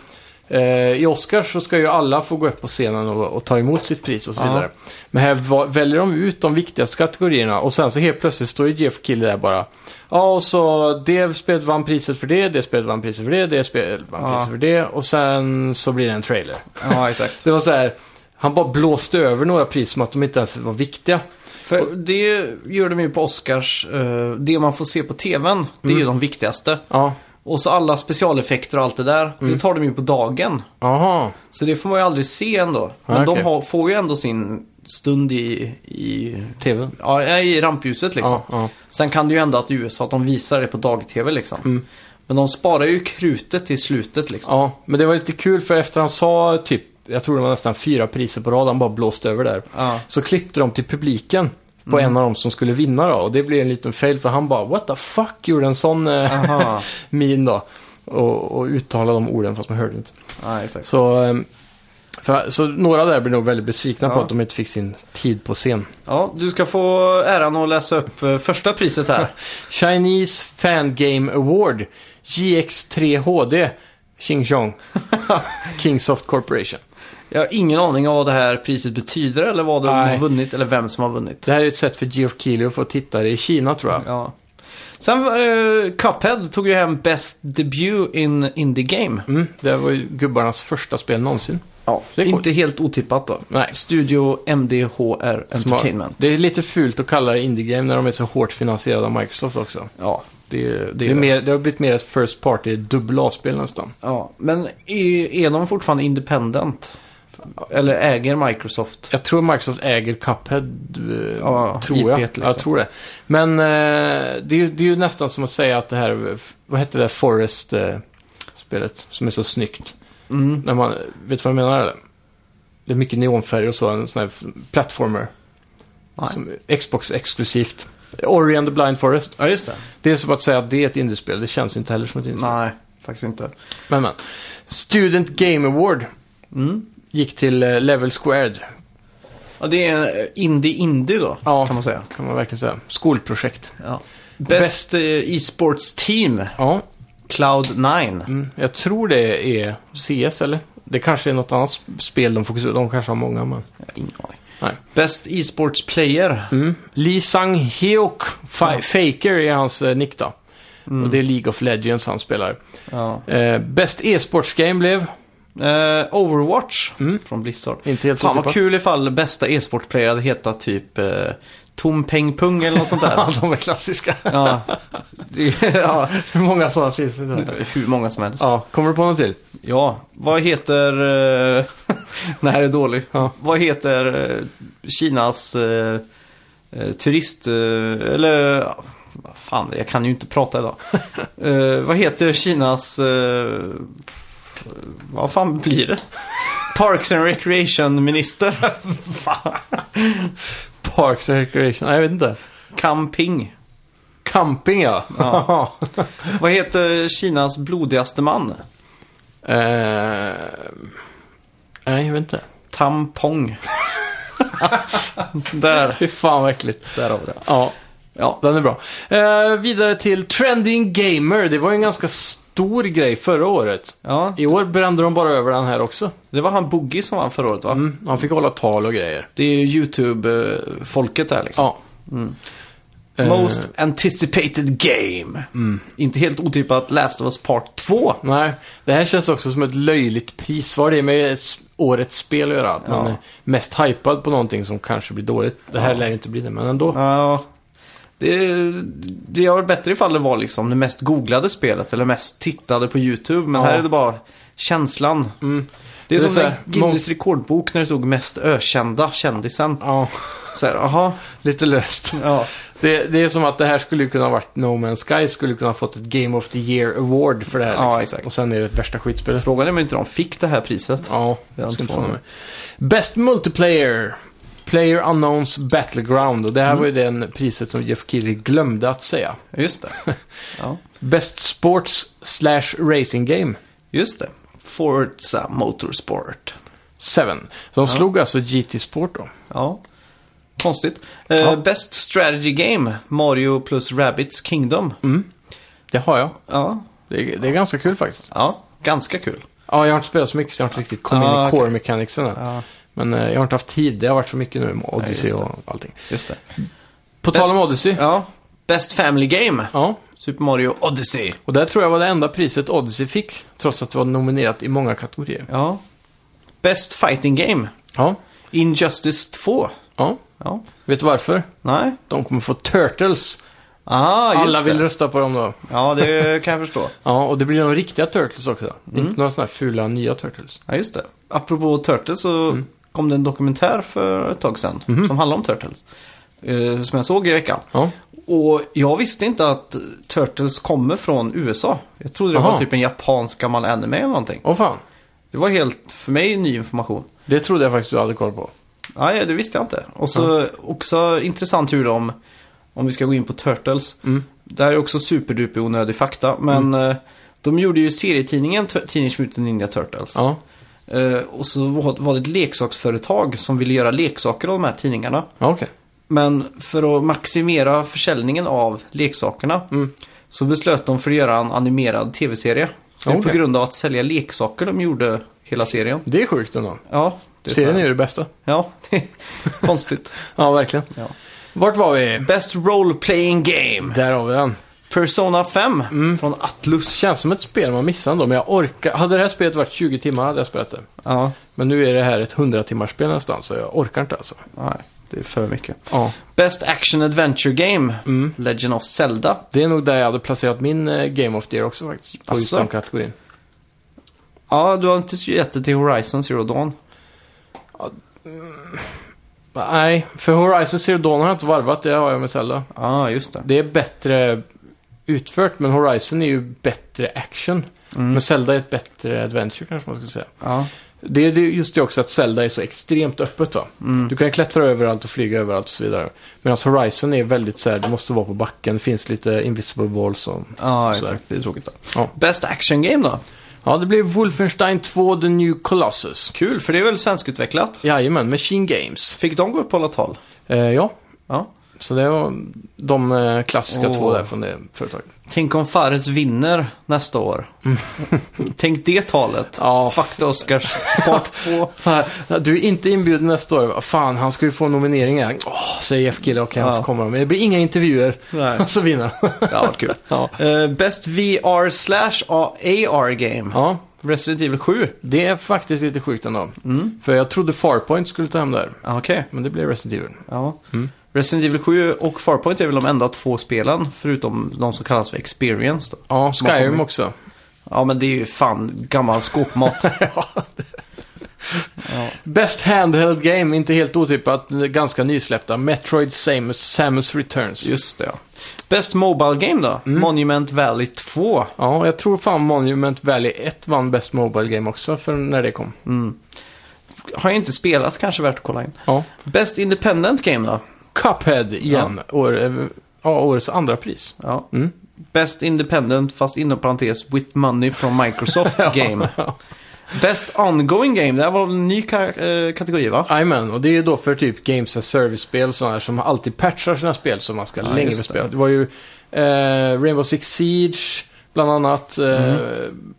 [SPEAKER 1] Eh, I Oscars så ska ju alla få gå upp på scenen och, och ta emot sitt pris och så
[SPEAKER 2] Ja.
[SPEAKER 1] vidare. Men här va- väljer de ut de viktigaste kategorierna och sen så helt plötsligt står ju Jeff Kille där bara. Ja, och så det spelet vann priset för det, det spelet vann priset för det, det spelet vann
[SPEAKER 2] Ja.
[SPEAKER 1] priset för det och sen så blir det en trailer.
[SPEAKER 2] Ja, exakt.
[SPEAKER 1] Det var så här, han bara blåste över några pris som att de inte ens var viktiga.
[SPEAKER 2] För det gör de ju på Oscars. eh, Det man får se på TVn, det är ju de viktigaste.
[SPEAKER 1] Ja,
[SPEAKER 2] Och så alla specialeffekter och allt det där, det tar de ju på dagen.
[SPEAKER 1] aha.
[SPEAKER 2] Så det får man ju aldrig se ändå. Men
[SPEAKER 1] Ah,
[SPEAKER 2] de
[SPEAKER 1] okej.
[SPEAKER 2] har, får ju ändå sin stund i, i,
[SPEAKER 1] TV.
[SPEAKER 2] ja, i rampljuset liksom.
[SPEAKER 1] Ja, ja.
[SPEAKER 2] Sen kan det ju ändå att i USA att de visar det på dag-tv liksom.
[SPEAKER 1] Mm.
[SPEAKER 2] Men de sparar ju krutet till slutet liksom.
[SPEAKER 1] Ja, men det var lite kul för efter han sa typ, jag tror det var nästan fyra priser på rad, han bara blåste över där.
[SPEAKER 2] Ja. Mm.
[SPEAKER 1] Så klippte de till publiken på en av dem som skulle vinna då. Och det blev en liten fail för han bara, what the fuck, gjorde en sån eh,
[SPEAKER 2] Aha.
[SPEAKER 1] min då. Och, och uttalade de orden fast man hörde inte.
[SPEAKER 2] Ja, exakt.
[SPEAKER 1] Så, eh, för, så några där blir nog väldigt besvikna på
[SPEAKER 2] Ja.
[SPEAKER 1] att de inte fick sin tid på scen.
[SPEAKER 2] Ja, du ska få äran att läsa upp eh, första priset här.
[SPEAKER 1] Chinese Fan Game Award, GX3 HD, Xing Chong, Kingsoft Corporation.
[SPEAKER 2] Jag har ingen aning om vad det här priset betyder eller vad de
[SPEAKER 1] Nej.
[SPEAKER 2] har vunnit eller vem som har vunnit.
[SPEAKER 1] Det här är ett sätt för Geoff Keighley att få tittare i Kina tror jag.
[SPEAKER 2] Ja. Sen, eh, Cuphead tog ju hem Best Debut in Indie Game.
[SPEAKER 1] Mm, det här var ju gubbarnas första spel någonsin.
[SPEAKER 2] Ja,
[SPEAKER 1] det är
[SPEAKER 2] inte
[SPEAKER 1] coolt.
[SPEAKER 2] helt otippat då.
[SPEAKER 1] Nej.
[SPEAKER 2] Studio MDHR
[SPEAKER 1] Som har-
[SPEAKER 2] Entertainment.
[SPEAKER 1] Det är lite fult att kalla det indie-game när de är så hårt finansierade av Microsoft också.
[SPEAKER 2] Ja, det, det,
[SPEAKER 1] Det, är mer, det har blivit mer ett First Party dubbel A-spel nästan.
[SPEAKER 2] Ja, men är, är de fortfarande independent? Eller äger Microsoft?
[SPEAKER 1] Jag tror Microsoft äger Cuphead, eh,
[SPEAKER 2] Ja,
[SPEAKER 1] tror
[SPEAKER 2] IP
[SPEAKER 1] jag.
[SPEAKER 2] liksom.
[SPEAKER 1] Jag tror det. Men eh, det, är, ju- det är ju nästan som att säga att det här, vad hette det där Forest-spelet som är så snyggt?
[SPEAKER 2] Mm.
[SPEAKER 1] När man, vet du vad jag menar eller? Det är mycket neonfärger och så, en sån här plattformer.
[SPEAKER 2] Nej.
[SPEAKER 1] Som Xbox exklusivt. Ori and the Blind Forest.
[SPEAKER 2] Ja, just det.
[SPEAKER 1] Det är som att säga att det är ett indiespel. Det känns inte heller som ett indiespel.
[SPEAKER 2] Nej, faktiskt inte.
[SPEAKER 1] Men, men. Student Game Award
[SPEAKER 2] Mm.
[SPEAKER 1] gick till eh, Level Squared.
[SPEAKER 2] Ja, det är indie-indie då,
[SPEAKER 1] Ja.
[SPEAKER 2] kan man säga.
[SPEAKER 1] Kan man verkligen säga. Skolprojekt.
[SPEAKER 2] Mm. Bäst eh, e-sports team,
[SPEAKER 1] Ja,
[SPEAKER 2] Cloud9.
[SPEAKER 1] mm. jag tror det är CS eller? Det kanske är något annat sp- spel de fokuserar De kanske har många men.
[SPEAKER 2] Ingen aning.
[SPEAKER 1] Nej.
[SPEAKER 2] Bäst e-sports player.
[SPEAKER 1] Mm. Lee Sang-hyuk, fa- Faker är hans eh, nick då.
[SPEAKER 2] Mm.
[SPEAKER 1] Och det är League of Legends han spelar.
[SPEAKER 2] Ja.
[SPEAKER 1] Eh, Bäst e-sportsgame blev,
[SPEAKER 2] Eh, Overwatch
[SPEAKER 1] Mm.
[SPEAKER 2] från Blizzard.
[SPEAKER 1] inte helt
[SPEAKER 2] Fan vad
[SPEAKER 1] otippat.
[SPEAKER 2] kul ifall bästa e-sport player hade hetat typ eh, Tom Peng Pung eller något sånt där.
[SPEAKER 1] Ja, de är klassiska.
[SPEAKER 2] ja. Det, ja.
[SPEAKER 1] Hur många sådana finns det? där?
[SPEAKER 2] Hur många som helst.
[SPEAKER 1] Ja, kommer du på något till?
[SPEAKER 2] Ja, vad heter... Eh, det här är dåligt.
[SPEAKER 1] Ja.
[SPEAKER 2] Vad heter eh, Kinas eh, eh, turist... Eh, eller... ja, vad Fan, jag kan ju inte prata idag. eh, vad heter Kinas... Eh, vad fan blir det? Parks and Recreation-minister.
[SPEAKER 1] Parks and Recreation? Nej, jag vet inte.
[SPEAKER 2] Camping.
[SPEAKER 1] Camping, ja.
[SPEAKER 2] Ja. Vad heter Kinas blodigaste man?
[SPEAKER 1] eh, nej, jag vet inte.
[SPEAKER 2] Tampong. Där.
[SPEAKER 1] Fy fan vad äckligt.
[SPEAKER 2] Där har vi det.
[SPEAKER 1] Ja,
[SPEAKER 2] Ja.
[SPEAKER 1] den är bra. Eh, vidare till Trending Gamer. Det var ju en ganska stor grej förra året.
[SPEAKER 2] Ja,
[SPEAKER 1] I år brände de bara över den här också.
[SPEAKER 2] Det var han Boogie som vann förra året va?
[SPEAKER 1] Mm, han fick hålla tal och grejer.
[SPEAKER 2] Det är ju YouTube-folket där liksom.
[SPEAKER 1] Ja. Eh,
[SPEAKER 2] Most anticipated game. Inte helt otippat Last of Us Part 2.
[SPEAKER 1] Nej, det här känns också som ett löjligt pris. Vad har det med s- årets spel att göra? Att man
[SPEAKER 2] Ja.
[SPEAKER 1] är mest hypad på någonting som kanske blir dåligt. Det här lär ju inte bli det, men ändå.
[SPEAKER 2] Ja, det, det hade varit bättre ifall det var liksom det mest googlade spelet eller mest tittade på YouTube. Men
[SPEAKER 1] Ja. Mm.
[SPEAKER 2] här är det bara känslan. Det är
[SPEAKER 1] Det är
[SPEAKER 2] som
[SPEAKER 1] så
[SPEAKER 2] den
[SPEAKER 1] här,
[SPEAKER 2] Guinness rekordbok när det stod mest ökända kändisen.
[SPEAKER 1] Ja,
[SPEAKER 2] Så här, aha,
[SPEAKER 1] lite löst.
[SPEAKER 2] ja.
[SPEAKER 1] Det, det är som att det här skulle ju kunna ha varit No Man's Sky, skulle kunna ha fått ett Game of the Year Award för det här.
[SPEAKER 2] Ja,
[SPEAKER 1] liksom.
[SPEAKER 2] exakt.
[SPEAKER 1] Och sen är det ett värsta skitspelet.
[SPEAKER 2] Frågan är om inte de fick det här priset.
[SPEAKER 1] Ja,
[SPEAKER 2] Det har
[SPEAKER 1] ska
[SPEAKER 2] inte
[SPEAKER 1] inte
[SPEAKER 2] fått
[SPEAKER 1] få Best Multiplayer. Player Unknowns Battleground. Och det här
[SPEAKER 2] Mm.
[SPEAKER 1] var ju den priset som Jeff Keighley glömde att säga.
[SPEAKER 2] Just det. Ja.
[SPEAKER 1] Best Sports slash Racing Game.
[SPEAKER 2] Just det. Forza Motorsport.
[SPEAKER 1] 7. Så de slog alltså GT Sport då.
[SPEAKER 2] Ja. Konstigt. Eh,
[SPEAKER 1] Ja.
[SPEAKER 2] Best Strategy Game. Mario plus Rabbids Kingdom.
[SPEAKER 1] Mm. Det har jag.
[SPEAKER 2] Ja.
[SPEAKER 1] Det är, det är ganska kul faktiskt.
[SPEAKER 2] ja, ganska kul.
[SPEAKER 1] Ja, jag har inte spelat så mycket så jag har inte riktigt kommit
[SPEAKER 2] Ah,
[SPEAKER 1] in i
[SPEAKER 2] okej.
[SPEAKER 1] core mechanicsen än.
[SPEAKER 2] Ja,
[SPEAKER 1] Men eh, jag har inte haft tid. Det har varit så mycket nu med Odyssey
[SPEAKER 2] just det.
[SPEAKER 1] och allting.
[SPEAKER 2] just det.
[SPEAKER 1] På
[SPEAKER 2] Bäst-
[SPEAKER 1] tal om Odyssey. Ja.
[SPEAKER 2] Ja, Best Family Game. Super Mario Odyssey.
[SPEAKER 1] Och där tror jag var det enda priset Odyssey fick. Trots att det var nominerat i många kategorier.
[SPEAKER 2] Ja. Best Fighting Game.
[SPEAKER 1] Ja.
[SPEAKER 2] Injustice 2.
[SPEAKER 1] Ja.
[SPEAKER 2] Ja.
[SPEAKER 1] Vet du varför?
[SPEAKER 2] Nej.
[SPEAKER 1] De kommer få Turtles.
[SPEAKER 2] Ah, just
[SPEAKER 1] Alla
[SPEAKER 2] det.
[SPEAKER 1] vill rösta på dem då.
[SPEAKER 2] Ja, det kan jag förstå.
[SPEAKER 1] Ja, och det blir de riktiga Turtles också.
[SPEAKER 2] Mm.
[SPEAKER 1] Inte några sådana här fula nya Turtles.
[SPEAKER 2] Ja, just det. Apropå Turtles så
[SPEAKER 1] Mm.
[SPEAKER 2] kom det en dokumentär för ett tag sedan som handlade om Turtles. eh, Som jag såg i veckan.
[SPEAKER 1] Mhm. Ja,
[SPEAKER 2] Och jag visste inte att Turtles kommer från USA. Jag trodde det
[SPEAKER 1] Aha.
[SPEAKER 2] var typ en japansk gammal anime eller någonting.
[SPEAKER 1] åh fan.
[SPEAKER 2] Det var helt, för mig, ny information.
[SPEAKER 1] Det trodde jag faktiskt du hade koll på.
[SPEAKER 2] Nej, det visste jag inte. Och så också intressant hur de, om vi ska gå in på Turtles.
[SPEAKER 1] Mm.
[SPEAKER 2] Det här är också superduper onödig fakta, men eh, de gjorde ju serietidningen Tur- Teenage Mutant Ninja Turtles.
[SPEAKER 1] Ja,
[SPEAKER 2] Eh, och så var var det ett leksaksföretag som ville göra leksaker av de här tidningarna.
[SPEAKER 1] ja okej.
[SPEAKER 2] Men för att maximera försäljningen av leksakerna
[SPEAKER 1] Mm.
[SPEAKER 2] så beslöt de för att göra en animerad tv-serie. Så det är
[SPEAKER 1] Okej.
[SPEAKER 2] på grund av att sälja leksaker de gjorde hela serien.
[SPEAKER 1] Det är sjukt ändå.
[SPEAKER 2] Ja, det är så
[SPEAKER 1] Serien
[SPEAKER 2] här.
[SPEAKER 1] är ju det bästa.
[SPEAKER 2] Ja, det är konstigt.
[SPEAKER 1] Ja, verkligen.
[SPEAKER 2] Ja.
[SPEAKER 1] Vart var vi?
[SPEAKER 2] Best Role Playing Game.
[SPEAKER 1] Där har vi den.
[SPEAKER 2] Persona 5 från Atlus.
[SPEAKER 1] Känns som ett spel man missar ändå, men jag orkar. Hade det här spelet varit 20 timmar hade jag spelat det.
[SPEAKER 2] Ja,
[SPEAKER 1] Men nu är det här ett 100 timmars spel nästan, så jag orkar inte alltså.
[SPEAKER 2] nej, det är för mycket. Mm.
[SPEAKER 1] Ja.
[SPEAKER 2] Best Action Adventure Game. Legend of Zelda.
[SPEAKER 1] Det är nog där jag hade placerat min eh, Game of the Year också faktiskt. På just
[SPEAKER 2] Asså?
[SPEAKER 1] den kategorin.
[SPEAKER 2] Ja, du har inte gett det till Horizon Zero Dawn.
[SPEAKER 1] Nej, för Horizon Zero Dawn har jag inte varvat, det har jag med Zelda.
[SPEAKER 2] Ja, just det.
[SPEAKER 1] Det är bättre utfört, men Horizon är ju bättre action. Men Zelda är ett bättre adventure kanske man skulle säga.
[SPEAKER 2] Ja,
[SPEAKER 1] Det är det- just det också att Zelda är så extremt öppet va. Du kan klättra överallt och flyga överallt och så vidare. Medan Horizon är väldigt så här, du måste vara på backen, det finns lite invisible walls och...
[SPEAKER 2] ja
[SPEAKER 1] Sådär.
[SPEAKER 2] exakt. Det är tråkigt. Då.
[SPEAKER 1] Ja.
[SPEAKER 2] Best Action Game då?
[SPEAKER 1] Ja, det blir Wolfenstein 2 The New Colossus.
[SPEAKER 2] Kul, för det är väl svenskutvecklat?
[SPEAKER 1] Jajamän, Machine Games.
[SPEAKER 2] Fick de gå upp och hålla tal?
[SPEAKER 1] Eh, ja,
[SPEAKER 2] Ja.
[SPEAKER 1] så det var de eh, klassiska
[SPEAKER 2] Åh.
[SPEAKER 1] två där från det företaget.
[SPEAKER 2] Tänk om Fares vinner nästa år. Tänk det talet.
[SPEAKER 1] Ja.
[SPEAKER 2] Fuck the Oscars. Part 2.
[SPEAKER 1] Så här, du är inte inbjuden nästa år. Vad Fan, han ska ju få nomineringar. Åh, säger Jeff Kille, okej, han
[SPEAKER 2] Ja.
[SPEAKER 1] får komma. Men det blir inga intervjuer.
[SPEAKER 2] Nej.
[SPEAKER 1] Och så vinner han.
[SPEAKER 2] Det hade varit kul.
[SPEAKER 1] ja.
[SPEAKER 2] Eh, best VR slash AR game.
[SPEAKER 1] ja,
[SPEAKER 2] Resident Evil 7.
[SPEAKER 1] det är faktiskt lite sjukt ändå.
[SPEAKER 2] Mm.
[SPEAKER 1] För jag trodde Farpoint skulle ta hem det här.
[SPEAKER 2] Ja, Okej.
[SPEAKER 1] Men det blev Resident Evil.
[SPEAKER 2] Ja.
[SPEAKER 1] Mm.
[SPEAKER 2] Resident Evil 7 och Farpoint är väl de enda två spelen, förutom de som kallas för Experience då.
[SPEAKER 1] Ja,
[SPEAKER 2] Som har
[SPEAKER 1] Skyrim
[SPEAKER 2] kommit.
[SPEAKER 1] också.
[SPEAKER 2] Ja, men det är ju fan gammal skåpmat.
[SPEAKER 1] Best handheld game, inte helt otippat, ganska nysläppta. Metroid Samus, Samus Returns.
[SPEAKER 2] Just det, ja. Best Mobile Game då?
[SPEAKER 1] Mm.
[SPEAKER 2] Monument Valley 2.
[SPEAKER 1] Ja, jag tror fan Monument Valley 1 vann Best Mobile Game också för när det kom.
[SPEAKER 2] Mm. Har jag inte spelat, kanske värt att kolla in.
[SPEAKER 1] Ja.
[SPEAKER 2] Best Independent Game då?
[SPEAKER 1] Cuphead igen, år, eh, ja, årets andra pris.
[SPEAKER 2] Ja.
[SPEAKER 1] Mm.
[SPEAKER 2] Best Independent, fast inom parentes, with money from Microsoft Game. Best Ongoing Game, det här var en ny ka- eh, kategori va?
[SPEAKER 1] Jajamän, och det är ju då för typ Games as Service-spel och sådana här som alltid patchar sina spel som man ska
[SPEAKER 2] Ja,
[SPEAKER 1] länge
[SPEAKER 2] just
[SPEAKER 1] spela. Det var ju eh, Rainbow Six Siege, bland annat. Eh,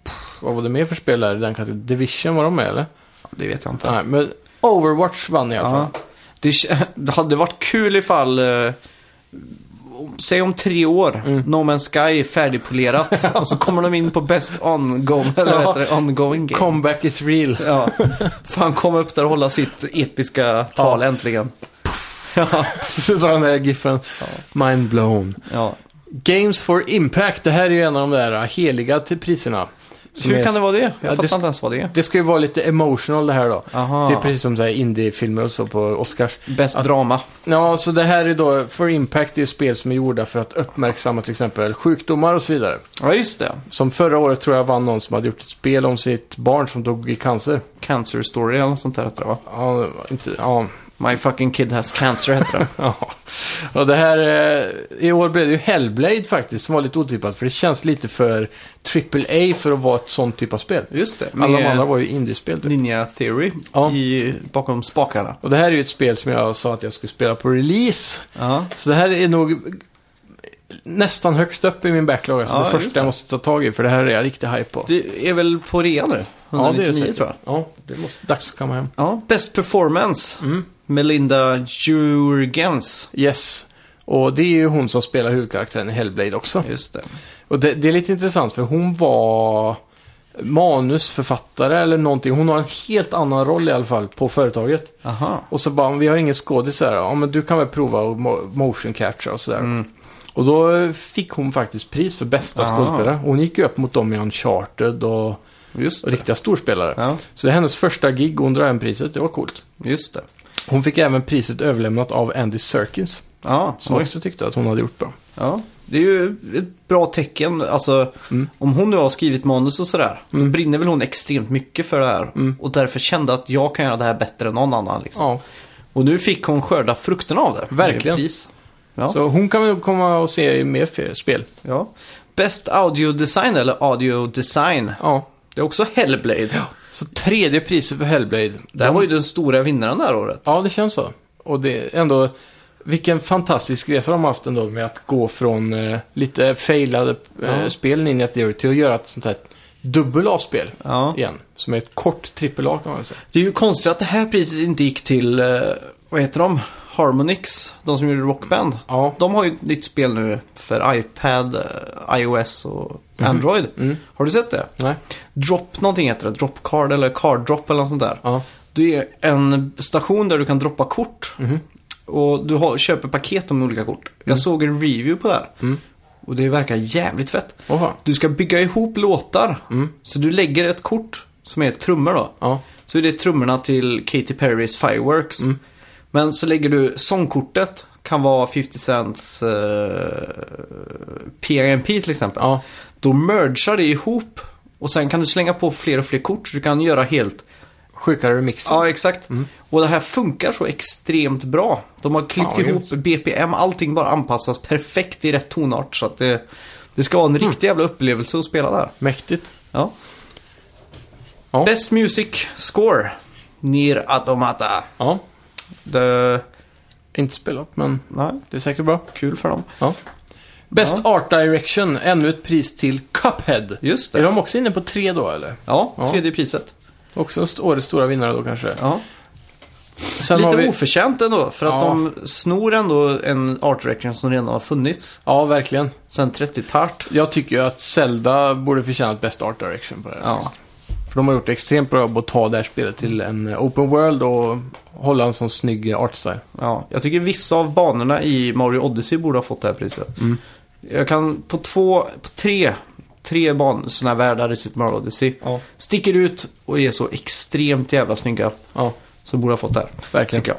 [SPEAKER 1] pff, Vad var det mer för spel där i den kategorin? Division var de med eller?
[SPEAKER 2] Det vet jag inte.
[SPEAKER 1] Nej, men Overwatch vann i alla fall.
[SPEAKER 2] Ja. Det, k- det hade varit kul ifall... Eh, om- Säg om tre år,
[SPEAKER 1] Mm.
[SPEAKER 2] No Man's Sky är färdigpolerat och så kommer de in på Best Ongoing, eller vad heter det, Ongoing Game.
[SPEAKER 1] Comeback is real.
[SPEAKER 2] Ja. Fan, kom upp där och hålla sitt episka tal
[SPEAKER 1] Ja.
[SPEAKER 2] äntligen. Ja.
[SPEAKER 1] Så drar den där giffen. Mind blown.
[SPEAKER 2] ja.
[SPEAKER 1] Games for Impact, det här är ju en av de där heliga till priserna. Som
[SPEAKER 2] Hur
[SPEAKER 1] är-
[SPEAKER 2] kan det vara det?
[SPEAKER 1] Ja,
[SPEAKER 2] Jag fattar
[SPEAKER 1] det-
[SPEAKER 2] inte ens vad det är.
[SPEAKER 1] Det ska ju vara lite emotional det här då.
[SPEAKER 2] Aha.
[SPEAKER 1] Det är precis som så här indiefilmer och så på Oscars.
[SPEAKER 2] Bäst drama.
[SPEAKER 1] Ja, så det här är då, för Impact är ju spel som är gjorda för att uppmärksamma till exempel sjukdomar och så vidare.
[SPEAKER 2] Ja, just det.
[SPEAKER 1] Som förra året tror jag vann någon som hade gjort ett spel om sitt barn som dog i cancer.
[SPEAKER 2] Cancer story eller något sånt där heter det va?
[SPEAKER 1] Ja, det var inte, ja,
[SPEAKER 2] My fucking kid has cancer heter det.
[SPEAKER 1] ja. Och det här, eh, i år blev det ju Hellblade faktiskt, som var lite otippat, för det känns lite för AAA för att vara ett sånt typ av spel.
[SPEAKER 2] Just det.
[SPEAKER 1] Alla de
[SPEAKER 2] med
[SPEAKER 1] andra var ju indiespel typ.
[SPEAKER 2] Ninja Theory
[SPEAKER 1] Ja.
[SPEAKER 2] i, bakom spakarna.
[SPEAKER 1] Och det här är ju ett spel som jag sa att jag skulle spela på release.
[SPEAKER 2] Ja.
[SPEAKER 1] Så det här är nog nästan högst upp i min backlog. Alltså
[SPEAKER 2] Ja,
[SPEAKER 1] det
[SPEAKER 2] just
[SPEAKER 1] första
[SPEAKER 2] det.
[SPEAKER 1] jag måste ta tag i, för det här är jag riktigt hype på.
[SPEAKER 2] Det är väl på rea nu? 199 tror jag.
[SPEAKER 1] Ja, det måste... Dags att komma hem.
[SPEAKER 2] Ja, Best Performance. Melinda Jurgens.
[SPEAKER 1] Yes. Och det är ju hon som spelar huvudkaraktären i Hellblade också.
[SPEAKER 2] Just det.
[SPEAKER 1] Och det, det är lite intressant för hon var manusförfattare eller någonting. Hon har en helt annan roll i alla fall på företaget.
[SPEAKER 2] Aha.
[SPEAKER 1] Och så bara, vi har ingen skådis här. Ja, men du kan väl prova och mo- motion capture och sådär.
[SPEAKER 2] Mm.
[SPEAKER 1] Och då fick hon faktiskt pris för bästa
[SPEAKER 2] Ah.
[SPEAKER 1] skådespelare. Hon gick ju upp mot dem i Uncharted och, och
[SPEAKER 2] Just det.
[SPEAKER 1] riktiga storspelare.
[SPEAKER 2] Ja,
[SPEAKER 1] Så det är hennes första gig och hon drar hem priset. Det var coolt.
[SPEAKER 2] just det.
[SPEAKER 1] Hon fick även priset överlämnat av Andy Serkins.
[SPEAKER 2] Ja,
[SPEAKER 1] Som
[SPEAKER 2] oj.
[SPEAKER 1] också tyckte att hon hade gjort bra.
[SPEAKER 2] ja, det är ju ett bra tecken. Alltså,
[SPEAKER 1] Mm.
[SPEAKER 2] om hon nu har skrivit manus och sådär, då brinner väl hon extremt mycket för det här.
[SPEAKER 1] Mm.
[SPEAKER 2] Och därför kände att jag kan göra det här bättre än någon annan. Liksom.
[SPEAKER 1] Ja.
[SPEAKER 2] Och nu fick hon skörda frukterna av det.
[SPEAKER 1] Verkligen.
[SPEAKER 2] Det är pris. Ja.
[SPEAKER 1] Så hon kan väl komma och se i mer fe- spel.
[SPEAKER 2] Ja. Best Audio Design eller Audio Design.
[SPEAKER 1] Ja.
[SPEAKER 2] Det är också Hellblade.
[SPEAKER 1] Så tredje priset för Hellblade.
[SPEAKER 2] Det här var ju den stora vinnaren det här året.
[SPEAKER 1] Ja, det känns så. Och det är ändå... Vilken fantastisk resa de har haft ändå med att gå från eh, lite failade eh,
[SPEAKER 2] Ja.
[SPEAKER 1] spel Ninja Theory till att göra ett sånt här dubbel A-spel
[SPEAKER 2] Ja.
[SPEAKER 1] igen. Som är ett kort trippel A kan man väl säga.
[SPEAKER 2] Det är ju konstigt att det här priset inte gick till, eh, vad heter de? Harmonix, de som gjorde Rockband.
[SPEAKER 1] Ja.
[SPEAKER 2] De har ju ett nytt spel nu för iPad, eh, iOS och Android. Har du sett det?
[SPEAKER 1] Nej.
[SPEAKER 2] Drop någonting heter det, Drop Card eller Card Drop eller något sånt där.
[SPEAKER 1] Ja.
[SPEAKER 2] Det är en station där du kan droppa kort. Och du har, köper paket om olika kort. Jag såg en review på det här. Och det verkar jävligt fett.
[SPEAKER 1] Åh fan. Mm,
[SPEAKER 2] Du ska bygga ihop låtar. Så du lägger ett kort som är trummor då.
[SPEAKER 1] Ja.
[SPEAKER 2] Så är det trummorna till Katy Perrys Fireworks.
[SPEAKER 1] Mm.
[SPEAKER 2] Men så lägger du sångkortet. Kan vara 50 Cents eh, PMP till exempel.
[SPEAKER 1] Ja.
[SPEAKER 2] Då mergar det ihop. Och sen kan du slänga på fler och fler kort. Så du kan göra helt
[SPEAKER 1] Sjukare remixer.
[SPEAKER 2] Ja, exakt.
[SPEAKER 1] Mm.
[SPEAKER 2] Och det här funkar så extremt bra. De har klippt
[SPEAKER 1] Ja,
[SPEAKER 2] ihop BPM, allting bara anpassas perfekt i rätt tonart. Så att det, det ska vara
[SPEAKER 1] Mm.
[SPEAKER 2] en riktig jävla upplevelse att spela där.
[SPEAKER 1] Mäktigt.
[SPEAKER 2] Ja.
[SPEAKER 1] Ja.
[SPEAKER 2] Best Music Score. Nier Automata.
[SPEAKER 1] Ja.
[SPEAKER 2] Det,
[SPEAKER 1] Inte spelat, men
[SPEAKER 2] nej,
[SPEAKER 1] det är säkert bra.
[SPEAKER 2] kul för dem.
[SPEAKER 1] Ja. Best Art Direction, ännu ett pris till Cuphead.
[SPEAKER 2] Just
[SPEAKER 1] Är
[SPEAKER 2] det.
[SPEAKER 1] de också inne på tre då, eller?
[SPEAKER 2] Ja,
[SPEAKER 1] Ja.
[SPEAKER 2] tredje priset.
[SPEAKER 1] Också st- årets stora vinnare då kanske.
[SPEAKER 2] Ja.
[SPEAKER 1] Sen
[SPEAKER 2] Lite
[SPEAKER 1] har vi...
[SPEAKER 2] oförtjänt ändå, för att
[SPEAKER 1] Ja.
[SPEAKER 2] de snor ändå en art direction som redan har funnits.
[SPEAKER 1] Ja, verkligen.
[SPEAKER 2] Sen 30-tart.
[SPEAKER 1] Jag tycker ju att Zelda borde förtjäna ett Best Art Direction på det här.
[SPEAKER 2] Ja.
[SPEAKER 1] faktiskt. För de har gjort extremt bra jobb att ta det här spelet till en eh, open world och hålla en sån snygg eh, artstyle.
[SPEAKER 2] Ja, jag tycker vissa av banorna i Mario Odyssey borde ha fått det här priset.
[SPEAKER 1] Mm.
[SPEAKER 2] Jag kan på två, på tre, tre banor, sådana här världar i Super Mario Odyssey.
[SPEAKER 1] Ja.
[SPEAKER 2] Sticker ut och är så extremt jävla snygga.
[SPEAKER 1] Ja,
[SPEAKER 2] Så borde ha fått det här,
[SPEAKER 1] verkligen.
[SPEAKER 2] tycker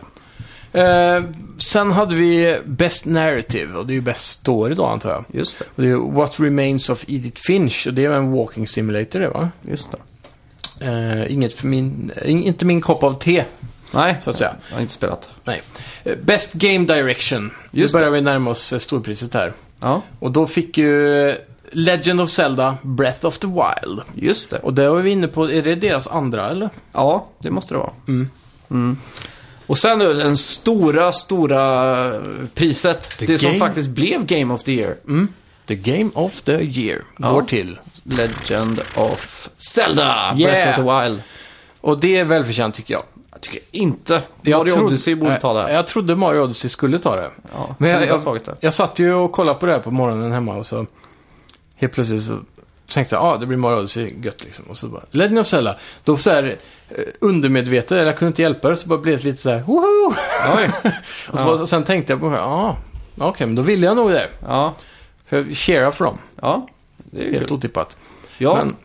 [SPEAKER 2] jag.
[SPEAKER 1] Eh, sen hade vi Best Narrative och det är ju Best Story då antar jag.
[SPEAKER 2] Just det.
[SPEAKER 1] Och det är ju What Remains of Edith Finch och det är ju en walking simulator det va?
[SPEAKER 2] Just det.
[SPEAKER 1] Eh, inget för min, in, inte min kopp av te,
[SPEAKER 2] Nej,
[SPEAKER 1] så att säga.
[SPEAKER 2] jag har inte spelat.
[SPEAKER 1] Nej. Eh, Best Game Direction.
[SPEAKER 2] Just
[SPEAKER 1] nu börjar vi närma oss eh, storpriset här.
[SPEAKER 2] Ja,
[SPEAKER 1] Och då fick ju Legend of Zelda Breath of the Wild.
[SPEAKER 2] just det.
[SPEAKER 1] Och det var vi inne på, är det deras andra eller?
[SPEAKER 2] Ja, det måste det vara. Mm. Och sen nu, den stora, stora eh, priset.
[SPEAKER 1] The
[SPEAKER 2] det som
[SPEAKER 1] Game- Mm.
[SPEAKER 2] faktiskt blev Game of the Year.
[SPEAKER 1] The Game of the Year går till.
[SPEAKER 2] Legend of Zelda! Breath
[SPEAKER 1] Yeah.
[SPEAKER 2] of the Wild.
[SPEAKER 1] Och det är välförtjänt tycker jag.
[SPEAKER 2] Jag tycker inte.
[SPEAKER 1] jag
[SPEAKER 2] Mario
[SPEAKER 1] trodde-
[SPEAKER 2] Odyssey borde
[SPEAKER 1] Nej,
[SPEAKER 2] ta det här.
[SPEAKER 1] Jag trodde Mario Odyssey skulle ta det.
[SPEAKER 2] Ja,
[SPEAKER 1] Men jag,
[SPEAKER 2] borde ha
[SPEAKER 1] jag,
[SPEAKER 2] tagit det.
[SPEAKER 1] jag satt ju och kollade på det här på morgonen hemma och så helt plötsligt så tänkte jag, ja ah, det blir Mario Odyssey, gött liksom. Och så bara, Legend of Zelda. Då så här eh, undermedvetet, eller jag kunde inte hjälpa det, så bara blev det lite så här, woho!
[SPEAKER 2] Oj.
[SPEAKER 1] Och, så bara, och sen tänkte jag på det, här, ja, okej, men då ville jag nog det.
[SPEAKER 2] Ja,
[SPEAKER 1] För jag cheerar för dem.
[SPEAKER 2] ja. Det är ju
[SPEAKER 1] Helt
[SPEAKER 2] kul.
[SPEAKER 1] otippat.
[SPEAKER 2] Ja,
[SPEAKER 1] Men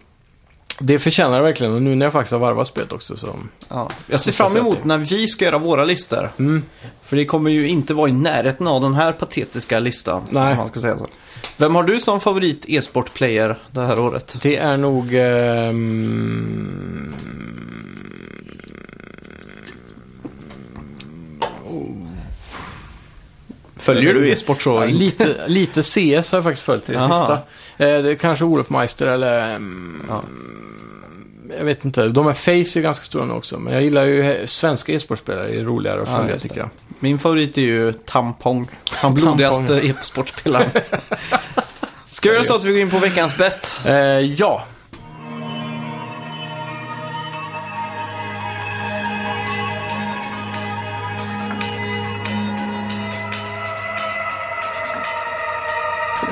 [SPEAKER 1] det förtjänar det verkligen och nu när jag faktiskt har varvat spelet också så...
[SPEAKER 2] ja. Jag Mm. ser fram emot när vi ska göra våra listor. För det kommer ju inte vara i närheten av den här patetiska listan.
[SPEAKER 1] Nej.
[SPEAKER 2] om Man ska säga så. Vem har du som favorit e-sport-player det här året?
[SPEAKER 1] Det är nog... ehm,
[SPEAKER 2] Följer du e-sport så?
[SPEAKER 1] ja, lite, lite CS har jag faktiskt följt i det
[SPEAKER 2] Aha.
[SPEAKER 1] sista. Eh, det är kanske Olof Meister eller... ehm,
[SPEAKER 2] Ja.
[SPEAKER 1] Jag vet inte. De här Face är ganska stora nu också. Men jag gillar ju he- svenska e-sportspelare. Det är roligare att
[SPEAKER 2] Ja,
[SPEAKER 1] följa
[SPEAKER 2] just det.
[SPEAKER 1] tycker jag.
[SPEAKER 2] Min favorit är ju Tampong. Han blodigaste e-sportspelaren. Ska vi göra så att vi går in på veckans bett?
[SPEAKER 1] Eh, ja.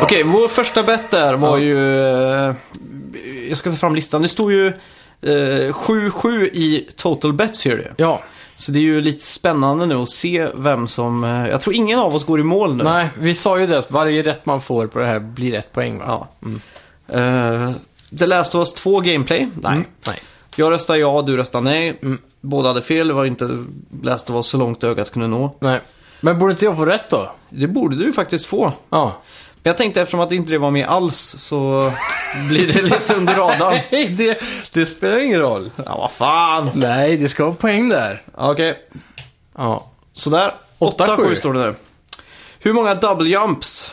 [SPEAKER 2] Okej, vår första bet där var ju... eh, Jag ska ta fram listan. Det stod ju eh, 7-7 i total bets gör det.
[SPEAKER 1] Ja.
[SPEAKER 2] Så det är ju lite spännande nu att se vem som... eh, Jag tror ingen av oss går i mål nu.
[SPEAKER 1] Nej, vi sa ju det att varje rätt man får på det här blir ett poäng va?
[SPEAKER 2] Ja. Eh, The Last of Us 2 Gameplay? Nej.
[SPEAKER 1] Nej.
[SPEAKER 2] Jag röstar ja, du röstar nej.
[SPEAKER 1] Mm.
[SPEAKER 2] Båda hade fel, det var inte Last of Us så långt ögat kunde nå.
[SPEAKER 1] Nej. Men borde inte jag få rätt då?
[SPEAKER 2] Det borde du ju faktiskt få.
[SPEAKER 1] Ja.
[SPEAKER 2] Men jag tänkte eftersom att inte det var med alls så blir det lite under radarn.
[SPEAKER 1] Nej, det, det spelar ingen roll.
[SPEAKER 2] Ja, vad fan.
[SPEAKER 1] Nej, det ska vara poäng där.
[SPEAKER 2] Ja, Okej,
[SPEAKER 1] Ja.
[SPEAKER 2] sådär.
[SPEAKER 1] Åtta,
[SPEAKER 2] 8-7
[SPEAKER 1] sju. Mm.
[SPEAKER 2] står det nu. Hur många double jumps?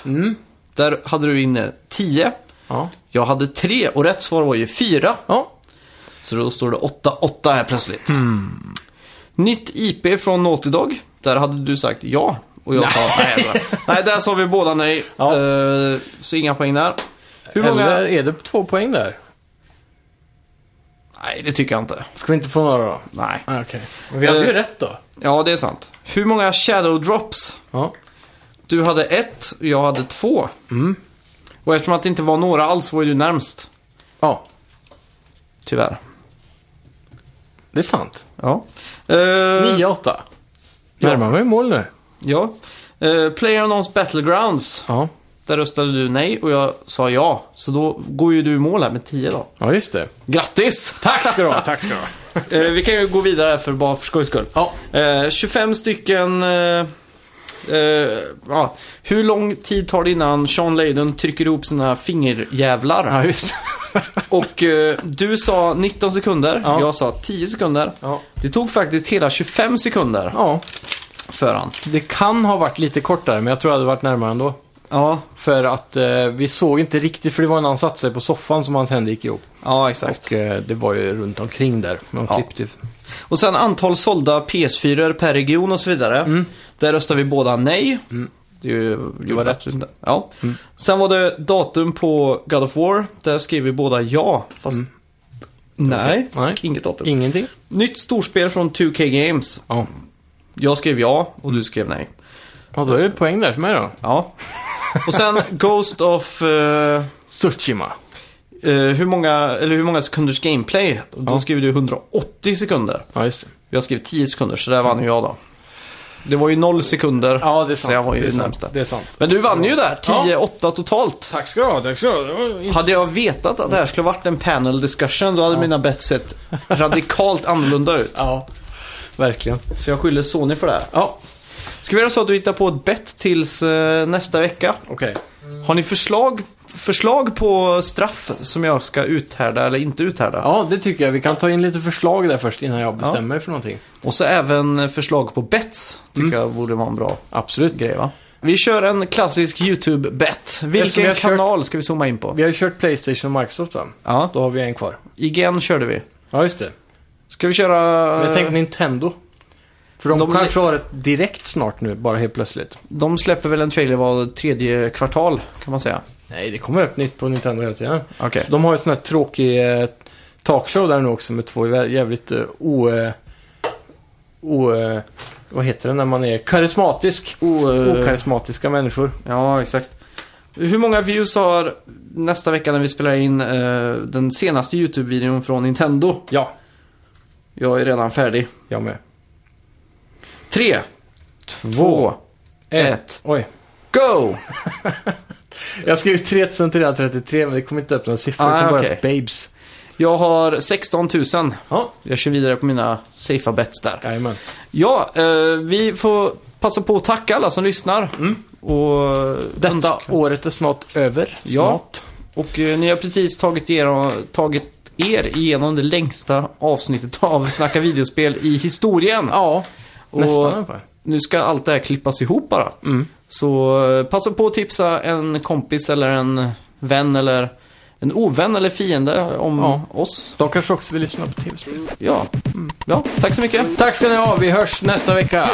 [SPEAKER 2] Där hade du inne 10.
[SPEAKER 1] Ja.
[SPEAKER 2] Jag hade 3 och rätt svar var ju 4.
[SPEAKER 1] Ja.
[SPEAKER 2] Så då står det 8-8 här plötsligt. Hmm. Nytt IP från Naughty Dog. Där hade du sagt ja. Och jag sa nej. va? Nej, där sa vi båda nej.
[SPEAKER 1] Ja.
[SPEAKER 2] Eh, så inga poäng där. Hur många?
[SPEAKER 1] Eller är det två poäng där?
[SPEAKER 2] Nej, det tycker jag inte.
[SPEAKER 1] Ska vi inte få några då?
[SPEAKER 2] Nej.
[SPEAKER 1] Ah, Okej. Men Vi hade ju
[SPEAKER 2] Eh.
[SPEAKER 1] rätt då.
[SPEAKER 2] Ja, det är sant. Hur många shadow drops?
[SPEAKER 1] Ja.
[SPEAKER 2] Du hade ett, och jag hade två. Och eftersom att det inte var några alls var ju du närmst.
[SPEAKER 1] Ja,
[SPEAKER 2] Tyvärr.
[SPEAKER 1] det är sant.
[SPEAKER 2] Ja. Eh,
[SPEAKER 1] 9-8. Närmar mig mål nu.
[SPEAKER 2] ja. Uh, Player Battlegrounds.
[SPEAKER 1] Ja.
[SPEAKER 2] Där röstade du nej och jag sa ja. Så då går ju du i mål här med 10 då.
[SPEAKER 1] Ja, just det.
[SPEAKER 2] Grattis!
[SPEAKER 1] Tack ska du ha, tack ska du ha.
[SPEAKER 2] Eh, vi kan ju gå vidare här för bara för skojs skull.
[SPEAKER 1] Ja.
[SPEAKER 2] Eh, 25 stycken... eh, eh, ja. Hur lång tid tar det innan Sean Layden trycker ihop sina fingerjävlar?
[SPEAKER 1] Ja, just
[SPEAKER 2] Och eh, du sa 19 sekunder,
[SPEAKER 1] Ja.
[SPEAKER 2] jag sa 10 sekunder.
[SPEAKER 1] Ja.
[SPEAKER 2] Det tog faktiskt hela 25 sekunder
[SPEAKER 1] Ja,
[SPEAKER 2] för han.
[SPEAKER 1] det kan ha varit lite kortare, men jag tror det hade varit närmare ändå.
[SPEAKER 2] Ja,
[SPEAKER 1] För att eh, vi såg inte riktigt, för det var när han satte sig på soffan som hans händer gick ihop.
[SPEAKER 2] ja exakt.
[SPEAKER 1] Och eh, det var ju runt omkring där. Man
[SPEAKER 2] Ja.
[SPEAKER 1] klippte ju.
[SPEAKER 2] Och sen antal sålda PS4 per region och så vidare. Där röstar vi båda nej. Det, är ju, det
[SPEAKER 1] Mm. var rätt. Mm.
[SPEAKER 2] Ja. Sen var det datum på God of War. Där skrev vi båda ja. Fast nej,
[SPEAKER 1] Mm. Nej.
[SPEAKER 2] inget datum.
[SPEAKER 1] Ingenting.
[SPEAKER 2] Nytt storspel från 2K Games.
[SPEAKER 1] Ja.
[SPEAKER 2] Jag skrev ja och du skrev nej.
[SPEAKER 1] ja, då är det poäng där för mig då.
[SPEAKER 2] Ja. Och sen Ghost of... eh,
[SPEAKER 1] Tsushima.
[SPEAKER 2] Eh, hur, många, eller hur många sekunders gameplay? Och Då
[SPEAKER 1] Ja.
[SPEAKER 2] skriver du 180 sekunder.
[SPEAKER 1] Ja, just det.
[SPEAKER 2] Jag skrev 10 sekunder, så där vann ju jag då. Det var ju 0 sekunder.
[SPEAKER 1] Ja, det är sant.
[SPEAKER 2] Så jag var ju
[SPEAKER 1] det är sant.
[SPEAKER 2] närmst där.
[SPEAKER 1] Det är sant.
[SPEAKER 2] Men du vann ju där, 10-8 totalt.
[SPEAKER 1] Tack ska du ha, tack ska du ha. Det var-
[SPEAKER 2] Hade jag vetat att det här skulle varit en panel discussion, då hade mina bets sett radikalt annorlunda ut.
[SPEAKER 1] Ja, verkligen.
[SPEAKER 2] Så jag skyller Sony för det här.
[SPEAKER 1] Ja,
[SPEAKER 2] Ska vi göra så att du hittar på ett bett tills eh, nästa vecka?
[SPEAKER 1] okej. Mm.
[SPEAKER 2] Har ni förslag, förslag på straff som jag ska uthärda eller inte uthärda?
[SPEAKER 1] Ja, det tycker jag. Vi kan ta in lite förslag där först innan jag bestämmer mig för någonting.
[SPEAKER 2] Och så även förslag på bets tycker
[SPEAKER 1] Mm.
[SPEAKER 2] jag borde vara en bra
[SPEAKER 1] Absolut.
[SPEAKER 2] grej va? Vi kör en klassisk YouTube-bet.
[SPEAKER 1] Eftersom vi
[SPEAKER 2] Vilken
[SPEAKER 1] har kört-
[SPEAKER 2] kanal ska vi zooma in på?
[SPEAKER 1] Vi har ju kört Playstation och Microsoft va?
[SPEAKER 2] Ja,
[SPEAKER 1] Då har vi en kvar.
[SPEAKER 2] IGN körde vi.
[SPEAKER 1] Ja, just det.
[SPEAKER 2] Ska vi köra...
[SPEAKER 1] Men jag tänkte Nintendo. För de,
[SPEAKER 2] Eh, de-
[SPEAKER 1] kanske har ett direkt snart nu, bara helt plötsligt.
[SPEAKER 2] De släpper väl en trailer var tredje kvartal kan man säga.
[SPEAKER 1] Nej, det kommer upp nytt på Nintendo hela tiden.
[SPEAKER 2] Okej.
[SPEAKER 1] De har ju sån här tråkig eh, talkshow där nu också med två jä- jävligt eh, o... eh, o eh, vad heter det när man är karismatisk?
[SPEAKER 2] eh,
[SPEAKER 1] Okarismatiska människor.
[SPEAKER 2] Ja, exakt. Hur många views har nästa vecka när vi spelar in eh, den senaste YouTube-videon från Nintendo?
[SPEAKER 1] Ja,
[SPEAKER 2] Jag är redan färdig.
[SPEAKER 1] jag med.
[SPEAKER 2] Tre, två, ett,
[SPEAKER 1] Oj.
[SPEAKER 2] go!
[SPEAKER 1] Jag skrev 3333 men det kom inte upp några siffror.
[SPEAKER 2] Ah,
[SPEAKER 1] det kom
[SPEAKER 2] okej.
[SPEAKER 1] bara babes.
[SPEAKER 2] Jag har 16 000.
[SPEAKER 1] Ja,
[SPEAKER 2] Jag kör vidare på mina safea bets där.
[SPEAKER 1] jajamän.
[SPEAKER 2] Ja, eh, vi får passa på att tacka alla som lyssnar.
[SPEAKER 1] Mm.
[SPEAKER 2] Och,
[SPEAKER 1] Detta
[SPEAKER 2] önska-
[SPEAKER 1] året är snart över. Snart.
[SPEAKER 2] Ja. och eh, ni har precis tagit er, tagit er igenom det längsta avsnittet av Snacka videospel i historien.
[SPEAKER 1] ja
[SPEAKER 2] och
[SPEAKER 1] nästan i alla fall.
[SPEAKER 2] nu ska allt det här klippas ihop bara.
[SPEAKER 1] Mm.
[SPEAKER 2] Så eh, passa på att tipsa en kompis eller en vän eller en ovän eller fiende om
[SPEAKER 1] Ja. Mm.
[SPEAKER 2] oss.
[SPEAKER 1] De kanske också vill lyssna på tv-spel.
[SPEAKER 2] Ja. ja, tack så mycket.
[SPEAKER 1] Tack ska ni ha, vi hörs nästa vecka.